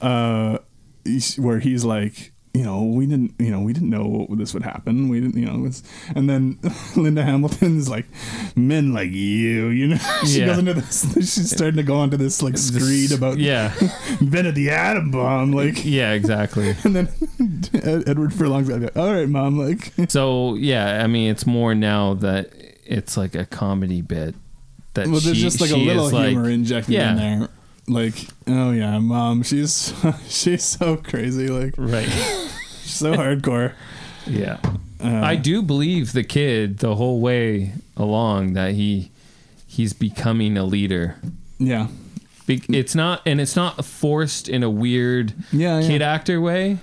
Speaker 2: Uh, he's- where he's like, you know, we didn't, you know, we didn't know this would happen. We didn't, you know, it's, and then *laughs* Linda Hamilton's like, men like you, you know, *laughs* she
Speaker 3: Yeah.
Speaker 2: goes into this, she's starting to go onto this like screed about
Speaker 3: yeah,
Speaker 2: invented the atom bomb, like,
Speaker 3: yeah, exactly.
Speaker 2: and then *laughs* Ed- Edward Furlong's like, all right, mom, like,
Speaker 3: So yeah, I mean, it's more now that it's like a comedy bit.
Speaker 2: *laughs*
Speaker 3: That
Speaker 2: well, there's
Speaker 3: she-
Speaker 2: just like a
Speaker 3: she
Speaker 2: little
Speaker 3: is, like-
Speaker 2: humor injected
Speaker 3: yeah,
Speaker 2: in there. Like, oh yeah, mom, she's she's so *laughs* crazy, like
Speaker 3: Right. *laughs*
Speaker 2: so hardcore. *laughs*
Speaker 3: Yeah.
Speaker 2: Uh,
Speaker 3: I do believe the kid the whole way along that he he's becoming a leader.
Speaker 2: Yeah,
Speaker 3: Be-
Speaker 2: Mm.
Speaker 3: it's not and it's not forced in a weird
Speaker 2: Yeah, yeah.
Speaker 3: kid actor way.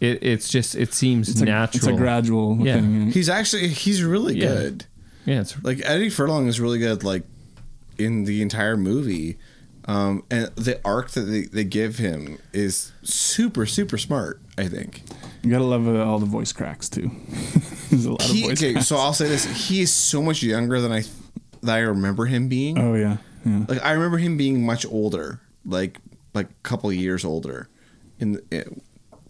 Speaker 3: It, it's just it seems
Speaker 2: it's A,
Speaker 3: natural.
Speaker 2: it's a gradual
Speaker 3: Yeah.
Speaker 2: thing.
Speaker 1: He's actually he's really
Speaker 3: Yeah.
Speaker 1: good.
Speaker 3: yeah, it's
Speaker 1: Like Eddie Furlong is really good. Like in the entire movie, um, and the arc that they, they give him is super super smart. I think.
Speaker 2: You gotta love uh, all the voice cracks too. *laughs* There's a lot
Speaker 1: He-
Speaker 2: of voice
Speaker 1: okay,
Speaker 2: cracks.
Speaker 1: so I'll say this: he is so much younger than I that I remember him being.
Speaker 2: oh yeah, yeah.
Speaker 1: Like I remember him being much older, like like a couple years older, in it,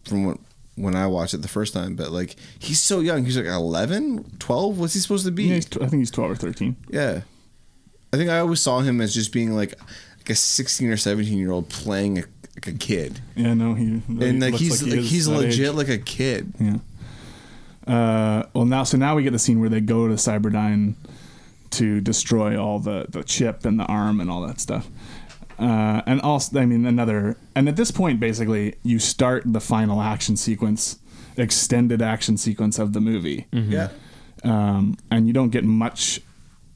Speaker 1: from when, when I watched it the first time. But like he's so young; he's like 11, 12? What's he supposed to be?
Speaker 2: yeah he's tw- I think he's twelve or thirteen.
Speaker 1: Yeah. I think I always saw him as just being like like a 16 or 17 year old playing a, like a kid.
Speaker 2: Yeah, no, he really
Speaker 1: And like
Speaker 2: looks
Speaker 1: he's
Speaker 2: he
Speaker 1: like,
Speaker 2: is
Speaker 1: he's
Speaker 2: that
Speaker 1: legit
Speaker 2: age.
Speaker 1: like a kid.
Speaker 2: Yeah. Uh, well, now so now we get the scene where they go to Cyberdyne to destroy all the the chip and the arm and all that stuff. Uh, and also, I mean, another. And at this point, basically, you start the final action sequence, extended action sequence of the movie,
Speaker 1: Yeah.
Speaker 2: um, and you don't get much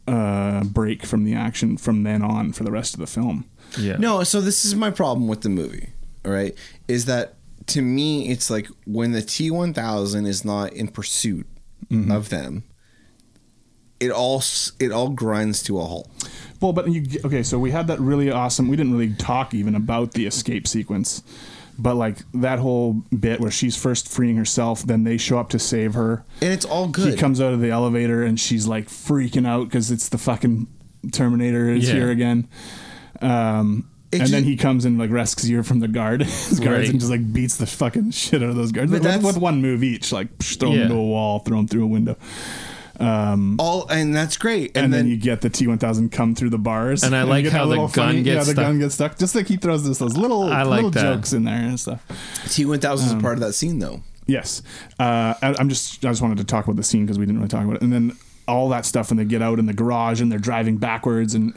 Speaker 2: uh, break from the action from then on for the rest of the film.
Speaker 3: yeah.
Speaker 1: No, so this is my problem with the movie, all right? Is that to me it's like when the T1000 is not in pursuit
Speaker 2: Mm-hmm.
Speaker 1: of them, it all s- it all grinds to a halt.
Speaker 2: Well, but you okay? So we had that really awesome. We didn't really talk even about the escape sequence, but like that whole bit where she's first freeing herself, then they show up to save her.
Speaker 1: And it's all
Speaker 2: He
Speaker 1: good.
Speaker 2: comes out of the elevator and she's like freaking out because it's the fucking Terminator is
Speaker 3: Yeah.
Speaker 2: here again. Um,
Speaker 1: It
Speaker 2: and then
Speaker 1: ju-
Speaker 2: he comes and like rescues her from the guard, *laughs* his guards,
Speaker 3: Right.
Speaker 2: and just like beats the fucking shit out of those guards
Speaker 1: But
Speaker 2: with,
Speaker 1: that's-
Speaker 2: with one move each. Like psh, throw
Speaker 3: Yeah.
Speaker 2: them to a wall, throw them through a window,
Speaker 1: All and that's great. And,
Speaker 2: and, then,
Speaker 1: then,
Speaker 2: you get the T1000 come through the bars.
Speaker 3: And I
Speaker 2: you
Speaker 3: like
Speaker 2: get that
Speaker 3: how the
Speaker 2: little
Speaker 3: gun gets
Speaker 2: yeah, the
Speaker 3: stuck.
Speaker 2: gun gets stuck. Just like he throws this, those little,
Speaker 3: I like
Speaker 2: little
Speaker 3: that.
Speaker 2: jokes in there and stuff.
Speaker 1: T1000
Speaker 2: um,
Speaker 1: is part of that scene though.
Speaker 2: Yes, uh, I, I'm just I just wanted to talk about the scene because we didn't really talk about it, and then all that stuff when they get out in the garage and they're driving backwards and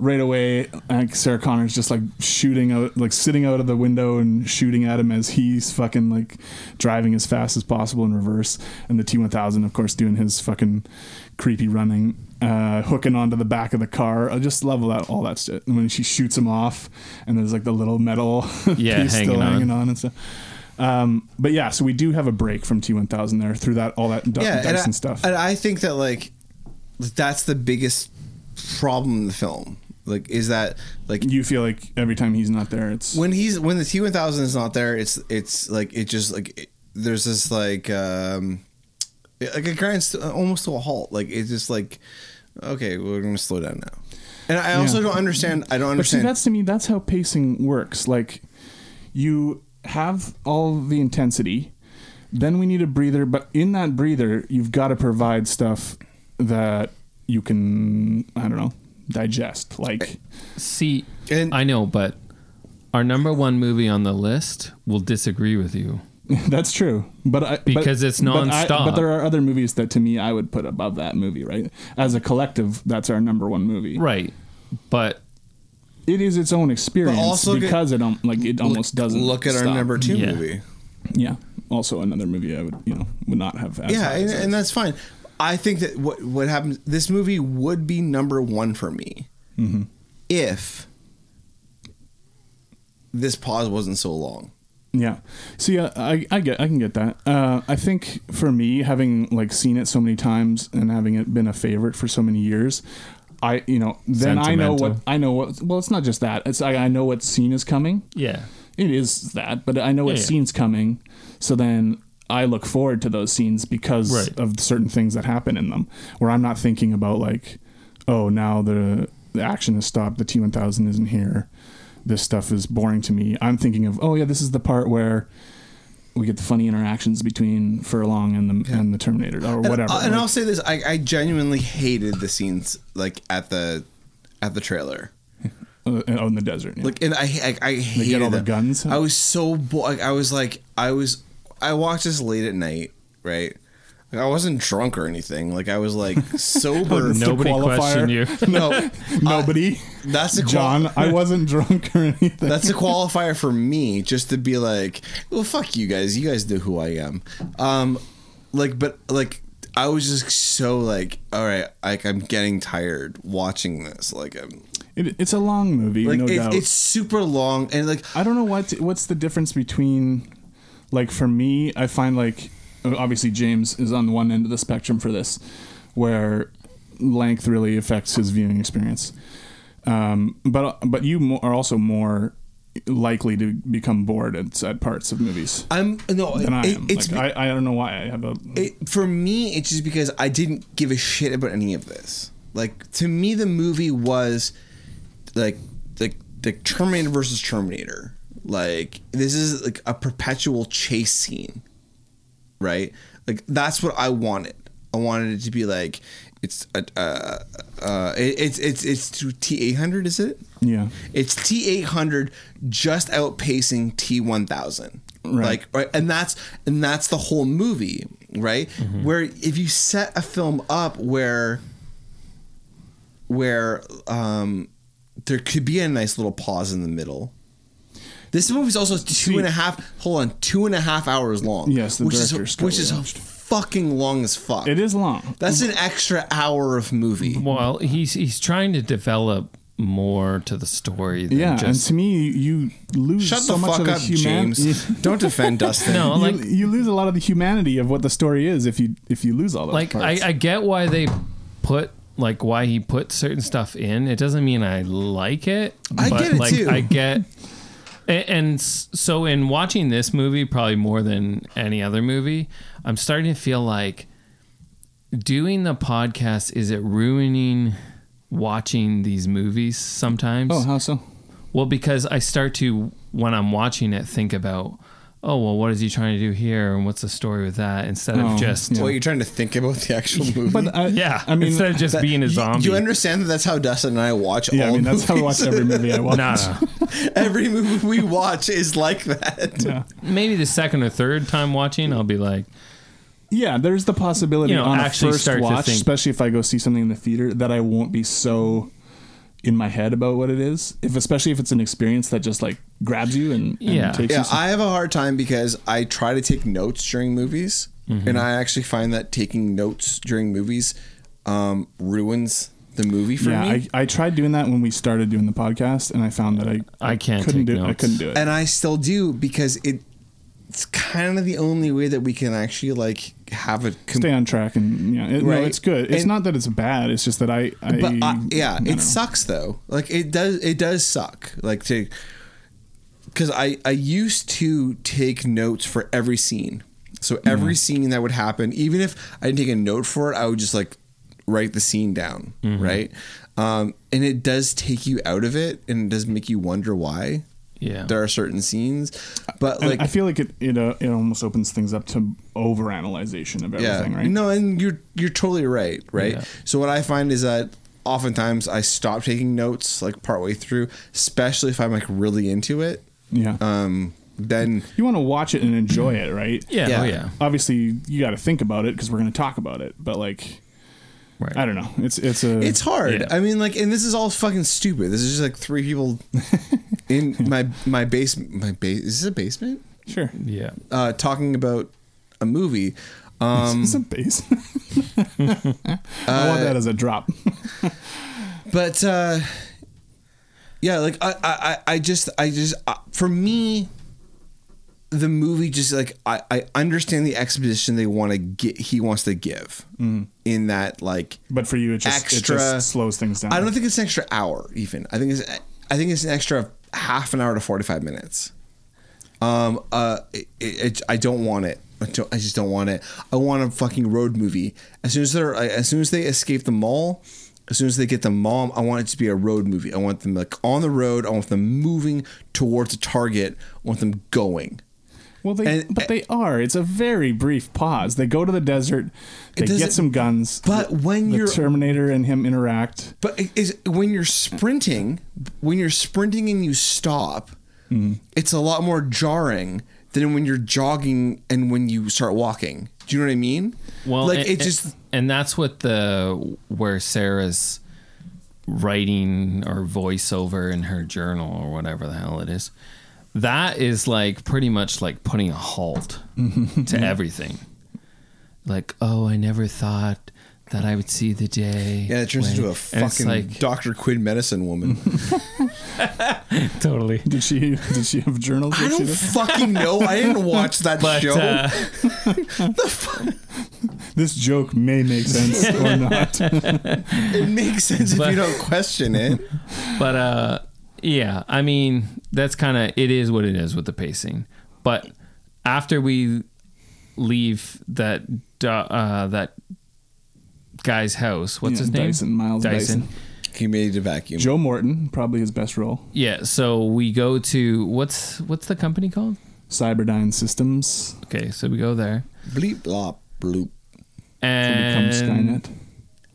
Speaker 2: right away like Sarah Connor's just like shooting out like sitting out of the window and shooting at him as he's fucking like driving as fast as possible in reverse and the T1000 of course doing his fucking creepy running uh, hooking onto the back of the car I just love that all that shit and when she shoots him off and there's like the little metal *laughs*
Speaker 3: Yeah,
Speaker 2: piece still
Speaker 3: hanging on.
Speaker 2: hanging on and stuff um, but yeah, so we do have a break from T1000 there through that all that du-
Speaker 1: and
Speaker 2: Dyson
Speaker 1: I,
Speaker 2: stuff.
Speaker 1: And I think that like that's the biggest problem in the film. Like is that like
Speaker 2: you feel like every time he's not there, it's
Speaker 1: when he's when the T one thousand is not there, it's it's like it just like it, there's this like um like it grinds to, almost to a halt. Like it's just like okay, we're gonna slow down now. And I also
Speaker 2: Yeah.
Speaker 1: don't understand. I don't
Speaker 2: but see,
Speaker 1: understand.
Speaker 2: that's to me, that's how pacing works. Like you have all the intensity, then we need a breather, but in that breather, you've got to provide stuff that you can, I don't know, digest. Like,
Speaker 3: See,
Speaker 1: And-
Speaker 3: I know, but our number one movie on the list will disagree with you.
Speaker 2: That's true, but I, but-
Speaker 3: Because it's
Speaker 2: but I- But,
Speaker 3: nonstop.
Speaker 2: there are other movies that, to me, I would put above that movie. Right, as a collective, that's our number one movie.
Speaker 3: Right. But
Speaker 2: It is its own experience
Speaker 1: also get-
Speaker 2: because it um, like it almost doesn't
Speaker 1: look at our
Speaker 2: stop.
Speaker 1: number two
Speaker 3: Yeah.
Speaker 1: movie.
Speaker 2: Yeah, also another movie I would you know would not have. As
Speaker 1: Yeah,
Speaker 2: high
Speaker 1: and,
Speaker 2: as
Speaker 1: and that's fine. I think that what what happens. This movie would be number one for me
Speaker 2: Mm-hmm.
Speaker 1: if this pause wasn't so long.
Speaker 2: Yeah. So yeah, I, I get I can get that. Uh, I think for me, having like seen it so many times and having it been a favorite for so many years, I you know then I know what
Speaker 3: Sentimental.
Speaker 2: I know what. Well, it's not just that. It's I, I know what scene is coming.
Speaker 3: yeah.
Speaker 2: It is that, but I know what
Speaker 3: Yeah, yeah.
Speaker 2: scene's coming, so then I look forward to those scenes because
Speaker 3: Right.
Speaker 2: of certain things that happen in them. Where I'm not thinking about like, oh, now the the action has stopped, the T1000 isn't here, this stuff is boring to me. I'm thinking of, oh yeah, this is the part where we get the funny interactions between Furlong and the and the Terminator or whatever.
Speaker 1: Uh, And, and
Speaker 2: Like,
Speaker 1: I'll say this: I, I genuinely hated the scenes like at the at the trailer.
Speaker 2: uh, out in the desert. yeah.
Speaker 1: Like, and I I, I hated
Speaker 2: get all the
Speaker 1: them.
Speaker 2: guns?
Speaker 1: I was so bored. I was like, I was, I watched this late at night, right? Like, I wasn't drunk or anything. Like I was
Speaker 2: *laughs*
Speaker 1: like sober.
Speaker 2: That's the
Speaker 3: Nobody
Speaker 2: qualifier.
Speaker 3: questioned you.
Speaker 1: *laughs*
Speaker 2: *laughs*
Speaker 1: no, *laughs*
Speaker 2: Nobody.
Speaker 1: that's a qual-
Speaker 2: John, I wasn't *laughs* drunk or anything.
Speaker 1: That's a qualifier for me, just to be like, well, fuck you guys. You guys know who I am. Um, like, but like, I was just so like, all right, like I'm getting tired watching this. Like, I'm
Speaker 2: It, it's a long movie,
Speaker 1: like
Speaker 2: no
Speaker 1: it,
Speaker 2: doubt.
Speaker 1: it's super long and like
Speaker 2: I don't know what what's the difference between like for me, I find like obviously James is on the one end of the spectrum for this, where length really affects his viewing experience. Um, but but you mo- are also more likely to become bored at, at parts of movies
Speaker 1: I'm no,
Speaker 2: than I
Speaker 1: Uh, it-
Speaker 2: am.
Speaker 1: it's
Speaker 2: like, I, I don't know why I have a
Speaker 1: it, for me, it's just because I didn't give a shit about any of this. Like to me, the movie was like like the Terminator versus Terminator. Like this is like a perpetual chase scene, right? Like that's what I wanted. I wanted it to be like it's a, uh, uh, it, it's it's it's T eight hundred, is it?
Speaker 2: yeah.
Speaker 1: It's T800 just outpacing T1000.
Speaker 2: Right.
Speaker 1: Like right and that's and that's the whole movie, right?
Speaker 2: Mm-hmm.
Speaker 1: Where if you set a film up where where um there could be a nice little pause in the middle. This movie's also two and a half. hold on, two and a half hours long.
Speaker 2: Yes, the
Speaker 1: which is
Speaker 2: director's cut
Speaker 1: which
Speaker 2: we
Speaker 1: is
Speaker 2: watched.
Speaker 1: fucking long as fuck.
Speaker 2: It is long.
Speaker 1: That's an extra hour of movie.
Speaker 3: Well, he's he's trying to develop more to the story. Than
Speaker 2: Yeah, and
Speaker 3: just,
Speaker 2: to me, you lose
Speaker 1: Shut
Speaker 2: so
Speaker 1: the
Speaker 2: much
Speaker 1: fuck
Speaker 2: of the
Speaker 1: up,
Speaker 2: human- *laughs*
Speaker 1: James. Don't defend Dustin.
Speaker 3: no,
Speaker 2: you,
Speaker 3: like
Speaker 2: you lose a lot of the humanity of what the story is if you if you lose all those
Speaker 3: like
Speaker 2: parts.
Speaker 3: I, I get why they put like why he put certain stuff in. It doesn't mean I like it.
Speaker 1: I
Speaker 3: but,
Speaker 1: get it,
Speaker 3: like,
Speaker 1: too.
Speaker 3: I get. a- And s- so in watching this movie, probably more than any other movie, I'm starting to feel like doing the podcast is it ruining watching these movies sometimes?
Speaker 2: oh, how so?
Speaker 3: Well, because I start to when I'm watching it think about, oh well, what is he trying to do here, and what's the story with that? Instead
Speaker 2: Oh,
Speaker 3: of just
Speaker 2: yeah.
Speaker 1: Well, you're trying to think about the actual movie.
Speaker 2: *laughs* But I,
Speaker 3: yeah,
Speaker 2: I mean,
Speaker 3: instead of just
Speaker 1: That-
Speaker 3: being a
Speaker 1: you-
Speaker 3: zombie.
Speaker 1: You understand that that's how Dustin and I watch
Speaker 2: *laughs* yeah, I
Speaker 1: all
Speaker 2: mean that's how I watch
Speaker 1: movies. *laughs*
Speaker 2: every movie
Speaker 3: *laughs*
Speaker 2: I watch.
Speaker 3: No,
Speaker 2: *laughs*
Speaker 3: no, no.
Speaker 1: every movie we watch is like that.
Speaker 2: Yeah.
Speaker 3: maybe the second or third time watching, I'll be like,
Speaker 2: yeah, there's the possibility
Speaker 3: You know,
Speaker 2: on a
Speaker 3: actually
Speaker 2: first
Speaker 3: start to
Speaker 2: watch,
Speaker 3: think.
Speaker 2: especially if I go see something in the theater, that I won't be so in my head about what it is. If especially if it's an experience that just like grabs you and, and
Speaker 3: Yeah.
Speaker 2: takes
Speaker 1: Yeah,
Speaker 2: you. some-
Speaker 1: I have a hard time because I try to take notes during movies,
Speaker 2: Mm-hmm.
Speaker 1: and I actually find that taking notes during movies um, ruins the movie for
Speaker 2: yeah,
Speaker 1: me.
Speaker 2: I, I tried doing that when we started doing the podcast, and I found that I
Speaker 3: I can't
Speaker 2: couldn't
Speaker 3: take
Speaker 2: do I
Speaker 3: notes.
Speaker 2: couldn't do it.
Speaker 1: and I still do because it. It's kind of the only way that we can actually like have a com-
Speaker 2: Stay on track, and yeah, it, no,
Speaker 1: Right.
Speaker 2: it's good. It's
Speaker 1: And-
Speaker 2: not that it's bad. It's just that I, I
Speaker 1: but I, yeah,
Speaker 2: I
Speaker 1: it
Speaker 2: don't know.
Speaker 1: sucks though. Like it does, it does suck. Like to, because I I used to take notes for every scene. So
Speaker 2: Mm-hmm.
Speaker 1: every scene that would happen, even if I didn't take a note for it, I would just like write the scene down,
Speaker 2: Mm-hmm.
Speaker 1: right? Um, and it does take you out of it, and it does make you wonder why
Speaker 3: yeah,
Speaker 1: there are certain scenes. But
Speaker 2: And
Speaker 1: like,
Speaker 2: I feel like it it, uh, it almost opens things up to overanalyzation of
Speaker 1: yeah,
Speaker 2: everything, right?
Speaker 1: no, and you're you're totally right, right?
Speaker 3: Yeah.
Speaker 1: So what I find is that oftentimes I stop taking notes like partway through, especially if I'm like really into it.
Speaker 2: Yeah.
Speaker 1: Um, then
Speaker 2: you want to watch it and enjoy it, right?
Speaker 3: yeah,
Speaker 1: yeah.
Speaker 3: Oh, yeah,
Speaker 2: Obviously, you got to think about it because we're going to talk about it. But like,
Speaker 3: right.
Speaker 2: I don't know. It's it's a
Speaker 1: it's hard.
Speaker 3: Yeah.
Speaker 1: I mean, like, and this is all fucking stupid. This is just like three people in my my basement. My base is this a basement?
Speaker 2: sure.
Speaker 3: yeah.
Speaker 1: Uh, talking about a movie. Um, uh,
Speaker 2: it's a base. *laughs* I want that as a drop. *laughs*
Speaker 1: but uh yeah like i i i I just i just uh, for me the movie just like i i understand the exposition they want to get he wants to give in that like
Speaker 2: But for you, it just
Speaker 1: Extra-
Speaker 2: it just slows things down.
Speaker 1: i don't think it's an extra hour even i think it's i think it's an extra half an hour to 45 minutes um uh it, it, it- i don't want it I, don't, I just don't want it. I want a fucking road movie. As soon as they're, as soon as they escape the mall, as soon as they get the mall, I want it to be a road movie. I want them like on the road. I want them moving towards a target. I want them going.
Speaker 2: Well, they
Speaker 1: And-
Speaker 2: but they are. It's a very brief pause. They go to the desert. They
Speaker 1: doesn't-
Speaker 2: get some guns.
Speaker 1: but
Speaker 2: The-
Speaker 1: when
Speaker 2: the
Speaker 1: you're-
Speaker 2: Terminator and him interact,
Speaker 1: But it- is when you're sprinting, when you're sprinting and you stop, it's a lot more jarring than when you're jogging and when you start walking. Do you know what I mean?
Speaker 3: Well,
Speaker 1: like
Speaker 3: and,
Speaker 1: it just
Speaker 3: and that's what the where Sarah's writing or voiceover in her journal or whatever the hell it is. That is like pretty much like putting a halt
Speaker 1: Mm-hmm.
Speaker 3: to everything. Like, oh, I never thought that I would see the day.
Speaker 1: yeah, it turns into
Speaker 3: when-"
Speaker 1: a
Speaker 3: And it's
Speaker 1: fucking
Speaker 3: like,
Speaker 1: Doctor Quinn medicine woman.
Speaker 3: totally.
Speaker 2: did she *laughs* did she have journals?
Speaker 1: I
Speaker 2: that she
Speaker 1: don't
Speaker 2: did?
Speaker 1: fucking know. I didn't watch that
Speaker 3: But
Speaker 1: show.
Speaker 3: uh,
Speaker 2: This joke may make sense
Speaker 3: *laughs*
Speaker 2: or not.
Speaker 1: it makes sense if
Speaker 3: but-
Speaker 1: you don't question it.
Speaker 3: but uh yeah i mean that's kind of it is what it is with the pacing but after we leave that do- uh that guy's house what's
Speaker 2: Yeah,
Speaker 3: his name
Speaker 2: Dyson, Miles Dyson.
Speaker 1: He made a vacuum.
Speaker 2: Joe Morton, probably his best role.
Speaker 3: yeah so we go to what's what's the company called
Speaker 2: Cyberdyne Systems
Speaker 3: okay so we go there
Speaker 1: Bleep blop bloop.
Speaker 2: becomes
Speaker 3: and
Speaker 2: Skynet.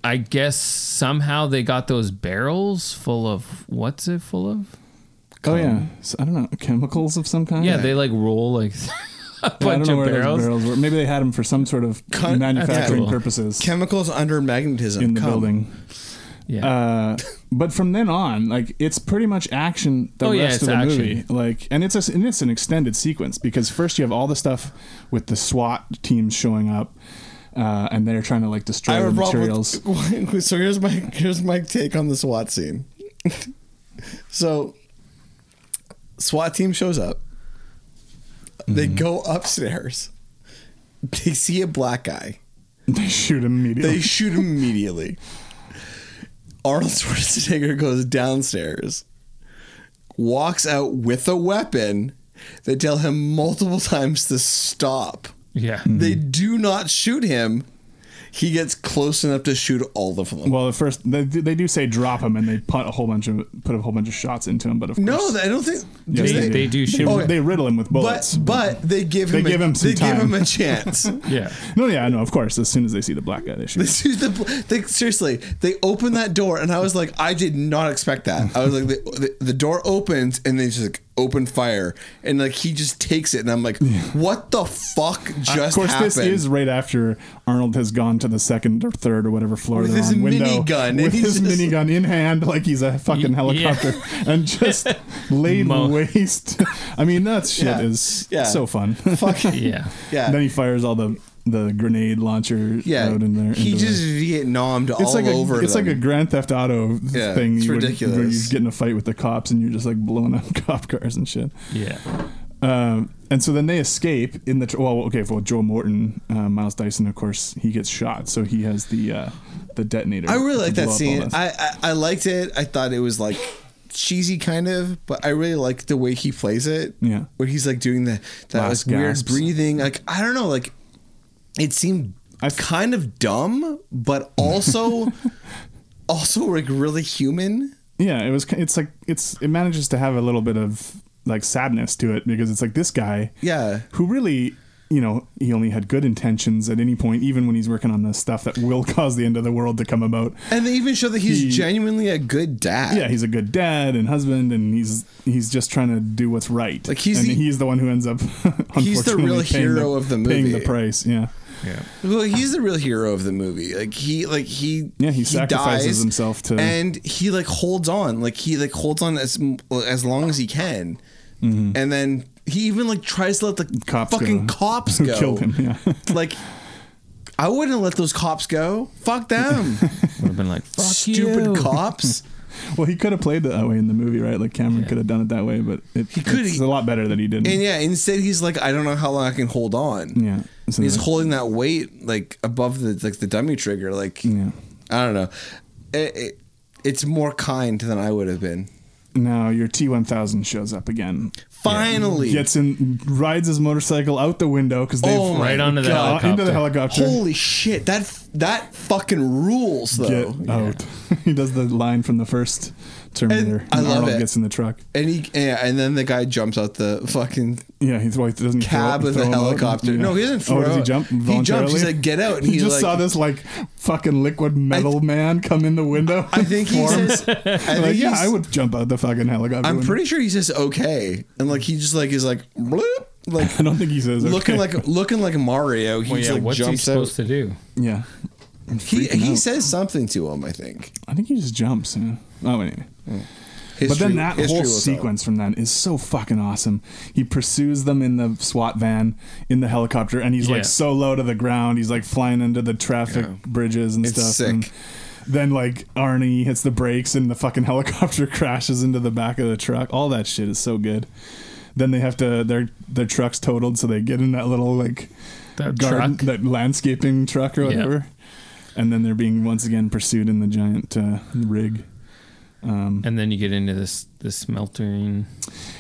Speaker 3: i guess somehow they got those barrels full of what's it full of
Speaker 2: Oh yeah, so, I don't know chemicals of some kind.
Speaker 3: yeah they like roll like *laughs* a
Speaker 2: Oh, I don't
Speaker 3: bunch
Speaker 2: know
Speaker 3: of
Speaker 2: where
Speaker 3: barrels
Speaker 2: those barrels were. Maybe they had them for some sort of
Speaker 1: Cut-
Speaker 2: manufacturing
Speaker 3: That's cool.
Speaker 2: purposes
Speaker 1: Chemicals under magnetism
Speaker 2: in the
Speaker 1: come.
Speaker 2: building.
Speaker 3: yeah
Speaker 2: Uh, but from then on, like it's pretty much action the
Speaker 3: Oh, yeah,
Speaker 2: rest
Speaker 3: it's
Speaker 2: of the
Speaker 3: action.
Speaker 2: movie. Like, and it's a, and it's an extended sequence because first you have all the stuff with the SWAT teams showing up, uh, and they're trying to like destroy
Speaker 1: I
Speaker 2: the
Speaker 1: have a problem
Speaker 2: materials. *laughs*
Speaker 1: with- *laughs* so here's my here's my take on the SWAT scene. *laughs* so SWAT team shows up. They go upstairs. They see a black guy.
Speaker 2: they shoot immediately. *laughs*
Speaker 1: They shoot him immediately. Arnold Schwarzenegger goes downstairs, walks out with a weapon. They tell him multiple times to stop.
Speaker 3: yeah
Speaker 2: hmm.
Speaker 1: They
Speaker 2: Mm-hmm.
Speaker 1: do not shoot him. He gets close enough to shoot all of them.
Speaker 2: well, at first they, they do say drop him, and they put a whole bunch of put a whole bunch of shots into him. But of
Speaker 1: No,
Speaker 2: course,
Speaker 1: I don't think.
Speaker 2: Yes,
Speaker 3: They- they do
Speaker 2: They,
Speaker 3: shoot
Speaker 2: oh,
Speaker 1: him.
Speaker 2: they riddle him with bullets.
Speaker 1: But but they give him
Speaker 2: They
Speaker 1: a,
Speaker 2: give him some
Speaker 1: they
Speaker 2: time.
Speaker 1: give him a
Speaker 2: *laughs*
Speaker 1: chance.
Speaker 3: yeah
Speaker 2: no, yeah, no. Of course, as soon as they see the black guy, they shoot.
Speaker 1: They shoot the- they- seriously, they open that door, and I was like, I did not expect that. I was like, the, the, the door opens, and they just like open fire, and like he just takes it, and I'm like, what the fuck just
Speaker 2: of course,
Speaker 1: happened?
Speaker 2: this is right after Arnold has gone to the second or third or whatever floor
Speaker 1: With
Speaker 2: they're
Speaker 1: his
Speaker 2: on. Window
Speaker 1: minigun, and
Speaker 2: with
Speaker 1: he's
Speaker 2: his
Speaker 1: just-
Speaker 2: minigun in hand, like he's a fucking
Speaker 3: Y-
Speaker 2: helicopter, and
Speaker 3: *laughs*
Speaker 2: just laid
Speaker 3: Mo-
Speaker 2: waste. I mean, that shit
Speaker 1: Yeah.
Speaker 2: is
Speaker 1: Yeah.
Speaker 2: so fun.
Speaker 1: fucking
Speaker 3: yeah
Speaker 1: yeah.
Speaker 2: then he fires all the the grenade launcher
Speaker 1: yeah,
Speaker 2: out in there.
Speaker 1: he
Speaker 2: into the-
Speaker 1: just Vietnamed all
Speaker 2: it's like
Speaker 1: over.
Speaker 2: a, it's like a
Speaker 1: them.
Speaker 2: Grand Theft Auto
Speaker 1: Yeah,
Speaker 2: thing.
Speaker 1: it's
Speaker 2: you would-
Speaker 1: ridiculous.
Speaker 2: Where you get in a fight with the cops and you're just like blowing up *laughs* cop cars and shit.
Speaker 3: yeah
Speaker 2: Um, and so then they escape in the tr- well. Okay, well, Joe Morton, uh, Miles Dyson, of course, he gets shot, so he has the uh, the detonator.
Speaker 1: I really like that
Speaker 2: to blow up all
Speaker 1: scene.
Speaker 2: this.
Speaker 1: I, I I liked it. I thought it was like cheesy kind of, but I really like the way he plays it.
Speaker 2: Yeah.
Speaker 1: Where he's like doing the that
Speaker 2: Last
Speaker 1: was weird
Speaker 2: gasps.
Speaker 1: breathing. Like I don't know, like it seemed
Speaker 2: I f-
Speaker 1: kind of dumb, but
Speaker 2: *laughs*
Speaker 1: also also like really human.
Speaker 2: yeah, it was. ki- It's like it's it manages to have a little bit of like sadness to it because it's like this guy,
Speaker 1: Yeah.
Speaker 2: who really. You know, he only had good intentions at any point, even when he's working on the stuff that will *laughs* cause the end of the world to come about.
Speaker 1: And they even show that he's
Speaker 2: He-
Speaker 1: genuinely a good dad.
Speaker 2: Yeah, he's a good dad and husband, and he's he's just trying to do what's right.
Speaker 1: Like, he's
Speaker 2: and
Speaker 1: the-
Speaker 2: he's the one who ends up. *laughs*
Speaker 1: He's the real
Speaker 2: unfortunately paying
Speaker 1: hero of the
Speaker 2: paying the
Speaker 1: movie.
Speaker 2: price. Yeah,
Speaker 1: Well, he's the real hero of the movie. Like he, like he,
Speaker 2: Yeah, he sacrifices himself to-
Speaker 1: and he like holds on, like he like holds on as as long as he can, and then he even like tries to let the
Speaker 2: Mm-hmm. Cops
Speaker 1: fucking
Speaker 2: go.
Speaker 1: cops
Speaker 2: *laughs* Who
Speaker 1: go.
Speaker 2: killed him, yeah.
Speaker 1: like I wouldn't let those cops go.
Speaker 2: *laughs*
Speaker 1: Fuck them,
Speaker 3: would have been like Fuck
Speaker 1: stupid
Speaker 3: you.
Speaker 1: cops.
Speaker 2: Well, he could have played it that way in the movie, right? Like Cameron could have done it that way, but it,
Speaker 1: could-
Speaker 2: it's a lot better that he didn't.
Speaker 1: And yeah, instead he's like, I don't know how long I can hold on.
Speaker 2: yeah, so
Speaker 1: he's
Speaker 2: like,
Speaker 1: holding that weight like above the like the dummy trigger. Like
Speaker 2: Yeah.
Speaker 1: I don't know. It, it, it's more kind than I would have been.
Speaker 2: now your T one thousand shows up again.
Speaker 1: Finally.
Speaker 2: Gets in, rides his motorcycle out the window because they've
Speaker 1: Oh my
Speaker 3: Right onto the
Speaker 2: got into the helicopter.
Speaker 1: Holy shit! That f- that fucking rules
Speaker 2: Get
Speaker 1: though.
Speaker 2: out! *laughs* he does the line from the first Terminator.
Speaker 1: I love
Speaker 2: Arnold
Speaker 1: it.
Speaker 2: Gets in the truck.
Speaker 1: And he yeah, and then the guy jumps out the fucking
Speaker 2: Yeah, he's why doesn't he
Speaker 1: cab
Speaker 2: throw,
Speaker 1: with a
Speaker 2: throw him out?
Speaker 1: helicopter.
Speaker 2: Yeah.
Speaker 1: No, he doesn't throw
Speaker 2: Oh, does he
Speaker 1: out.
Speaker 2: jump?
Speaker 1: He jumps.
Speaker 2: voluntarily?
Speaker 1: He's like, "Get out," and
Speaker 2: he
Speaker 1: he's
Speaker 2: just
Speaker 1: like-
Speaker 2: saw this like fucking liquid metal man come in the window.
Speaker 1: I think he
Speaker 2: *laughs* for him.
Speaker 1: says. *laughs* I think
Speaker 2: Like, yeah,
Speaker 1: he's-
Speaker 2: I would jump out the fucking helicopter.
Speaker 1: I'm
Speaker 2: window.
Speaker 1: pretty sure he says okay, and like he just like is like bloop, like
Speaker 2: *laughs* *laughs* I don't think he says
Speaker 1: looking
Speaker 2: okay.
Speaker 1: like looking like Mario. He
Speaker 3: Well,
Speaker 1: just
Speaker 3: yeah,
Speaker 1: like
Speaker 3: what's he
Speaker 1: jumps out.
Speaker 3: supposed to do?
Speaker 2: yeah. I'm
Speaker 1: He
Speaker 2: freaking
Speaker 1: he
Speaker 2: out.
Speaker 1: says something to him. I think.
Speaker 2: I think he just jumps. Yeah. Oh, anyway.
Speaker 1: History,
Speaker 2: but then that
Speaker 1: history
Speaker 2: whole
Speaker 1: will tell.
Speaker 2: sequence from then is so fucking awesome. He pursues them in the SWAT van, in the helicopter, and he's
Speaker 3: Yeah.
Speaker 2: like so low to the ground. He's like flying into the traffic bridges and
Speaker 1: It's
Speaker 2: stuff.
Speaker 1: sick.
Speaker 2: And then like Arnie hits the brakes and the fucking *laughs* helicopter crashes into the back of the truck. All that shit is so good. Then they have to their their truck's totaled, so they get in that little like
Speaker 3: That
Speaker 2: garden,
Speaker 3: truck.
Speaker 2: that landscaping truck or
Speaker 3: Yeah.
Speaker 2: whatever. And then they're being once again pursued in the giant uh, rig.
Speaker 3: And then you get into this this smeltering.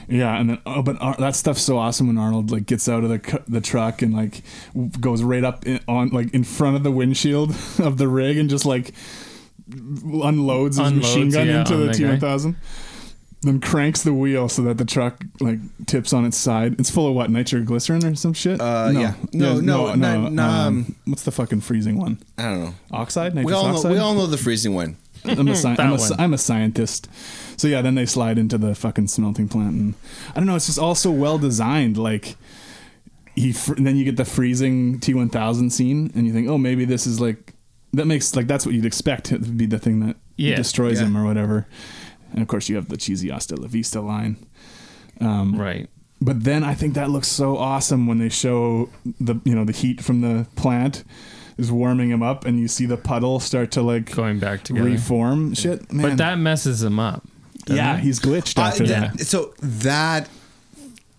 Speaker 2: Yeah, and then oh, but Ar- that stuff's so awesome when Arnold like gets out of the cu- the truck and like w- goes right up in, on like in front of the windshield *laughs* of the rig and just like unloads his
Speaker 3: Unloads,
Speaker 2: machine gun
Speaker 3: yeah,
Speaker 2: into
Speaker 3: on
Speaker 2: the
Speaker 3: that
Speaker 2: T
Speaker 3: guy.
Speaker 2: one thousand. Then cranks the wheel so that the truck like tips on its side. It's full of what nitroglycerin or some shit. Uh,
Speaker 1: yeah. No, no, no, no, um,
Speaker 2: what's the fucking freezing one?
Speaker 1: I don't know.
Speaker 2: Oxide. Nitrous
Speaker 1: We all know.
Speaker 2: oxide?
Speaker 1: We all know the freezing one.
Speaker 2: I'm
Speaker 3: *laughs*
Speaker 2: a, sci-
Speaker 3: That
Speaker 2: I'm, a,
Speaker 3: one.
Speaker 2: sci- I'm a scientist. So yeah, then they slide into the fucking smelting plant, and I don't know. It's just all so well designed. Like he, fr- and then you get the freezing T1000 scene, and you think, oh, maybe this is like that makes like that's what you'd expect it to be the thing that
Speaker 3: Yeah.
Speaker 2: destroys
Speaker 1: Yeah.
Speaker 2: him or whatever. And of course, you have the cheesy hasta la vista line.
Speaker 3: Right.
Speaker 2: But then I think that looks so awesome when they show the you know the heat from the plant is warming him up, and you see the puddle start to like
Speaker 3: Going back together.
Speaker 2: reform shit. Man.
Speaker 3: But that messes him up. doesn't
Speaker 2: Yeah,
Speaker 3: it?
Speaker 2: he's glitched after
Speaker 1: I-
Speaker 2: that.
Speaker 1: th- So that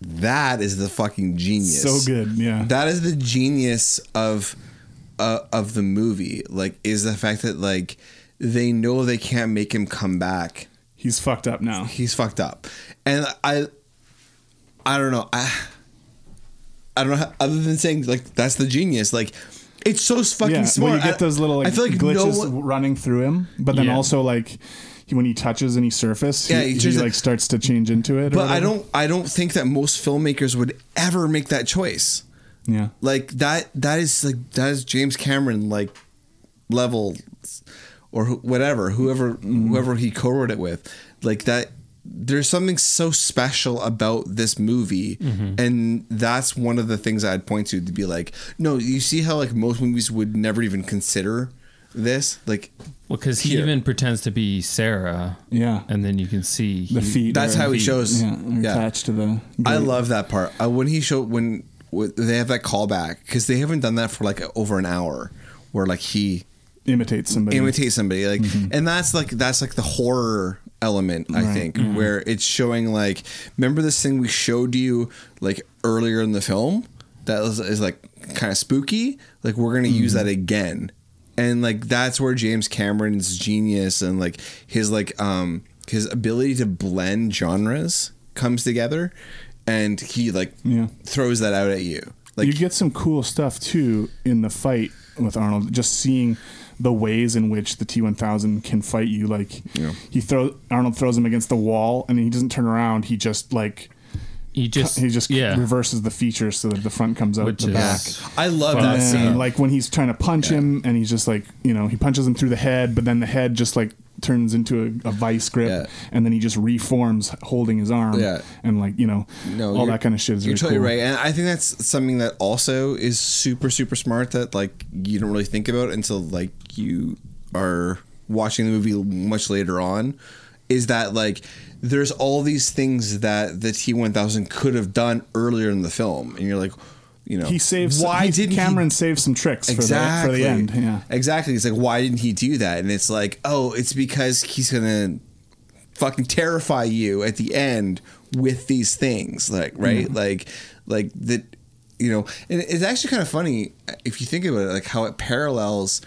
Speaker 1: that is the fucking genius.
Speaker 2: So good, yeah.
Speaker 1: That is the genius of uh, of the movie. Like, is the fact that like they know they can't make him come back.
Speaker 2: He's fucked up now.
Speaker 1: He's fucked up, and I I don't know. I I don't know. How, other than saying like that's the genius. Like, it's so fucking
Speaker 2: Yeah,
Speaker 1: smart.
Speaker 2: well, you get those little like,
Speaker 1: I feel like no
Speaker 2: glitches
Speaker 1: one-
Speaker 2: running through him, but then
Speaker 3: Yeah.
Speaker 2: also like he, when he touches and he surface,
Speaker 1: Yeah,
Speaker 2: he,
Speaker 1: he
Speaker 2: he,
Speaker 1: turns it-
Speaker 2: like starts to change into it. or
Speaker 1: but I
Speaker 2: whatever.
Speaker 1: don't. I don't think that most filmmakers would ever make that choice.
Speaker 2: Yeah,
Speaker 1: like that that is like that is James Cameron like level or wh- whatever whoever whoever he co-wrote it with like that there's something so special about this movie and that's one of the things I'd point to to be like no you see how like most movies would never even consider this like
Speaker 3: Well, because he
Speaker 1: Here.
Speaker 3: even pretends to be Sarah.
Speaker 2: Yeah.
Speaker 3: And then you can see
Speaker 2: the
Speaker 3: he-
Speaker 2: feet.
Speaker 1: Mm, that's
Speaker 2: are-
Speaker 1: how he
Speaker 2: feet,
Speaker 1: shows-
Speaker 2: Yeah, are
Speaker 1: yeah.
Speaker 2: attached to the.
Speaker 1: I
Speaker 2: grate.
Speaker 1: love that part uh, when he showed when, when they have that callback because they haven't done that for like over an hour where like he
Speaker 2: imitate somebody.
Speaker 1: imitate somebody like
Speaker 2: Mm-hmm.
Speaker 1: and that's like that's like the horror element i think
Speaker 2: Mm-hmm.
Speaker 1: where it's showing like remember this thing we showed you like earlier in the film that was, is like kind of spooky like we're gonna use
Speaker 2: Mm-hmm.
Speaker 1: that again and like that's where james cameron's genius and like his like um his ability to blend genres comes together and he like
Speaker 2: Yeah.
Speaker 1: throws that out at you like
Speaker 2: you get some cool stuff too in the fight with Arnold. Just seeing the ways in which the T1000 can fight you. Like he throw Arnold throws him against the wall, and he doesn't turn around. He just like
Speaker 3: he just
Speaker 2: he just
Speaker 3: yeah.
Speaker 2: reverses the features so that the front comes out
Speaker 3: Which
Speaker 2: the
Speaker 3: is-
Speaker 2: back.
Speaker 1: i love
Speaker 2: And
Speaker 1: that
Speaker 2: then,
Speaker 1: scene
Speaker 2: like when he's trying to punch him, and he's just like you know he punches him through the head, but then the head just like turns into a, a vice grip,
Speaker 1: Yeah.
Speaker 2: and then he just reforms holding his arm,
Speaker 1: Yeah.
Speaker 2: and like you know
Speaker 1: no,
Speaker 2: all
Speaker 1: you're-
Speaker 2: that kind of shit is
Speaker 1: You're
Speaker 2: really
Speaker 1: totally
Speaker 2: cool.
Speaker 1: right, and I think that's something that also is super super smart that like you don't really think about until like you are watching the movie much later on. Is that like there's all these things that the T1000 could have done earlier in the film, and you're like, you know,
Speaker 2: He saves.
Speaker 1: why
Speaker 2: he-
Speaker 1: didn't he-
Speaker 2: Cameron save some tricks
Speaker 1: exactly
Speaker 2: for the for the end? Yeah.
Speaker 1: exactly. It's like why didn't he do that? And it's like, oh, it's because he's gonna fucking terrify you at the end with these things, like right,
Speaker 2: Mm-hmm.
Speaker 1: like like that. You know, and it's actually kind of funny uh, if you think about it, like how it parallels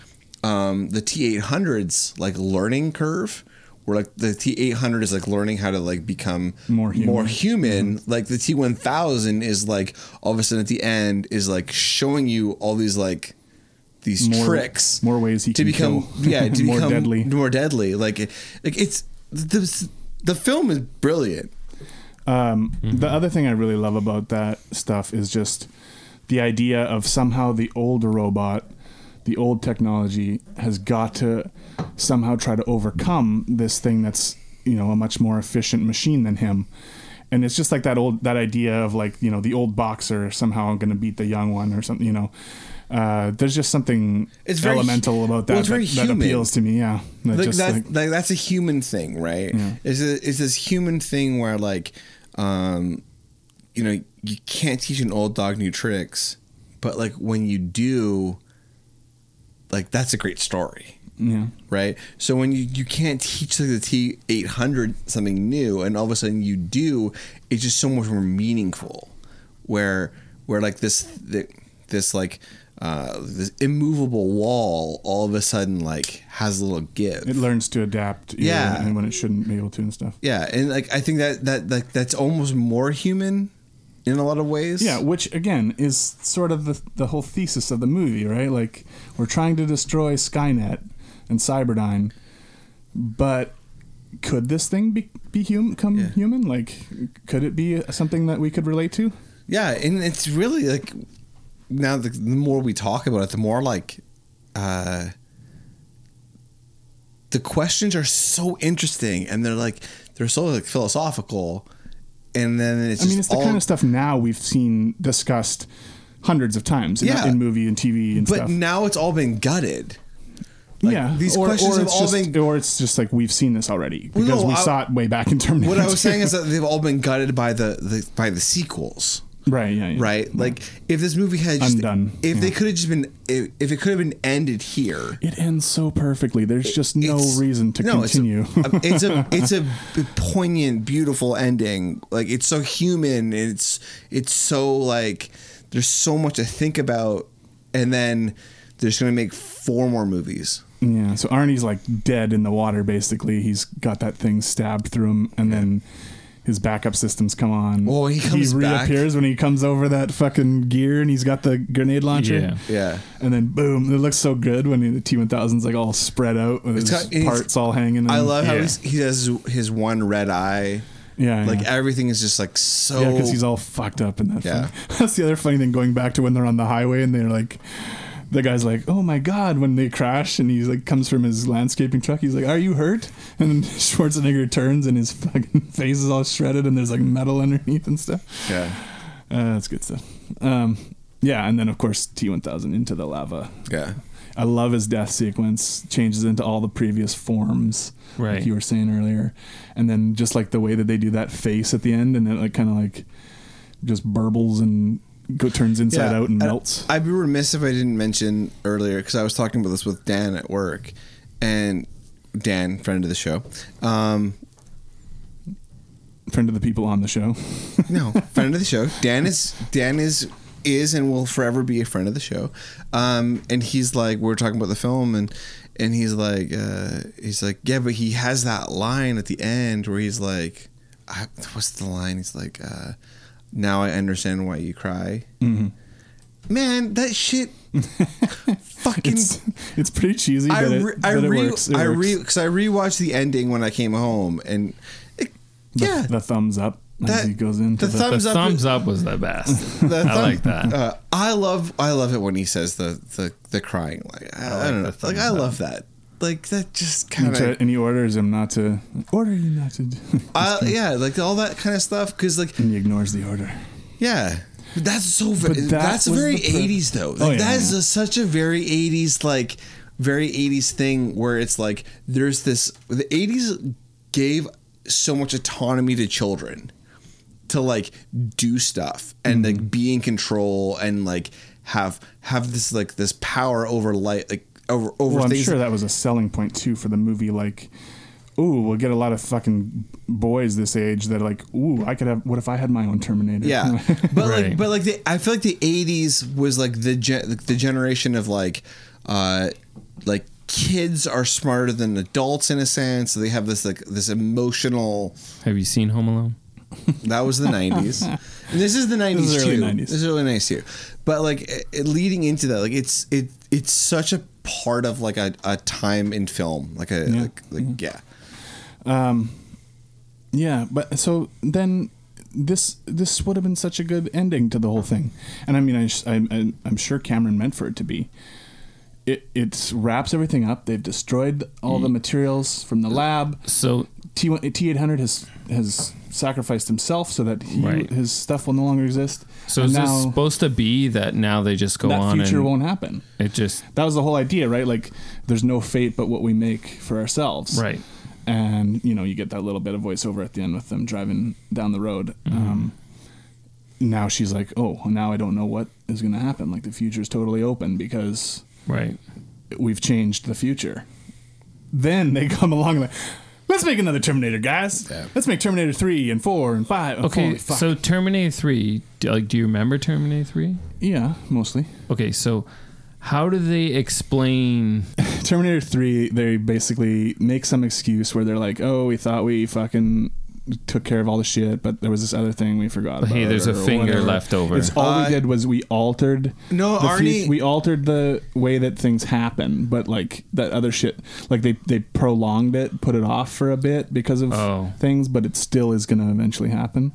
Speaker 1: um, the T eight hundreds like learning curve, where like the T800 is like learning how to like become
Speaker 2: More human. Mm-hmm.
Speaker 1: human, like the T1000 is like all of a sudden at the end is like showing you all these like these
Speaker 2: More-
Speaker 1: tricks
Speaker 2: more ways he
Speaker 1: to
Speaker 2: can
Speaker 1: become
Speaker 2: kill.
Speaker 1: yeah to
Speaker 2: *laughs* More
Speaker 1: become
Speaker 2: deadly.
Speaker 1: more deadly like it- like it's the the film is brilliant
Speaker 2: The other thing I really love about that stuff is just the idea of somehow the old robot, the old technology has got to somehow try to overcome this thing that's, you know, a much more efficient machine than him. And it's just like that old that idea of like, you know, the old boxer somehow going to beat the young one or something, you know. Uh, there's just something
Speaker 1: It's very-
Speaker 2: elemental about that
Speaker 1: well, it's
Speaker 2: that,
Speaker 1: very
Speaker 2: that
Speaker 1: human.
Speaker 2: appeals to me. Yeah, that
Speaker 1: like
Speaker 2: just
Speaker 1: that's
Speaker 2: like,
Speaker 1: like, that's a human thing, right? It's a, it's this human thing where like, um, you know, you can't teach an old dog new tricks, but like when you do, like that's a great story,
Speaker 2: yeah,
Speaker 1: right? So when you you can't teach like the T eight hundred something new, and all of a sudden you do, it's just so much more meaningful. Where where like this the, this like. Uh, this immovable wall all of a sudden like has a little give
Speaker 2: it learns to adapt. even
Speaker 1: Yeah.
Speaker 2: when- and when it shouldn't be able to and stuff.
Speaker 1: yeah and like i think that that like that's almost more human in a lot of ways
Speaker 2: Yeah, which again is sort of the the whole thesis of the movie, right? Like we're trying to destroy Skynet and Cyberdyne, but could this thing be be hum, come
Speaker 1: Yeah.
Speaker 2: human? Like, could it be something that we could relate to?
Speaker 1: yeah and it's really like now the, the more we talk about it the more like uh the questions are so interesting and they're like they're so like philosophical and then it's
Speaker 2: I mean,
Speaker 1: just
Speaker 2: it's the
Speaker 1: all-
Speaker 2: kind of stuff now we've seen discussed hundreds of times in,
Speaker 1: Yeah.
Speaker 2: in movie and TV and
Speaker 1: but
Speaker 2: stuff.
Speaker 1: now it's all been gutted like,
Speaker 2: yeah,
Speaker 1: these questions have
Speaker 2: it's
Speaker 1: all
Speaker 2: just,
Speaker 1: been-
Speaker 2: or it's just like we've seen this already
Speaker 1: Well,
Speaker 2: because
Speaker 1: no,
Speaker 2: we
Speaker 1: I-
Speaker 2: saw it way back in Terminator.
Speaker 1: what i was
Speaker 2: 2.
Speaker 1: saying is that they've all been gutted by the, the by the sequels
Speaker 2: *laughs* right, yeah, yeah.
Speaker 1: right? Like if this movie had just,
Speaker 2: Undone,
Speaker 1: if they
Speaker 2: yeah.
Speaker 1: could have just been, if, if it could have been ended here,
Speaker 2: It ends so perfectly. There's just no
Speaker 1: it's-
Speaker 2: reason to
Speaker 1: no, *laughs*
Speaker 2: continue.
Speaker 1: It's a, it's a it's a poignant, beautiful ending. Like it's so human. It's it's so like there's so much to think about, and then they're just gonna make four more movies.
Speaker 2: *laughs* Yeah, so Arnie's like dead in the water basically. He's got that thing stabbed through him and then his backup systems come on.
Speaker 1: Well, when he comes back-
Speaker 2: reappears when he comes over that fucking gear and he's got the grenade launcher.
Speaker 3: Yeah.
Speaker 1: Yeah.
Speaker 2: And then boom, it looks so good when the T1000's like all spread out with
Speaker 1: It's
Speaker 2: his
Speaker 1: got- it's-
Speaker 2: parts all hanging. in-
Speaker 1: I love how
Speaker 3: Yeah.
Speaker 1: he's, he has his one red eye.
Speaker 2: yeah,
Speaker 1: Like
Speaker 2: yeah.
Speaker 1: everything is just like so.
Speaker 2: Yeah, because he's all fucked up in that.
Speaker 1: Yeah.
Speaker 2: thing. *laughs* that's the other funny thing. Going back to when they're on the highway and they're like, the guy's like, "Oh my god!" When they crash and he's like, comes from his landscaping truck. He's like, "Are you hurt?" And *laughs* then Schwarzenegger turns and his fucking *laughs* face is all shredded and there's like metal underneath and stuff.
Speaker 1: yeah.
Speaker 2: Uh, that's good stuff. Um, yeah, and then of course T one thousand into the lava.
Speaker 1: Yeah.
Speaker 2: I love his death sequence. Changes into all the previous forms,
Speaker 3: Right.
Speaker 2: Like you were saying earlier, and then just like the way that they do that face at the end, and then like kind of like just burbles and go turns inside out and melts.
Speaker 1: I'd be remiss if I didn't mention earlier because I was talking about this with Dan at work, and Dan, friend of the show, um,
Speaker 2: Friend of the people on the show.
Speaker 1: no, friend of the show. Dan is Dan is is and will forever be a friend of the show. Um, and he's like, we're talking about the film, and and he's like, uh, he's like, yeah, but he has that line at the end where he's like, I, what's the line? He's like, uh, now I understand why you cry.
Speaker 2: Mm-hmm.
Speaker 1: Man, that
Speaker 2: *laughs*
Speaker 1: shit. fucking
Speaker 2: It's it's pretty cheesy, but,
Speaker 1: I
Speaker 2: it,
Speaker 1: re-
Speaker 2: but
Speaker 1: I
Speaker 2: it
Speaker 1: re-
Speaker 2: works. It
Speaker 1: I
Speaker 2: works.
Speaker 1: re because I rewatched the ending when I came home and it,
Speaker 2: the,
Speaker 1: yeah,
Speaker 2: the thumbs up as
Speaker 1: That-
Speaker 2: he goes into
Speaker 1: the
Speaker 2: the,
Speaker 1: thumbs
Speaker 3: the
Speaker 1: up
Speaker 3: thumbs
Speaker 1: is-
Speaker 3: up was
Speaker 2: *laughs*
Speaker 3: the best.
Speaker 1: the
Speaker 3: I
Speaker 1: thumb-
Speaker 3: like that.
Speaker 1: Uh, I love I love it when he says the the, the crying like I, I don't know like I love that like that just kind
Speaker 2: and, he
Speaker 1: of
Speaker 2: try- and he orders him not to order you not to, *laughs* do-
Speaker 1: yeah like all that kind of stuff because like
Speaker 2: and he ignores the order.
Speaker 1: yeah. But That's so. Very,
Speaker 2: But that
Speaker 1: that's
Speaker 2: was
Speaker 1: very
Speaker 2: the pre-
Speaker 1: '80s though. Like,
Speaker 2: Oh, yeah,
Speaker 1: that is
Speaker 2: yeah.
Speaker 1: a- such a very '80s like, very '80s thing where it's like there's this. The '80s gave so much autonomy to children to like do stuff and
Speaker 2: Mm-hmm.
Speaker 1: like be in control and like have have this like this power over light like over over
Speaker 2: Well, I'm
Speaker 1: things.
Speaker 2: sure that was a selling point too for the movie. Like, ooh, we'll get a lot of fucking boys this age that are like, ooh, I could have. What if I had my own Terminator?
Speaker 1: Yeah, but
Speaker 3: Right.
Speaker 1: like, but like, the, I feel like the '80s was like the gen, like, the generation of like, uh, like kids are smarter than adults in a sense. So they have this like this emotional.
Speaker 3: Have you seen Home Alone?
Speaker 1: That was the '90s, and this is the '90s
Speaker 2: This is
Speaker 1: too.
Speaker 2: early 90s.
Speaker 1: This is early '90s too. But like it, it- leading into that, like it's it it's such a part of like a, a time in film, like a
Speaker 2: Yeah.
Speaker 1: like, like yeah.
Speaker 2: *laughs* Yeah, but so then this this would have been such a good ending to the whole thing, and I mean, I, s- I'm- I'm I'm sure Cameron meant for it to be. It it wraps everything up. They've destroyed all
Speaker 3: Mm.
Speaker 2: the materials from the lab.
Speaker 3: So
Speaker 2: T T eight hundred has has sacrificed himself so that he,
Speaker 3: Right.
Speaker 2: his stuff will no longer exist.
Speaker 3: so
Speaker 2: And
Speaker 3: is this
Speaker 2: now
Speaker 3: supposed to be that now they just go
Speaker 2: that
Speaker 3: on
Speaker 2: future
Speaker 3: and
Speaker 2: won't happen.
Speaker 3: it just
Speaker 2: That was the whole idea, right? Like, there's no fate but what we make for ourselves
Speaker 3: right.
Speaker 2: and you know you get that little bit of voiceover at the end with them driving down the road.
Speaker 3: Mm-hmm.
Speaker 2: Um, now she's like, "Oh, now I don't know what is going to happen. Like the future's totally open because
Speaker 3: Right.
Speaker 2: we've changed the future." Then they *laughs* come along and like, "Let's make another Terminator, guys. Let's make Terminator three and four and five.
Speaker 3: Okay,
Speaker 2: Holy fuck.
Speaker 3: so Terminator 3, do, like do you remember Terminator 3?
Speaker 2: yeah, mostly
Speaker 3: Okay, so how do they explain
Speaker 2: Terminator three. They basically make some excuse where they're like, "Oh, we thought we fucking." Took care of all the shit, but there was this other thing we forgot.
Speaker 3: Hey,
Speaker 2: about
Speaker 3: there's a
Speaker 2: or
Speaker 3: finger
Speaker 2: whatever.
Speaker 3: left over.
Speaker 2: It's all we did was we altered.
Speaker 1: No,
Speaker 2: the
Speaker 1: Arnie-
Speaker 2: fut- we altered the way that things happen, but like that other shit, like they they prolonged it, put it off for a bit because of
Speaker 3: Oh.
Speaker 2: things, but it still is going to eventually happen.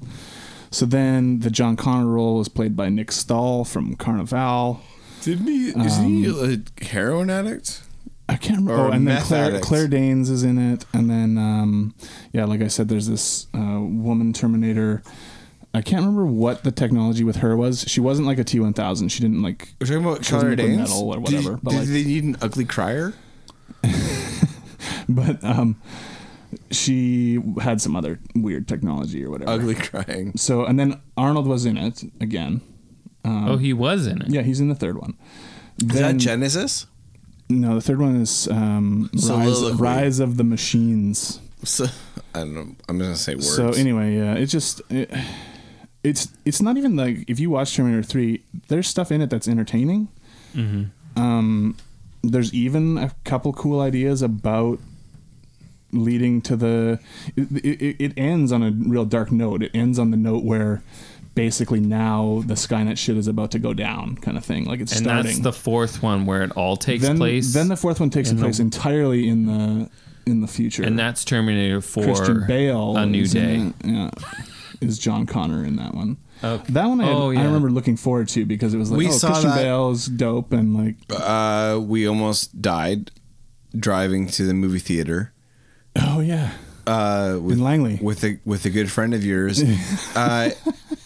Speaker 2: So then the John Connor role is played by Nick Stahl from Carnival.
Speaker 1: Didn't he? Isn't he a heroin addict?
Speaker 2: I can't remember.
Speaker 1: Or
Speaker 2: Oh, and then
Speaker 1: meth
Speaker 2: Claire,
Speaker 1: addict.
Speaker 2: Claire Danes is in it, and then um, yeah, like I said, there's this uh, woman Terminator. I can't remember what the technology with her was. She wasn't like a T1000. She didn't like.
Speaker 1: We're talking about
Speaker 2: she
Speaker 1: Connor
Speaker 2: wasn't liquid
Speaker 1: Danes.
Speaker 2: metal or
Speaker 1: Did-
Speaker 2: whatever.
Speaker 1: Did,
Speaker 2: but like,
Speaker 1: they need an ugly crier?
Speaker 2: but um, she had some other weird technology or whatever.
Speaker 1: Ugly crying.
Speaker 2: So and then Arnold was in it again.
Speaker 3: Oh, he was in it.
Speaker 2: Yeah, he's in the third one.
Speaker 1: Is
Speaker 2: Then-
Speaker 1: that Genesis? *laughs*
Speaker 2: No, the third one is um, Rise,
Speaker 1: Soliloquy.
Speaker 2: Rise of the Machines.
Speaker 1: So, I don't know. I'm gonna say words.
Speaker 2: So anyway, yeah, it's just it, it's it's not even like if you watch Terminator Three, there's stuff in it that's entertaining.
Speaker 3: Mm-hmm.
Speaker 2: Um, there's even a couple cool ideas about leading to the. It, it, it ends on a real dark note. It ends on the note where basically now the Skynet shit is about to go down, kind of thing. Like it's
Speaker 3: And
Speaker 2: starting.
Speaker 3: that's the fourth one where it all takes
Speaker 2: then,
Speaker 3: place.
Speaker 2: then the fourth one takes
Speaker 3: in the-
Speaker 2: place entirely in the in the future.
Speaker 3: and that's Terminator 4
Speaker 2: Christian Bale,
Speaker 3: A New
Speaker 2: is
Speaker 3: Day.
Speaker 2: in it, yeah, is John Connor in that one.
Speaker 3: Okay.
Speaker 2: That one I, had-
Speaker 3: Oh,
Speaker 2: I
Speaker 3: yeah.
Speaker 2: remember looking forward to because it was like,
Speaker 1: We
Speaker 2: oh,
Speaker 1: saw
Speaker 2: Christian
Speaker 1: that-
Speaker 2: Bale's dope and like,
Speaker 1: uh, we almost died driving to the movie theater.
Speaker 2: oh yeah,
Speaker 1: Uh, with,
Speaker 2: Ben Langley.
Speaker 1: with a with a good friend of
Speaker 2: *laughs*
Speaker 1: yours, uh,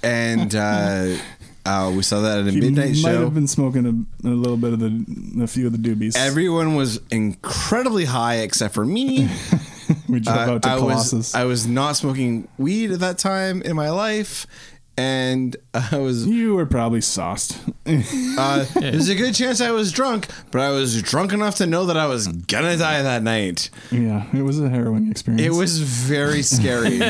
Speaker 1: and uh, uh, we saw that at a
Speaker 2: he
Speaker 1: midnight
Speaker 2: might
Speaker 1: show.
Speaker 2: have been smoking a, a little bit of the a few of the doobies.
Speaker 1: Everyone was incredibly high except for
Speaker 2: *laughs*
Speaker 1: me.
Speaker 2: we drove
Speaker 1: Uh,
Speaker 2: out to
Speaker 1: I
Speaker 2: Colossus.
Speaker 1: was I was not smoking weed at that time in my life, and *laughs* I was.
Speaker 2: you were probably sauced.
Speaker 1: Uh, There's a good chance I was drunk, but I was drunk enough to know that I was gonna die that night.
Speaker 2: yeah, it was a harrowing experience.
Speaker 1: It was very
Speaker 2: *laughs*
Speaker 1: scary.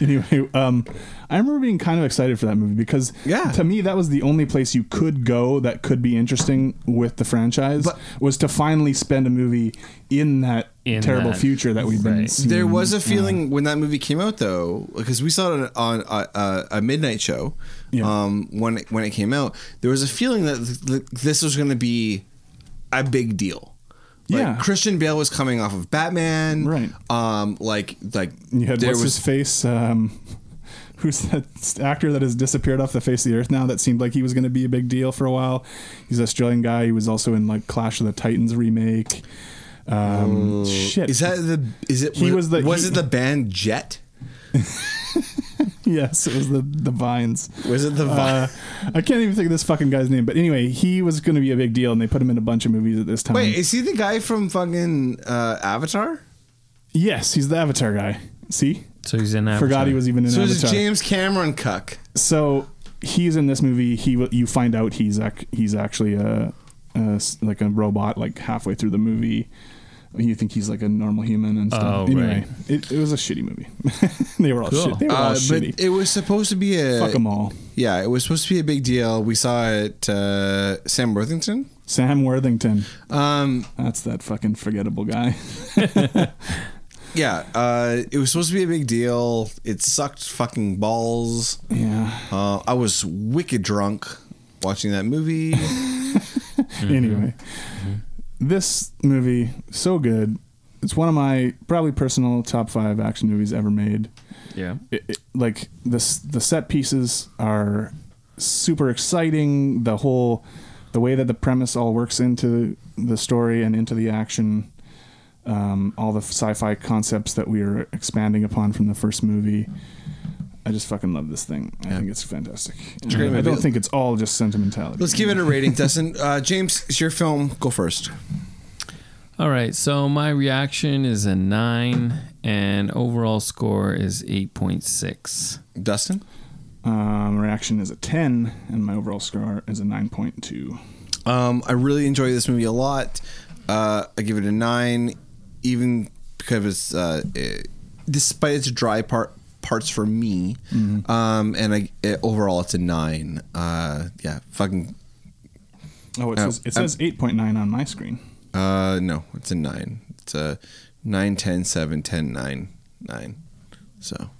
Speaker 2: anyway, um, I remember being kind of excited for that movie because
Speaker 1: Yeah.
Speaker 2: to me that was the only place you could go that could be interesting with the franchise
Speaker 1: But-
Speaker 2: was to finally spend a movie in that
Speaker 3: In
Speaker 2: terrible
Speaker 3: that.
Speaker 2: future that we've been
Speaker 3: Right.
Speaker 2: seeing.
Speaker 1: There was a feeling when that movie came out, though, because we saw it on a, a, a midnight show.
Speaker 2: Yeah.
Speaker 1: Um, when it, when it came out, there was a feeling that th- th- this was going to be a big deal. Like,
Speaker 2: Yeah.
Speaker 1: Christian Bale was coming off of Batman,
Speaker 2: Right.
Speaker 1: Um, like like
Speaker 2: You had
Speaker 1: there
Speaker 2: what's
Speaker 1: was
Speaker 2: his face? Um, *laughs* who's that actor that has disappeared off the face of the earth now? That seemed like he was going to be a big deal for a while. He's an Australian guy. He was also in like Clash of the Titans remake. Um, shit.
Speaker 1: Mm. is that the is it
Speaker 2: He was the-
Speaker 1: was
Speaker 2: he-
Speaker 1: it the band Jet
Speaker 2: *laughs* yes? It was the the vines.
Speaker 1: was it the
Speaker 2: Uh, I can't even think of this fucking guy's name, but anyway, he was going to be a big deal, and they put him in a bunch of movies at this time.
Speaker 1: wait is he the guy from fucking uh, Avatar?
Speaker 2: yes, he's the Avatar guy. See,
Speaker 3: So he's in Avatar.
Speaker 2: forgot he was even in
Speaker 1: So it's
Speaker 2: Avatar.
Speaker 1: James Cameron cuck.
Speaker 2: so he's in this movie. He w- you find out he's ac- he's actually a, a s- like a robot like halfway through the movie. you think he's like a normal human and
Speaker 3: Oh,
Speaker 2: stuff. anyway,
Speaker 3: right.
Speaker 2: it, it was a shitty movie. *laughs* they were all
Speaker 3: Cool.
Speaker 2: shit. They were all
Speaker 1: Uh,
Speaker 2: shitty.
Speaker 1: but it was supposed to be a
Speaker 2: Fuck them all.
Speaker 1: yeah, it was supposed to be a big deal. We saw it uh, Sam Worthington.
Speaker 2: Sam Worthington.
Speaker 1: Um,
Speaker 2: That's that fucking forgettable guy. *laughs*
Speaker 1: yeah, uh, it was supposed to be a big deal. It sucked fucking balls.
Speaker 2: Yeah.
Speaker 1: Uh, I was wicked drunk watching that movie.
Speaker 2: *laughs* Anyway, this movie so good. It's one of my probably personal top five action movies ever made.
Speaker 3: Yeah.
Speaker 2: it, it- like this the set pieces are super exciting the whole the way that the premise all works into the story and into the action um, all the sci-fi concepts that we are expanding upon from the first movie i just fucking love this thing i think it's fantastic
Speaker 1: a great
Speaker 2: i don't
Speaker 1: movie.
Speaker 2: think it's all just sentimentality
Speaker 1: Let's give it a rating, Dustin. Uh, James, it's your film. Go first.
Speaker 3: All right. So my reaction is a nine, and overall score is eight point six.
Speaker 1: Dustin.
Speaker 2: um, reaction is a 10 and my overall score is a 9.2
Speaker 1: Um, I really enjoy this movie a lot. Uh, I give it a nine, even because it's uh, eh, despite its dry part parts for me. Um, and I eh, overall it's a nine. Uh, yeah, fucking
Speaker 2: oh it
Speaker 1: Oh,
Speaker 2: says, it says 8.9 on my screen
Speaker 1: uh, no, it's a nine. It's a nine, ten, seven, ten, nine, nine. So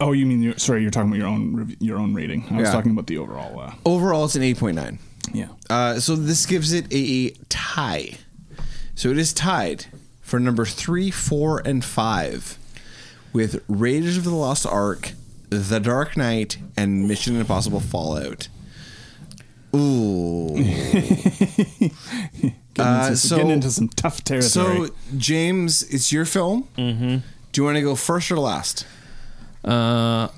Speaker 2: Oh, you mean you? Sorry, you're talking about your own rev- your own rating. I was
Speaker 1: Yeah.
Speaker 2: talking about the overall. Uh,
Speaker 1: overall it's an eight point nine.
Speaker 2: yeah.
Speaker 1: Uh, so this gives it a tie. So it is tied for number three, four, and five with Raiders of the Lost Ark, The Dark Knight, and Mission Impossible Fallout. Ooh.
Speaker 2: Getting,
Speaker 1: Uh,
Speaker 2: into,
Speaker 1: so-
Speaker 2: getting into some tough territory.
Speaker 1: So, James, it's your film. Mm-hmm. Do you want to go first or last?
Speaker 3: Uh,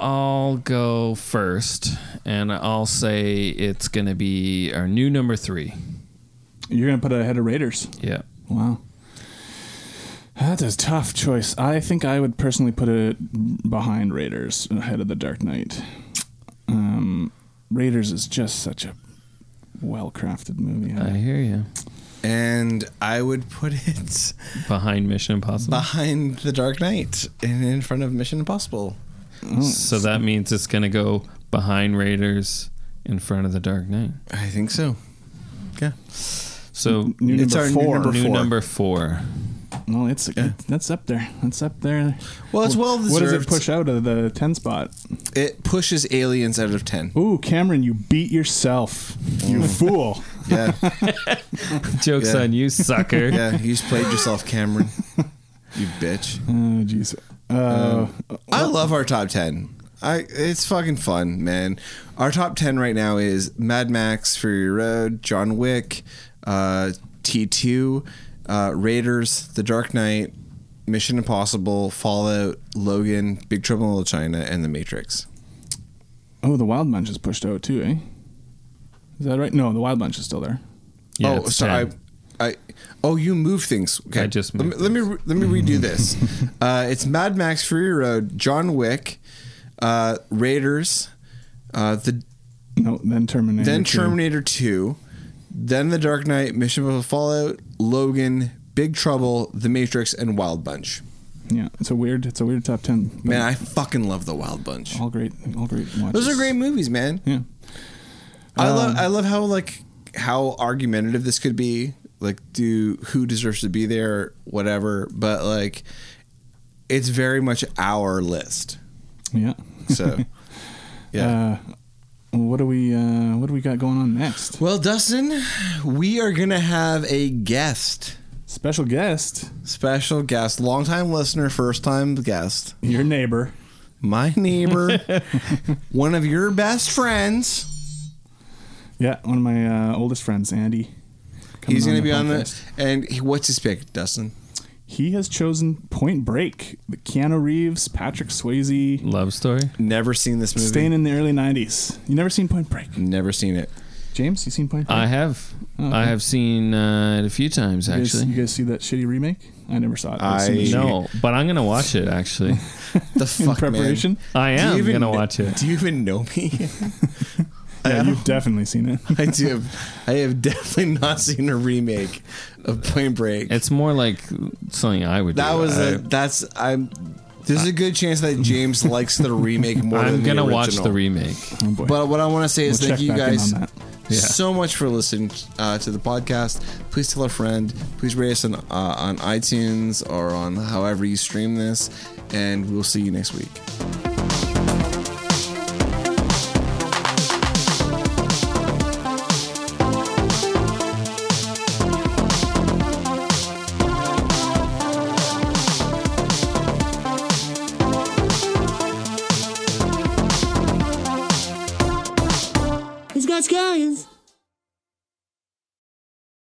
Speaker 3: I'll go first, and I'll say it's gonna be our new number three.
Speaker 2: you're gonna put it ahead of Raiders.
Speaker 3: Yeah.
Speaker 2: Wow. That's a tough choice. I think I would personally put it behind Raiders, ahead of the Dark Knight. Um, Raiders is just such a well-crafted movie.
Speaker 3: I hear you.
Speaker 1: And I would put it
Speaker 3: Behind Mission Impossible.
Speaker 1: behind The Dark Knight and in front of Mission Impossible.
Speaker 3: so that means it's gonna go behind Raiders, in front of the Dark Knight.
Speaker 1: I think so. Yeah.
Speaker 3: So
Speaker 2: New
Speaker 1: It's
Speaker 2: number
Speaker 1: our new
Speaker 2: four.
Speaker 1: number
Speaker 3: new
Speaker 1: four. *laughs*
Speaker 3: number four.
Speaker 2: Well, it's that's up there. That's up there.
Speaker 1: Well, it's well
Speaker 2: What does it
Speaker 1: deserved.
Speaker 2: push out of the ten spot?
Speaker 1: It pushes aliens out of 10.
Speaker 2: Ooh, Cameron, you beat yourself. You
Speaker 1: Oh. *laughs*
Speaker 2: fool.
Speaker 1: Yeah,
Speaker 3: Jokes
Speaker 1: Yeah.
Speaker 3: on you,
Speaker 1: *laughs*
Speaker 3: sucker.
Speaker 1: yeah, you just played yourself, Cameron. You bitch.
Speaker 2: Oh, jeez. Uh,
Speaker 1: I love our top 10. I It's fucking fun, man. Our top 10 right now is Mad Max, Fury Road, John Wick, uh, T2, uh, Raiders, The Dark Knight, Mission Impossible, Fallout, Logan, Big Trouble in Little China, and The Matrix.
Speaker 2: oh, the Wild Bunch is pushed out too, eh? Is that right? No, the Wild Bunch is still there.
Speaker 3: Yeah,
Speaker 1: oh,
Speaker 3: it's
Speaker 1: sorry.
Speaker 3: 10.
Speaker 1: I, I, oh, you move things. Okay,
Speaker 3: I just
Speaker 1: let me,
Speaker 3: moved
Speaker 1: let me re- let me
Speaker 3: *laughs*
Speaker 1: redo this. uh, it's Mad Max: Fury Road, John Wick, uh, Raiders, uh, the
Speaker 2: No, then Terminator.
Speaker 1: then
Speaker 2: two.
Speaker 1: Terminator Two, then The Dark Knight, Mission Impossible Fallout, Logan, Big Trouble, The Matrix, and Wild Bunch.
Speaker 2: Yeah, it's a weird. It's a weird top ten. but
Speaker 1: Man, I fucking love the Wild Bunch.
Speaker 3: Oh,
Speaker 2: all great. All great. Watches.
Speaker 1: Those are great movies, man.
Speaker 2: Yeah.
Speaker 1: I love I love how like how argumentative this could be. Like do who deserves to be there, whatever. But like it's very much our list.
Speaker 2: Yeah.
Speaker 1: *laughs* So yeah.
Speaker 2: What do we? Uh, what do we got going on next?
Speaker 1: well, Dustin, we are gonna have a guest.
Speaker 2: Special guest,
Speaker 1: Special guest, longtime listener, first time guest.
Speaker 2: your neighbor.
Speaker 1: My *laughs* neighbor, one of your best friends.
Speaker 2: Yeah, one of my uh, oldest friends, Andy. coming
Speaker 1: He's gonna be on the
Speaker 2: podcast.
Speaker 1: and he, what's his pick, Dustin?
Speaker 2: He has chosen Point Break, the Keanu Reeves, Patrick Swayze,
Speaker 3: Love story.
Speaker 1: Never seen this movie.
Speaker 2: staying in the early '90s. You never seen Point Break,
Speaker 1: Never seen it.
Speaker 2: James? You seen Point Break?
Speaker 3: I have.
Speaker 1: Oh.
Speaker 2: okay.
Speaker 3: I have seen uh, it a few times
Speaker 2: You guys-
Speaker 3: actually.
Speaker 2: you guys see that shitty remake? I never saw it.
Speaker 1: I-
Speaker 2: seen the shitty-
Speaker 3: No, but I'm gonna watch it actually.
Speaker 1: *laughs* The fuck, man.
Speaker 2: preparation.
Speaker 3: I
Speaker 1: Do you
Speaker 3: am
Speaker 1: even
Speaker 3: gonna
Speaker 1: kn-
Speaker 3: watch it.
Speaker 2: *laughs*
Speaker 1: Do you even know me? I
Speaker 2: Yeah, you've definitely seen it.
Speaker 1: I do. Have, I have definitely not seen a remake of Point Break.
Speaker 3: It's more like something I would.
Speaker 1: that
Speaker 3: do.
Speaker 1: was
Speaker 3: I,
Speaker 1: a. That's I'm. There's a good chance that James likes the remake more.
Speaker 3: I'm
Speaker 1: than
Speaker 3: gonna
Speaker 1: the
Speaker 3: watch
Speaker 1: original.
Speaker 3: the remake.
Speaker 2: Oh, boy.
Speaker 1: But what I want to say is
Speaker 2: We'll
Speaker 1: thank
Speaker 2: check
Speaker 1: you
Speaker 2: back in
Speaker 1: guys
Speaker 2: on that.
Speaker 3: Yeah.
Speaker 1: so much for listening uh, to the podcast. Please tell a friend. Please rate us on, uh, on iTunes or on however you stream this. And we'll see you next week.
Speaker 8: He's got scallions.